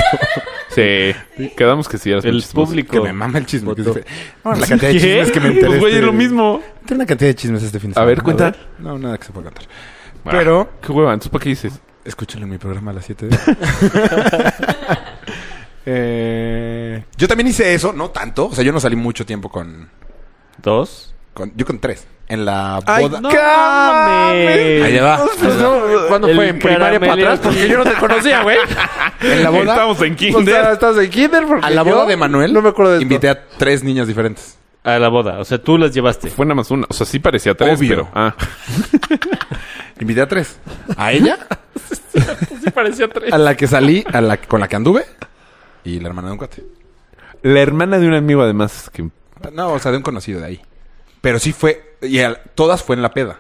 D: Sí. Quedamos que sí. eras muy
F: El
D: chismoso.
F: público.
C: que me mama el chisme. que es
F: Voto.
C: dife- No, la cantidad de chismes que me
D: Pues,
C: enteré.
D: güey, es
C: este-
D: lo mismo.
C: Tengo una cantidad de chismes este fin de
D: A
C: semana.
D: ver, cuenta.
C: ¿verdad? No, nada que se pueda contar. Pero-
D: Ah, qué hueva. Entonces, ¿para qué dices?
C: Escúchalo en mi programa a las 7. <laughs> eh, yo también hice eso, no tanto. O sea, yo no salí mucho tiempo con.
F: Dos.
C: con- yo con tres. En la
E: Ay,
C: boda.
F: ¡No mames!
C: Ahí va.
E: Pues no, ¿Cuándo
F: El
E: fue? ¿En primaria para
F: caramelero.
E: atrás? Porque yo no te conocía, güey.
C: <laughs> En la boda.
D: Estamos en
E: O
D: kinder.
E: sea, estás en kinder porque
C: A la
E: yo
C: boda de Manuel.
E: No me acuerdo de esto.
C: Invité a tres niñas diferentes.
F: A la boda. O sea, tú las llevaste.
C: Pues,
D: Fue nada más una. O sea, sí parecía tres,
C: Obvio.
D: pero... Ah.
C: Invité a tres. A <laughs> ella,
E: Sí parecía tres.
C: a la que salí, a la con la que anduve y la hermana de un cuate.
D: La hermana de un amigo, además, que...
C: No, o sea, de un conocido de ahí. Pero sí fue, y a- todas fue en la peda.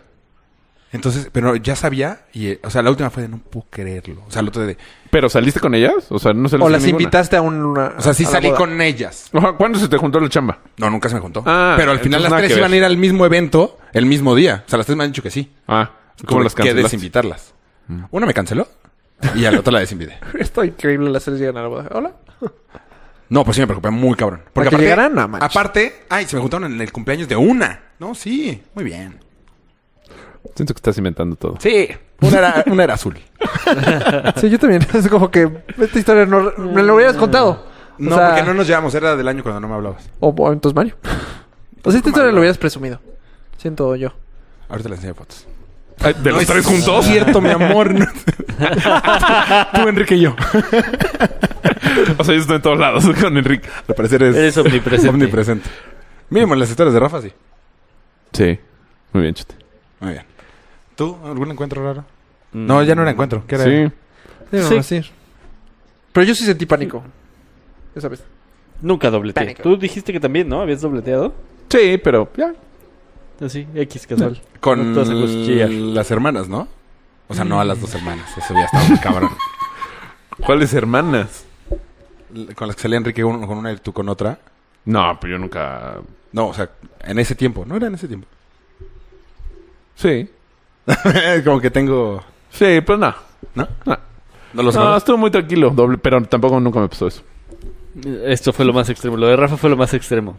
C: Entonces, pero ya sabía, y, eh, o sea, la última fue de no puedo creerlo. O sea, el otro de,
D: ¿Pero saliste con ellas? O sea, no saliste
E: O las
D: ninguna.
E: invitaste a un... una-
C: o sea, sí
E: a la
C: salí
E: boda.
C: con ellas.
D: Ajá, ¿Cuándo se te juntó la chamba?
C: No, nunca se me contó.
D: Ah,
C: pero al final
D: entonces
C: las
D: nada
C: tres
D: que ver.
C: iban a ir al mismo evento el mismo día. O sea, las tres me han dicho que sí.
D: Ah, ¿cómo
C: Tuve
D: las
C: que
D: cancelaste?
C: desinvitarlas. Una me canceló y a la otra la desinvité.
E: <laughs> Está increíble las tres llegan a la boda. Hola.
C: No, pues sí me preocupé muy cabrón.
E: que llegaran, no manches.
C: aparte, ay, se me juntaron en el cumpleaños de una. No, sí, muy bien.
D: Siento que estás inventando todo.
C: Sí. Una era, una era azul.
E: Sí, yo también. <laughs> Es como que esta historia no, me lo hubieras contado. O
C: <laughs> No,
E: sea,
C: porque no nos llevamos. Era del año cuando no me hablabas.
E: O, o entonces <laughs> Mario. O sea, esta historia lo hubieras presumido. Siento yo.
C: Ahorita le enseño fotos.
D: ¿De
C: No es <laughs> Cierto, mi amor. No- Tú, Enrique y yo.
D: <laughs> o sea, yo estoy en todos lados <laughs> con Enrique.
C: Al parecer es
F: Eres omnipresente.
C: omnipresente. Mínimo en las historias de Rafa, sí.
D: Sí. Muy bien, chute.
C: Muy bien. ¿Tú? ¿Algún encuentro raro?
F: Mm.
C: No, ya no era encuentro. ¿Qué era?
D: Sí.
E: Sí, no,
F: Sí.
E: así. Pero yo sí sentí pánico. Esa vez.
F: Nunca dobleteé.
E: Pánico.
F: Tú dijiste que también, ¿no? ¿Habías dobleteado?
D: Sí, pero ya.
F: Así, X casual.
C: Con
F: No te vas a cosquillar.
C: las hermanas, ¿no? O sea, no a las dos hermanas. Eso ya estaba muy cabrón.
D: ¿Cuáles hermanas?
C: L- <laughs> Con las que salía Enrique uno con una y tú con otra.
D: No, pero yo nunca.
C: No, o sea, en ese tiempo. No era en ese tiempo. <laughs>
D: Sí.
C: Como que tengo...
D: Sí, pero no.
C: ¿No?
D: No,
C: No lo
D: no
C: sabes.
D: estuvo muy tranquilo. Doble, pero tampoco nunca me pasó eso.
F: Esto fue lo más extremo. Lo de Rafa fue lo más extremo.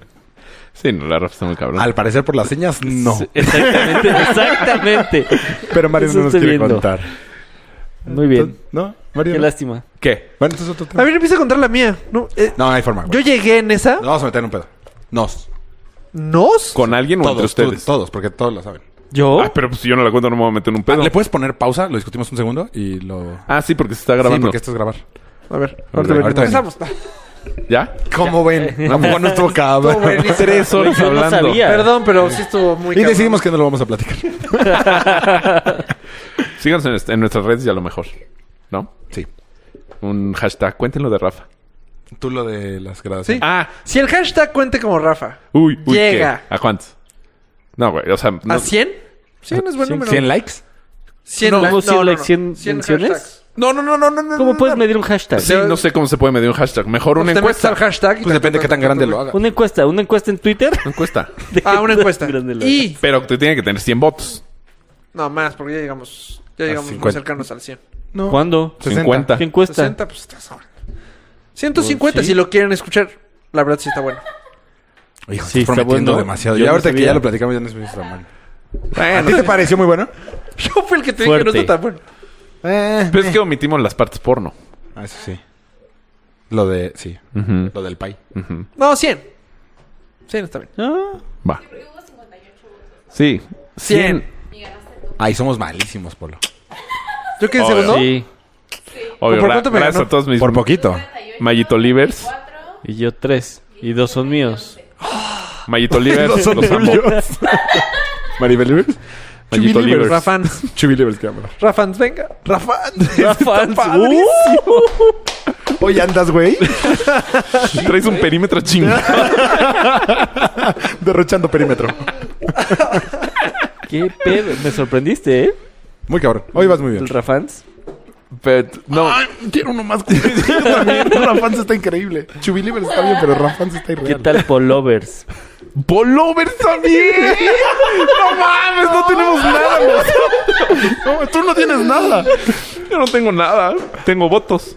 D: Sí, no, la Rafa está muy cabrón.
C: Al parecer por las señas, no.
F: Sí, <laughs> Exactamente, exactamente.
C: Pero Mario
F: Eso
C: no nos
F: estoy
C: quiere
F: viendo.
C: contar.
F: Muy bien.
C: ¿No? Mario.
F: Qué
C: no.
F: lástima.
D: ¿Qué?
C: Bueno, entonces otro
E: A
C: tema.
E: ver, empieza a contar la mía. No, eh,
C: No, no hay forma. güey.
E: yo llegué en esa.
C: Nos vamos a meter en un pedo. Nos.
E: ¿Nos?
D: ¿Con alguien o entre
C: Todos, tú-
D: ustedes?
C: todos, porque todos lo saben.
F: ¿Yo?
D: Ah, pero pues si yo no la cuento, Ah, no me voy a meter en un pedo.
C: ¿Le puedes poner pausa? Lo discutimos un segundo y lo...
D: Ah, sí, porque se está
C: Sí,
D: grabando.
C: porque esto es grabar.
E: A ver,
D: Ahorita
E: ahorita, venimos.
C: ahorita
E: Empezamos.
D: ¿Ya.
C: ¿Cómo ven? ¿A poco no estuvo cabrón?
D: <laughs> Tres
F: Güey,
D: horas
F: yo no
D: hablando.
F: sabía.
E: Perdón, pero sí estuvo muy
C: Y
E: cabrón.
C: decidimos que no lo vamos a platicar.
D: Síganos en, est- en nuestras redes y a lo mejor. ¿No?
C: Sí.
D: Un hashtag. Cuéntenlo de Rafa.
C: Tú lo de las
E: Sí.
C: grabaciones.
D: Ah.
E: Si el hashtag cuente como Rafa,
D: Uy, uy. ¿qué?
E: Llega.
D: ¿A cuántos? No, güey. O sea, no-
E: ¿a 100? 100 Ah, es buen número.
C: 100 likes.
E: 100
F: No,
E: likes.
F: no, 100 likes, 100 menciones.
E: hashtags.
C: No, no, no, no, no. no,
F: ¿Cómo
C: no,
F: puedes
C: no.
F: medir un hashtag?
D: Sí, no sé cómo se puede medir un hashtag. Mejor una
E: Pues te metes
D: encuesta.
E: al hashtag. y
C: Pues
E: te-
C: depende de qué tan grande lo haga.
F: Una encuesta, una encuesta en Twitter.
D: Una encuesta.
E: Ah, una encuesta.
F: Grande la-
E: Y...
D: Pero te tiene que tener 100 votos.
E: No, más, porque ya llegamos... Ya llegamos muy
C: 50.
E: cercanos al 100.
C: No.
F: ¿Cuándo?
C: 60.
D: 50.
F: ¿Qué encuesta?
E: 60, pues estás ahora. 150
F: Pues, sí.
E: si lo quieren escuchar. La verdad sí está
F: <laughs>
E: bueno.
C: Hijo,
E: <laughs>
F: Sí,
C: estás
F: está
C: prometiendo
F: bueno.
C: demasiado.
F: Yo
C: y
F: no
C: ahorita que
F: sabía.
C: ya lo platicamos, ya no es muy mal. ¿A ti te pareció muy bueno?
E: Yo fui el que te dije que no
F: Fuerte.
E: está tan bueno.
C: Eh.
D: Pero es que omitimos las partes porno.
C: Ah, eso sí. Lo de... Sí. Lo del pay.
E: No, 100. 100 está bien.
F: Ah,
D: Va. Sí.
E: 100.
C: Ay, somos malísimos, Polo.
E: ¿Yo quedé en segundo?
F: Sí.
D: Obvio,
E: ¿Por
D: gra-
E: cuánto me
D: gracias
E: ganó?
D: a todos mis
C: Por poquito.
D: Mayito Livers.
F: Y yo tres. Y dos son <laughs> míos.
D: Mayito Livers. los amo.
C: Maribel Libres.
D: Mayito Livers.
E: Rafans.
C: Chubi Libres, cámara.
E: Rafans, venga.
C: Rafa.
F: Rafans. uh.
C: Hoy andas, güey.
D: <laughs> Traes un perímetro
E: <laughs>
D: chingado.
C: Derrochando perímetro.
F: ¿Qué pedo? Me sorprendiste, ¿eh?
C: Muy cabrón. Hoy vas muy bien.
F: <laughs> El Rafans.
D: Pero no.
C: Quiero uno más. <laughs> Rafa está increíble. Chubi Libres está bien, pero Rafa está
F: ¿Qué
C: irreal.
F: <laughs> tal Polovers?
D: Pullover <laughs> también. no mames, no tenemos nada.
C: Tú no tienes nada.
D: Yo no tengo nada. Tengo votos.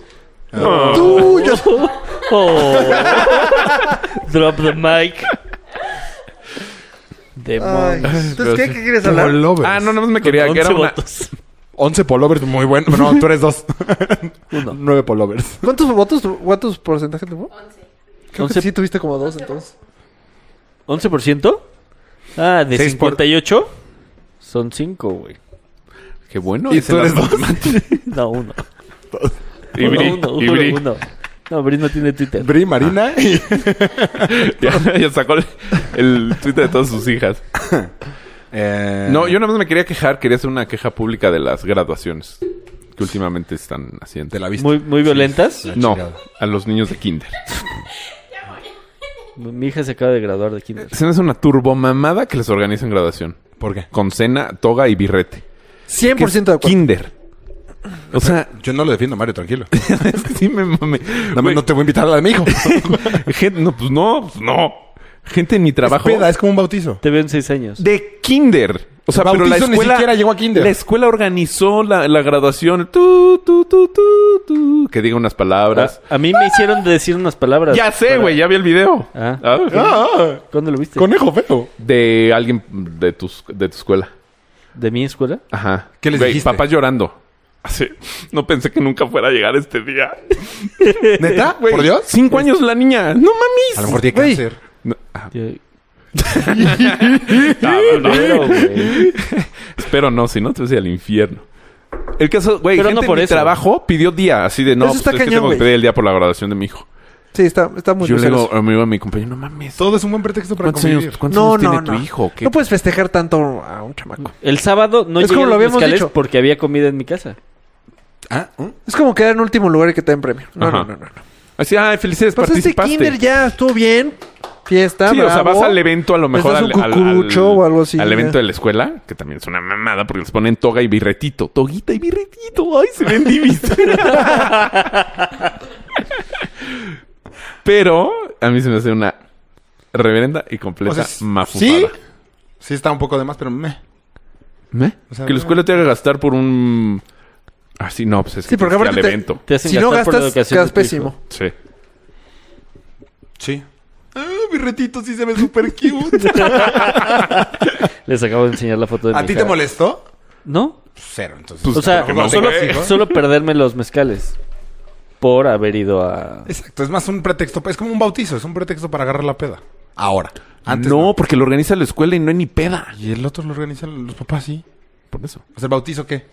F: <laughs> Oh. Drop the mic. <laughs> Demonios.
E: Entonces, ¿qué, ¿qué quieres hablar?
C: Polovers.
D: Ah, no, nada más me quería que era
F: Once
D: una.
F: votos.
C: 11 polovers, muy bueno. No, tú eres dos. Uno. Nueve polovers.
E: ¿Cuántos votos, tu- cuántos porcentajes tuvo?
G: 11.
E: Creo que
F: Once-
E: sí tuviste como dos entonces.
F: ¿11%? Ah, de
C: Seis por-
F: 58 son 5, güey.
D: Qué bueno.
C: Y
D: es
C: tú
D: el
C: eres dos.
D: <laughs>
F: No, uno.
D: Y
F: Uno,
D: Bri,
F: uno,
D: y
F: uno,
D: Bri.
F: uno. No, Bri no tiene Twitter.
C: Bri, Marina y
D: Ya, ya sacó el, el Twitter de todas sus hijas.
C: Eh,
D: No, yo nada más me quería quejar. Quería hacer una queja pública de las graduaciones que últimamente están haciendo.
C: Te la viste.
F: Muy, muy violentas.
D: No,
C: chingada.
D: a los niños de kinder.
F: Mi hija se acaba de graduar de kinder.
D: Se me hace una turbomamada que les organizan graduación.
C: ¿Por qué?
D: Con cena, toga y birrete.
E: 100% de acuerdo.
D: Kinder. O sea,
C: Yo no lo defiendo, Mario, tranquilo.
D: es que <laughs> sí me mame.
C: Nada más no te voy a invitar a la de mi
D: <laughs>
C: hijo.
D: Gente, no, pues no, pues no. Gente en mi trabajo.
C: Es peda, es como un bautizo.
F: Te veo en 6 años.
D: de kinder. O sea, pero
C: Bautizo
D: la
C: ni
D: escuela.
C: siquiera llegó a kinder.
D: La escuela organizó la, la graduación. Tú, tú, tú, tú, tú. Que diga unas palabras.
F: A, a mí me hicieron decir unas palabras.
D: ya sé,
F: para-
D: güey, ya vi el video.
F: Ah.
D: Ah,
C: Ah,
F: ¿Cuándo lo viste?
C: conejo feo.
D: De alguien de tu, de tu escuela.
F: de mi escuela.
D: Ajá.
C: ¿Qué les
D: Güey,
C: dijiste?
D: Papá llorando. Así. No pensé que nunca fuera a llegar este día.
C: ¿Neta?
D: Güey,
C: ¿Por Dios?
D: Cinco años la niña. No mames.
C: A lo mejor tiene
E: Güey.
C: cáncer.
D: No,
F: Yo-
D: Ah,
C: Ah,
D: Pero, güey. Espero no, si no te vas a ir al infierno. El caso, güey,
F: Pero
D: gente
F: no por
D: en mi
F: eso.
D: trabajo pidió día, así de no,
E: Eso
D: pues,
E: está
D: es que
E: cañón,
D: tengo que
E: güey.
D: pedir el día por la graduación de mi hijo.
E: Sí, está, está muy
D: Yo le
E: grosero
D: digo
E: eso.
D: a mi, a mi compañero, no mames.
C: Todo es un buen pretexto para
D: ¿Cuántos años,
C: convivir.
D: cuántos
E: No,
D: años
E: no,
D: tiene
E: no.
D: tu hijo? ¿Qué?
E: No puedes festejar tanto a un chamaco.
F: El sábado no
E: Es
F: llegué
E: como lo
F: a los
E: habíamos
F: mezcales
E: dicho.
F: porque había comida en mi casa.
C: Ah, ¿eh?
E: Es como quedar en último lugar y que te den premio. No,
D: Ajá.
E: no, no, no. no.
D: Así, ay, "Ah, felicidades,
E: Pasaste
D: Pues participaste.
E: Pues este kinder ya, estuvo bien. Fiesta,
D: Sí, o sea,
E: bravo.
D: vas al evento a lo
E: Les
D: mejor
E: das
D: al,
E: un
D: al-
E: cucurucho
D: al-
E: o algo así,
D: al
E: ya.
D: evento de la escuela, que también es una mamada porque les ponen toga y birretito. Toguita y birretito. Ay, se ven divis. <laughs> Pero a mí se me hace una reverenda y completa
C: O sea, sí.
D: mafufada.
C: Sí está un poco de más, pero meh.
D: ¿Me?
C: O sea,
D: que la escuela te haga gastar por un... Ah, sí, no, pues es
E: Sí,
D: que
E: porque
D: tienes que ir
E: aparte
D: al
E: te-
D: evento.
F: Te hacen
E: Si no
F: gastar por la
E: gastas,
F: educación
E: quedas
F: de tu hijo.
E: pésimo.
D: Sí.
C: Sí. Ah, mi retito sí se ve súper
D: <laughs>
C: cute.
F: Les acabo de enseñar la foto de
C: ¿A
F: mi
C: ti
F: hija.
C: te molestó?
F: ¿No?
C: Cero, entonces.
D: Pues,
F: O sea,
D: que no
F: solo,
D: tengas hijos.
F: solo perderme los mezcales por haber ido a...
C: Exacto, es más un pretexto. Es como un bautizo, es un pretexto para agarrar la peda. Ahora. Antes
D: no, porque lo organiza la escuela y no hay ni peda.
C: Y el otro lo organizan los papás, sí.
D: Por eso.
C: O sea, ¿el bautizo qué?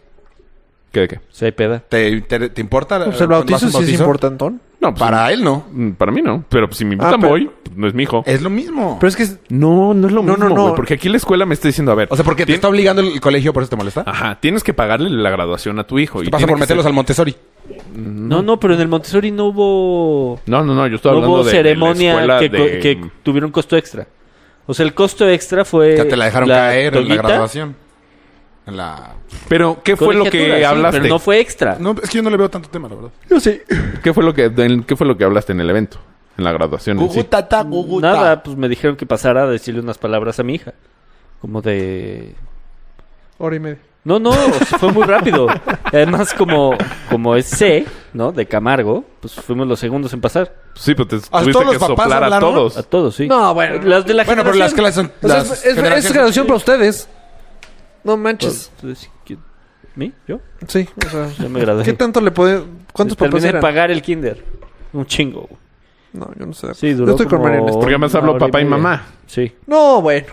D: ¿Qué de qué?
F: Si hay peda.
C: ¿Te, te, te importa?
E: Pues el
C: cuando vas a
E: bautizo
C: un
E: sí es importantón.
D: No, pues,
C: Para Ah, él no.
D: Mm, Para mí no, pero si me invitan
E: pero-
D: voy, pues, no es mi hijo.
C: Es lo mismo.
E: Pero es que es-
D: No, no es lo
E: No,
D: mismo,
E: no, no.
D: güey, porque aquí la escuela me está diciendo, a ver,
C: o sea, porque te
D: tien-
C: está obligando el colegio, por eso te molesta.
D: Ajá, tienes que pagarle la graduación a tu hijo.
C: te pasa
D: Ah, tiene
C: por
D: que
C: meterlos
D: ser-
C: al Montessori.
F: No, no, pero en el Montessori no hubo...
D: No, no, no, yo estoy
F: No
D: hablando
F: hubo
D: de, de la
F: ceremonia
D: escuela
F: que, co-
D: de-
F: que tuviera un costo extra. O sea, el costo extra fue...
C: ya te la
D: Eh,
C: dejaron caer en la
F: toguita,
C: graduación. En la...
D: Pero, ¿qué fue lo
F: colegiatura,
D: que
F: sí,
D: hablaste?
F: pero no fue extra.
C: No, es que yo no le veo tanto tema, la verdad.
E: Yo sí.
D: ¿Qué, fue lo que, del- ¿Qué fue lo que hablaste en el evento? En la graduación en sí.
C: Gugutata, guguta.
F: Nada, pues me dijeron que pasara a decirle unas palabras a mi hija. Como de...
E: Hora y media.
F: No, no, fue muy rápido. Y Además, como, como es C, ¿no? De Camargo, pues fuimos los segundos en pasar.
D: Sí, pero te
C: todos
D: tuviste
C: los
D: que
C: papás
D: soplar a
C: hablaron?
D: todos.
F: A todos, sí.
E: No, bueno.
F: Las de la
C: Bueno, pero las
F: generación.
C: clases son...
E: O sea,
C: las
E: es, es-
C: generaciones-
E: es graduación para ustedes. No manches.
F: Entonces, ¿quién? ¿Mí? ¿Yo?
E: Sí, o sea.
F: Pues, Ya me gradué.
E: ¿Qué tanto le puede... ¿Cuántos papás
F: Terminé de
E: eran?
F: pagar el kinder. Un chingo. güey.
E: No, yo no sé.
F: Sí, duró
E: yo estoy con
F: como
E: Mariana.
D: Porque además
F: una
D: habló
F: hora
D: papá y
F: media.
D: mamá.
F: Sí.
E: No, bueno.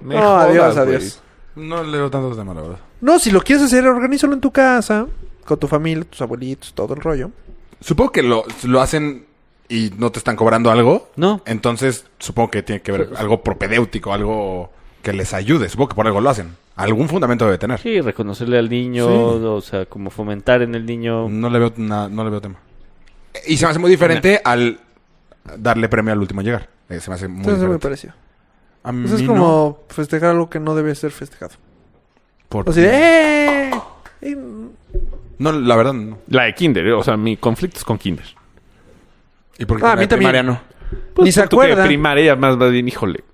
D: Me
E: no,
D: jodas,
E: adiós,
D: güey.
E: adiós.
C: No le veo tanto tema, la verdad.
E: No, si lo quieres hacer, organízalo en tu casa. Con tu familia, tus abuelitos, todo el rollo.
C: Supongo que lo, lo hacen y no te están cobrando algo.
F: No.
C: Entonces, supongo que tiene que ver algo propedéutico, algo que les ayude. Supongo que por algo lo hacen. Algún fundamento debe tener.
F: Sí, reconocerle al niño,
C: Sí.
F: o sea, como fomentar en el niño.
D: Mm.
C: No le veo na- no le veo tema. Y se me hace muy diferente al darle premio al último en llegar. Eh, se me hace muy
E: Entonces me
C: diferente.
E: pareció.
C: A
E: Eso es
C: mí no,
E: como festejar algo que no debe ser festejado.
C: por-
E: Así de, ¡eh! Y-
C: No, la verdad no.
D: La de kinder, eh, o sea, mi conflicto es con kinder.
C: ¿Y por qué
E: Ah,
C: con
E: a
C: la
E: mí
C: de
E: también.
C: primaria no?
E: Ni se
D: Pues tú que
E: acuerda.
D: primaria más va bien, híjole.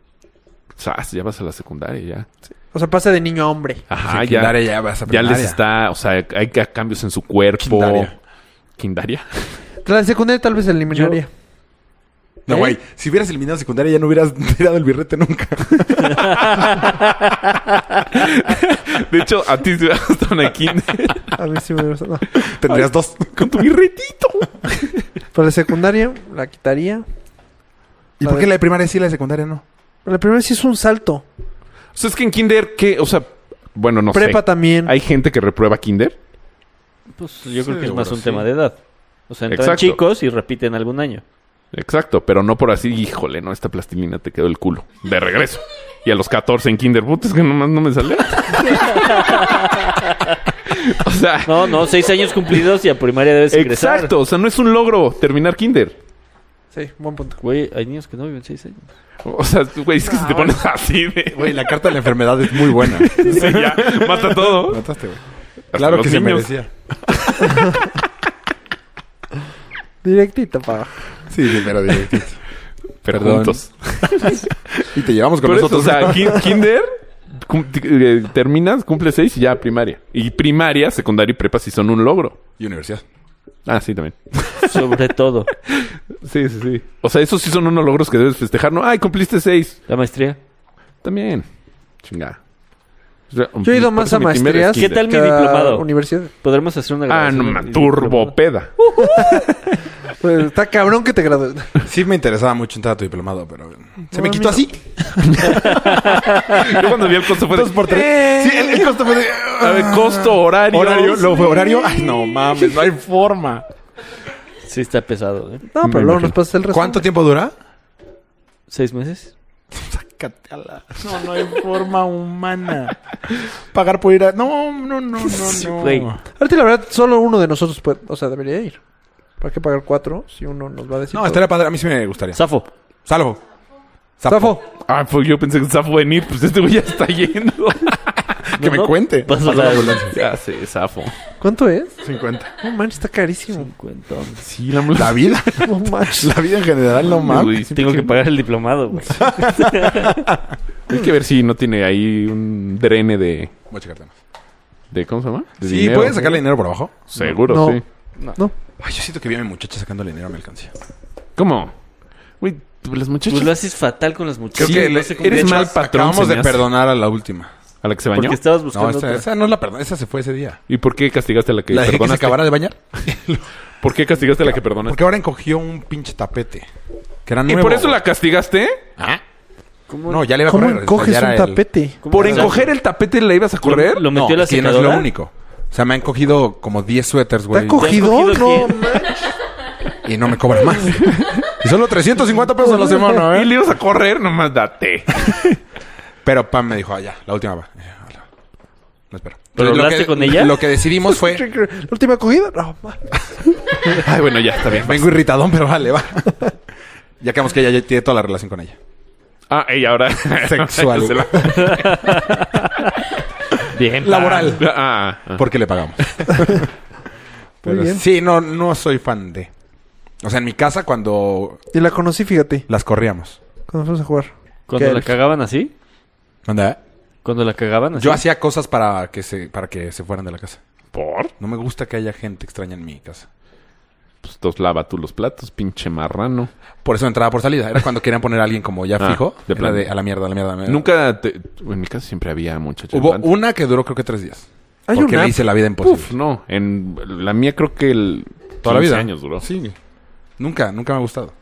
D: Sas, ya vas a la secundaria, ya.
E: O sea, pasa de niño a hombre.
D: Ajá, ya.
C: Secundaria ya vas a
D: Ya les
C: primaria.
D: está, o sea, hay ca- cambios en su cuerpo.
C: Quindaria.
D: Quindaria. <laughs>
E: La secundaria tal vez eliminaría.
C: No,
D: ¿eh?
C: güey. Si hubieras eliminado secundaria ya no hubieras <laughs> tirado el birrete
E: <laughs>
C: nunca.
D: De hecho, a ti te hubiera gustado una kinder
E: A mí sí me hubiera gustado. No.
C: Tendrías dos.
D: con tu birretito.
E: Pero la secundaria la quitaría.
C: ¿Y
E: A
C: por qué
E: ver.
C: la de primaria sí y la de secundaria no?
E: La primera sí es un salto.
D: O sea, es que en kinder, ¿qué? O sea, bueno, no
E: Prepa
D: sé.
E: también.
D: Hay gente que reprueba kinder.
F: Pues yo creo que es
C: seguro,
F: más un
C: sí.
F: tema de edad. O sea, entran
D: Exacto.
F: chicos y repiten
D: <laughs>
F: algún año.
D: Exacto, pero no por así, híjole, no, esta plastilina te quedó el culo. De regreso. Y a los 14 en kinder, puta, es que nomás no me salió. <laughs> o sea,
F: No, no, seis años cumplidos y a primaria debes ingresar.
D: exacto, o sea, no es un logro terminar kinder.
E: Sí, buen punto.
F: Güey, hay niños que no viven seis años.
D: O sea, tú, güey, es que si te pones así
C: <laughs>
D: de...
C: Güey, la carta de la enfermedad es muy
E: <laughs>
C: buena.
D: Sí, ya, mata todo.
C: Mataste, güey.
D: Hasta
C: Claro
D: los
C: que sí
D: niños.
C: merecía.
E: Directito para abajo.
C: Sí, sí, pero directito.
D: Pero
C: Perdón.
D: juntos.
C: Y te llevamos con
D: Por eso,
C: nosotros.
D: o sea, kin- kinder cum- t- eh, terminas, cumple seis y ya primaria. Y primaria, secundaria y prepa sí son un logro.
C: <laughs> y universidad.
D: Ah, sí, también.
F: Sobre todo.
D: Sí, sí, sí. O sea, esos sí son unos logros que debes festejar. No, ay, cumpliste seis.
F: La maestría.
D: También. Chingada.
E: Yo he ido más a maestrías.
F: ¿Qué tal mi
E: que a
F: diplomado?
E: Universidad.
F: Podremos hacer una
D: Ah,
F: grabación.
D: no,
F: de
D: ma,
F: mi diplomado.
D: turbopeda.
E: Pues, está cabrón que te gradúes.
C: <laughs> Sí me interesaba mucho entrar a tu diplomado, pero se me quitó así.
D: Yo cuando vi el costo fue de...
C: Dos por tres. Sí, el, el costo fue de...
D: A ver, costo, horario.
C: Horario, luego fue
D: Sí.
C: horario. Ay, no mames, no hay forma.
F: Sí, está pesado, ¿eh?
E: No, pero luego nos pasa el resto.
C: ¿Cuánto tiempo dura?
F: ¿Seis meses?
C: Catala. No, no hay forma humana. Pagar por ir a... No, no, no, no, no.
F: Güey.
E: Ahorita la verdad, solo uno de nosotros puede, o sea, debería ir. ¿Para qué pagar cuatro si uno nos va a decir?
C: No,
E: todo?
C: estaría padre. A mí sí me gustaría.
F: Safo.
C: Salvo.
E: Zafo.
D: Ah, pues yo pensé que Zafo iba a venir. Pues este güey ya está yendo.
C: Que me cuente.
F: Paso la ambulancia.
D: ya sé, Zafo.
E: ¿Cuánto es?
C: 50.
E: No manches, está carísimo.
D: Sí, la
C: La <laughs> vida.
E: No manches.
C: La vida en general, no mames.
D: Güey,
F: Tengo que pagar el
C: <laughs>
F: diplomado, güey.
D: Hay que ver si no tiene ahí un drene de...
C: Voy a checar temas.
D: de ¿Cómo se llama? De
C: Sí,
D: dinero.
C: ¿pueden sacarle dinero por abajo?
D: Seguro,
E: No.
D: sí.
C: Ay, yo siento que vi a mi muchacha sacándole dinero a mi alcancía.
D: ¿Cómo? Güey, las muchachas...
F: Pues lo haces fatal con las muchachas.
C: Creo que
F: no
C: le-
F: sé cómo-
D: eres
C: de hecho,
D: mal patrón,
C: Acabamos
D: se me
C: de
D: hace.
C: perdonar a la última.
D: ¿A la que se bañó?
F: Porque estabas
C: No,
F: buscando...
C: esa,
F: otra.
C: esa no es la perdón. Esa se fue ese día.
D: ¿Y por qué castigaste a la que
C: la dejé que se
D: perdonaste?
C: acabara de bañar.
D: ¿Por qué castigaste a la que perdonaste?
C: Porque ahora encogió un pinche tapete. Que era
D: ¿Y
C: nuevo.
D: por eso
C: güey.
D: la castigaste?
F: ¿Cómo-
C: No, ya le iba a
E: ¿Cómo
C: correr.
E: encoges
C: Ya era
E: un
C: el-
E: tapete?
F: cómo
D: ¿Por
F: era?
D: encoger el tapete la ibas a correr?
F: Lo metió a la
C: es que no es lo
F: secadora.
C: único. O sea, me han cogido como 10 suéteres,
E: ¿Te ha
C: güey.
E: cogido?
F: cogido
E: No,
F: quién?
E: manches.
C: Y no me cobran más. y solo 350 pesos a la semana,
D: <laughs> Y
C: ¿eh?
D: le ibas a correr, nomás
C: <laughs>
D: date.
C: Pero Pam me dijo, ah, ya, la última va. Y yo, "Hola". No espero.
F: ¿Pero
C: Lo
F: hablaste
C: que-
F: con ella?
C: Lo que decidimos fue...
E: ¿La última cogida? No, manches.
D: Ay, bueno, ya está bien.
C: Vengo irritadón, pero vale, va. <laughs> ya quedamos que ella ya tiene toda la relación con ella.
D: Ah, ella ahora. <laughs>
C: Sexual.
D: Se la-
C: <laughs>
F: Bien.
C: Laboral.
D: Ah, ah.
C: Porque le
E: <laughs>
C: pagamos. Pero
E: bien.
C: sí, no, no soy fan de. O sea, en mi casa cuando
E: Y la conocí, fíjate,
C: las corríamos.
E: cuando fuimos a jugar.
F: ¿Cuando
E: ¿Qué
F: la
E: eres?
F: cagaban así?
C: Anda,
E: ¿Ah,
F: ¿Cuando la cagaban así?
C: Yo hacía cosas para que se, para que se fueran de la casa.
D: ¿Por?
C: No me gusta que haya gente extraña en mi casa.
D: Pues dos lava tú los platos, pinche marrano.
C: Por eso entraba por salida. Era cuando querían poner a alguien como ya
D: Ah,
C: fijo.
D: de
C: Era
D: plano.
C: de a la mierda, a la mierda, a la mierda.
D: Nunca te... En mi casa siempre había muchachos.
C: Hubo una que duró creo que tres días.
E: Hay
C: porque
E: una
C: le hice la vida imposible.
D: Puf, Pues, no. En la mía creo que el...
C: Toda la
D: 15
C: vida.
D: años duró.
C: Sí. Nunca, nunca me ha gustado.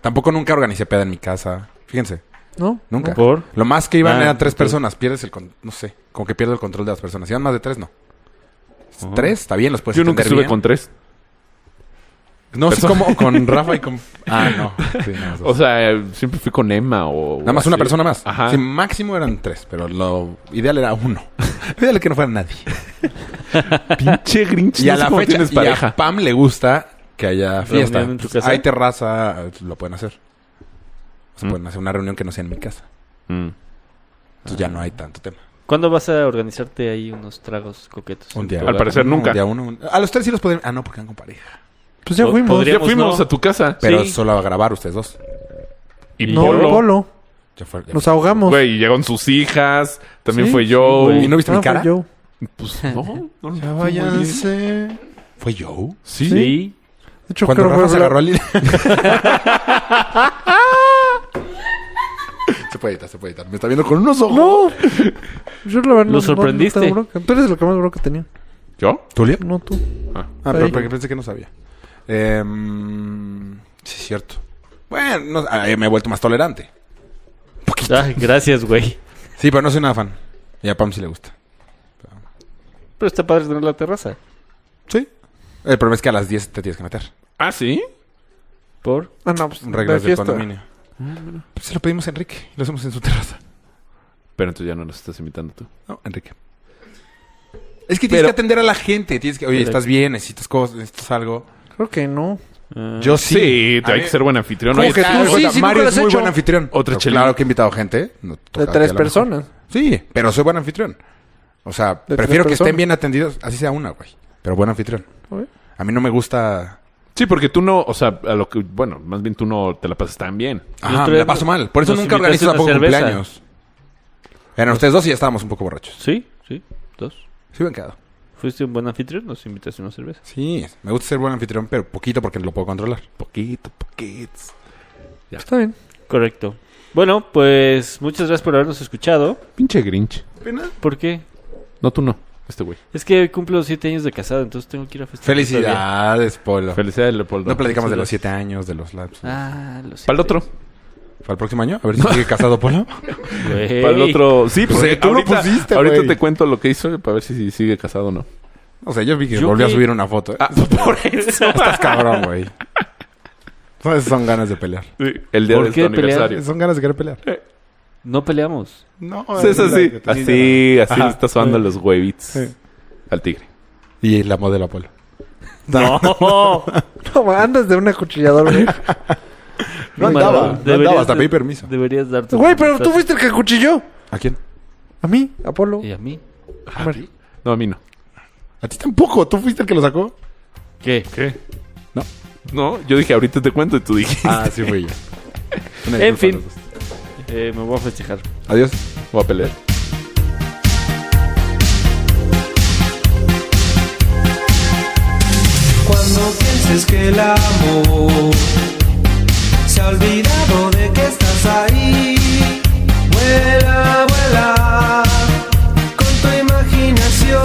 C: Tampoco nunca organicé peda en mi casa. Fíjense.
E: ¿No?
C: Nunca.
F: ¿Por?
C: Lo más que iban
F: Ah,
C: eran tres
F: ok.
C: personas. Pierdes el... con- No sé. Como que pierdo el control de las personas. Iban más de tres, no. Tres, está bien, los puedes
D: Yo nunca
C: entender
D: estuve
C: bien.
D: con tres.
C: No, sí, como con Rafa y con... Ah, no. Sí, nada más dos.
D: O sea, eh, siempre fui con Emma o...
C: Nada más
D: así.
C: una persona más.
D: Ajá.
C: Sí, máximo eran tres, pero lo ideal era uno. Lo ideal es que no fuera nadie.
D: <laughs> Pinche Grinch.
C: Y
D: no
C: a
D: sé
C: la
D: cómo
C: fecha,
D: tienes
C: y a
D: pareja.
C: Pam le gusta que haya fiesta.
F: en tu casa?
C: Hay terraza, eh, lo pueden hacer. O sea,
D: Mm.
C: pueden hacer una reunión que no sea en mi casa.
D: Mm.
C: Entonces ya no hay tanto tema.
F: ¿Cuándo vas a organizarte ahí unos tragos coquetos?
C: Un día.
D: Al parecer
C: uno,
D: nunca.
C: un día uno, un- A los tres sí los podrían... Ah, no, porque van con pareja.
E: Pues ya
F: Po-
E: fuimos.
F: podría-
D: Ya
F: Digamos,
D: fuimos
F: no.
D: a tu casa.
C: Pero
F: Sí.
C: solo a grabar ustedes dos.
D: Y
E: No,
D: Polo.
E: polo.
C: Ya fue- ya
E: Nos
C: fue.
E: ahogamos.
D: Güey, y llegaron sus hijas. También
E: Sí,
D: fue
E: sí,
D: yo.
C: ¿Y no <laughs> viste mi
E: Ah, fue
C: cara?
E: yo. Ah,
D: Pues no. no, no,
C: Váyanse. ¿Fue yo?
D: Sí.
F: Sí.
E: De hecho,
C: <laughs> Cuando
E: creo que
C: Rafa se
E: fue
C: agarró
E: la-
C: al... <laughs> se puede editar, se puede editar. Me está viendo con unos ojos.
E: No. Yo la verdad no-
F: Lo sorprendiste.
E: no tengo bronca. Tú eres el que más bronca tenía.
D: ¿Yo?
C: ¿Tulia?
E: No tú.
C: Ah, pero
E: Ahí.
C: porque pensé que no sabía. Em, sí, es cierto. Bueno, no- ah, me he vuelto más tolerante.
F: Ay, Ah, gracias, güey.
C: Sí, pero no soy nada fan. Y a Pam sí le gusta.
F: Pero está padre tener la terraza.
C: Sí. El problema es que a las 10 te tienes que meter.
D: Ah, sí.
F: ¿Por?
E: Ah, no, pues
C: Reglas
E: de
C: del
E: fiesta. Ah,
C: condominio. Pues se lo pedimos a Enrique. Lo hacemos en su terraza.
D: Pero entonces ya no nos estás invitando tú.
C: No, Enrique. Es que tienes que atender a la gente. Tienes que, oye, estás bien, necesitas cosas, necesitas algo.
E: Creo que no.
C: Yo Pues sí.
D: Sí, te
C: A
D: hay
C: mí-
D: que ser buen anfitrión.
E: ¿Cómo
D: Oye,
E: que
D: está-
E: tú sí?
C: Oye,
E: nunca
C: Mario
E: lo
C: es
E: has
C: muy
E: hecho.
C: buen anfitrión.
D: Otra
C: Pero
D: chelita.
C: Claro que he invitado gente. no toca
E: De
C: a ti
E: tres
C: a lo mejor.
E: personas.
C: Sí, pero soy buen anfitrión. O sea,
E: tres
C: prefiero que
E: personas.
C: estén bien atendidos, así sea una, güey. Pero buen anfitrión.
E: Ok.
C: A mí no me gusta.
D: Sí, porque tú no, o sea, a lo que, bueno, más bien tú no te la pasas tan bien.
C: Ajá,
F: otro
C: me
F: día
C: la paso mal. Por eso
F: nos
C: nunca organizo
F: invitaste una
C: tampoco
F: cerveza.
C: cumpleaños. Eran ustedes dos y ya estábamos un poco borrachos.
F: Sí, sí. Dos.
C: Sí, bien quedado.
F: Fuiste un buen anfitrión, nos invitaste una cerveza.
C: Sí, me gusta ser buen anfitrión, pero poquito porque lo puedo controlar.
D: Poquito, poquito.
E: Está bien. <laughs>
F: Correcto. Bueno, pues muchas gracias por habernos escuchado.
D: Pinche Grinch.
F: ¿Por qué?
D: No, tú no. Este güey.
F: Es que hoy cumplo siete años de casado, entonces tengo que ir a festejar.
C: Felicidades, Polo.
D: Felicidades, Leopoldo.
C: No platicamos de los siete años, de los laps.
F: Ah, lo sé.
D: Para el otro.
C: ¿Para el próximo año? A ver si sigue casado Polo.
F: Güey.
D: Para el otro. Sí,
C: Pues,
D: porque
C: tú lo
D: ahorita,
C: pusiste,
D: Ahorita
C: güey.
D: te cuento lo que hizo para ver si sigue casado o no.
C: O sea, yo vi que
F: Yo
C: volvió a
F: vi-
C: subir una foto. ¿eh? <laughs>
D: por eso.
C: Estás cabrón, güey. Son- Son ganas de pelear.
D: El día
F: ¿Por
D: de
F: qué
D: tu
F: pelear?
D: aniversario.
C: Son ganas de querer pelear.
F: <laughs> No peleamos.
C: No,
D: Sí, es así. Así, así
C: Ajá.
D: le está sobando los huevitos al tigre.
C: Y la modelo Polo.
F: <laughs> No.
E: No, andas de una acuchilladora,
C: <laughs>
E: güey.
C: No andaba. No andaba, hasta pedí permiso.
F: Deberías darte.
E: Güey, pero tú fuiste el que acuchilló.
C: ¿A quién?
E: A mí, Apolo.
F: ¿Y a mí?
D: No, a mí no.
C: A ti tampoco. Tú fuiste el que lo sacó.
F: ¿Qué?
D: No, yo dije, ahorita te cuento y tú dijiste.
C: Ah, sí fui yo. Una
F: En
C: disculpa
F: fin.
C: a los dos.
F: Eh, me voy a festejar.
C: Adiós.
D: Voy a pelear.
H: Cuando pienses que el amor se ha olvidado de que estás ahí, vuela, vuela con tu imaginación.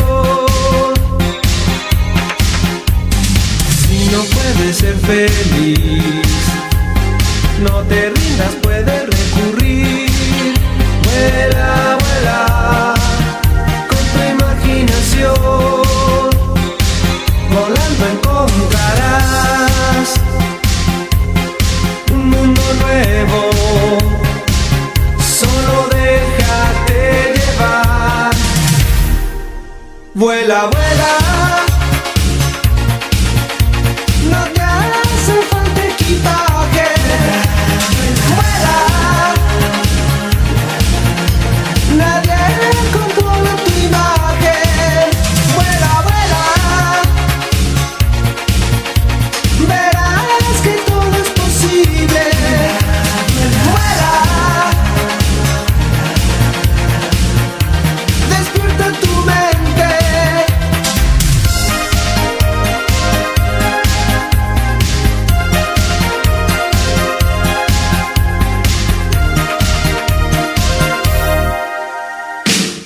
H: Si no puedes ser feliz, no te rindas, puedes recurrir. Vuela, vuela con tu imaginación volando encontrarás un mundo nuevo. Solo déjate llevar. Vuela, vuela. No te hace falta equipaje. Vuela. Nadie controla tu imagen. Vuela, vuela. Verás que todo es posible. Vuela. Despierta tu mente.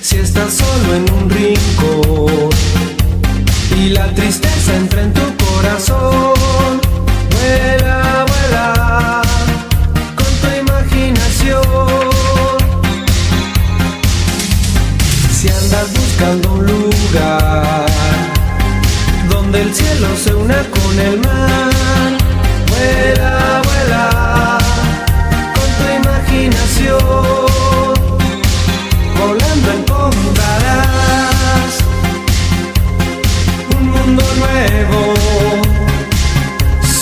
H: Si estás solo en un rincón y la tristeza entra en tu corazón. Vuela, vuela con tu imaginación. Si andas buscando un lugar donde el cielo se una con el mar, vuela, vuela con tu imaginación. Volando encontrarás un mundo nuevo.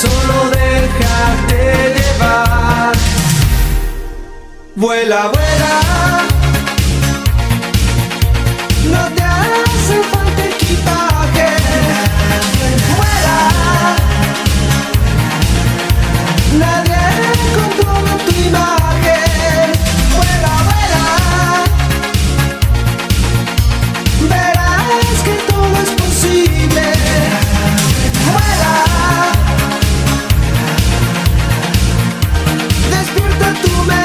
H: Solo déjate llevar. Vuela, vuela. No te hace falta equipaje. Vuela. Nadie controla tu imagen. Vuela, vuela. Verás que todo es posible. Vuela. Despierta tu mente.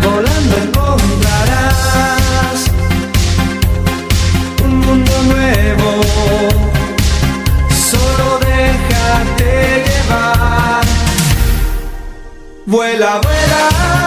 H: volando encontrarás un mundo nuevo. Solo déjate llevar. Vuela, vuela.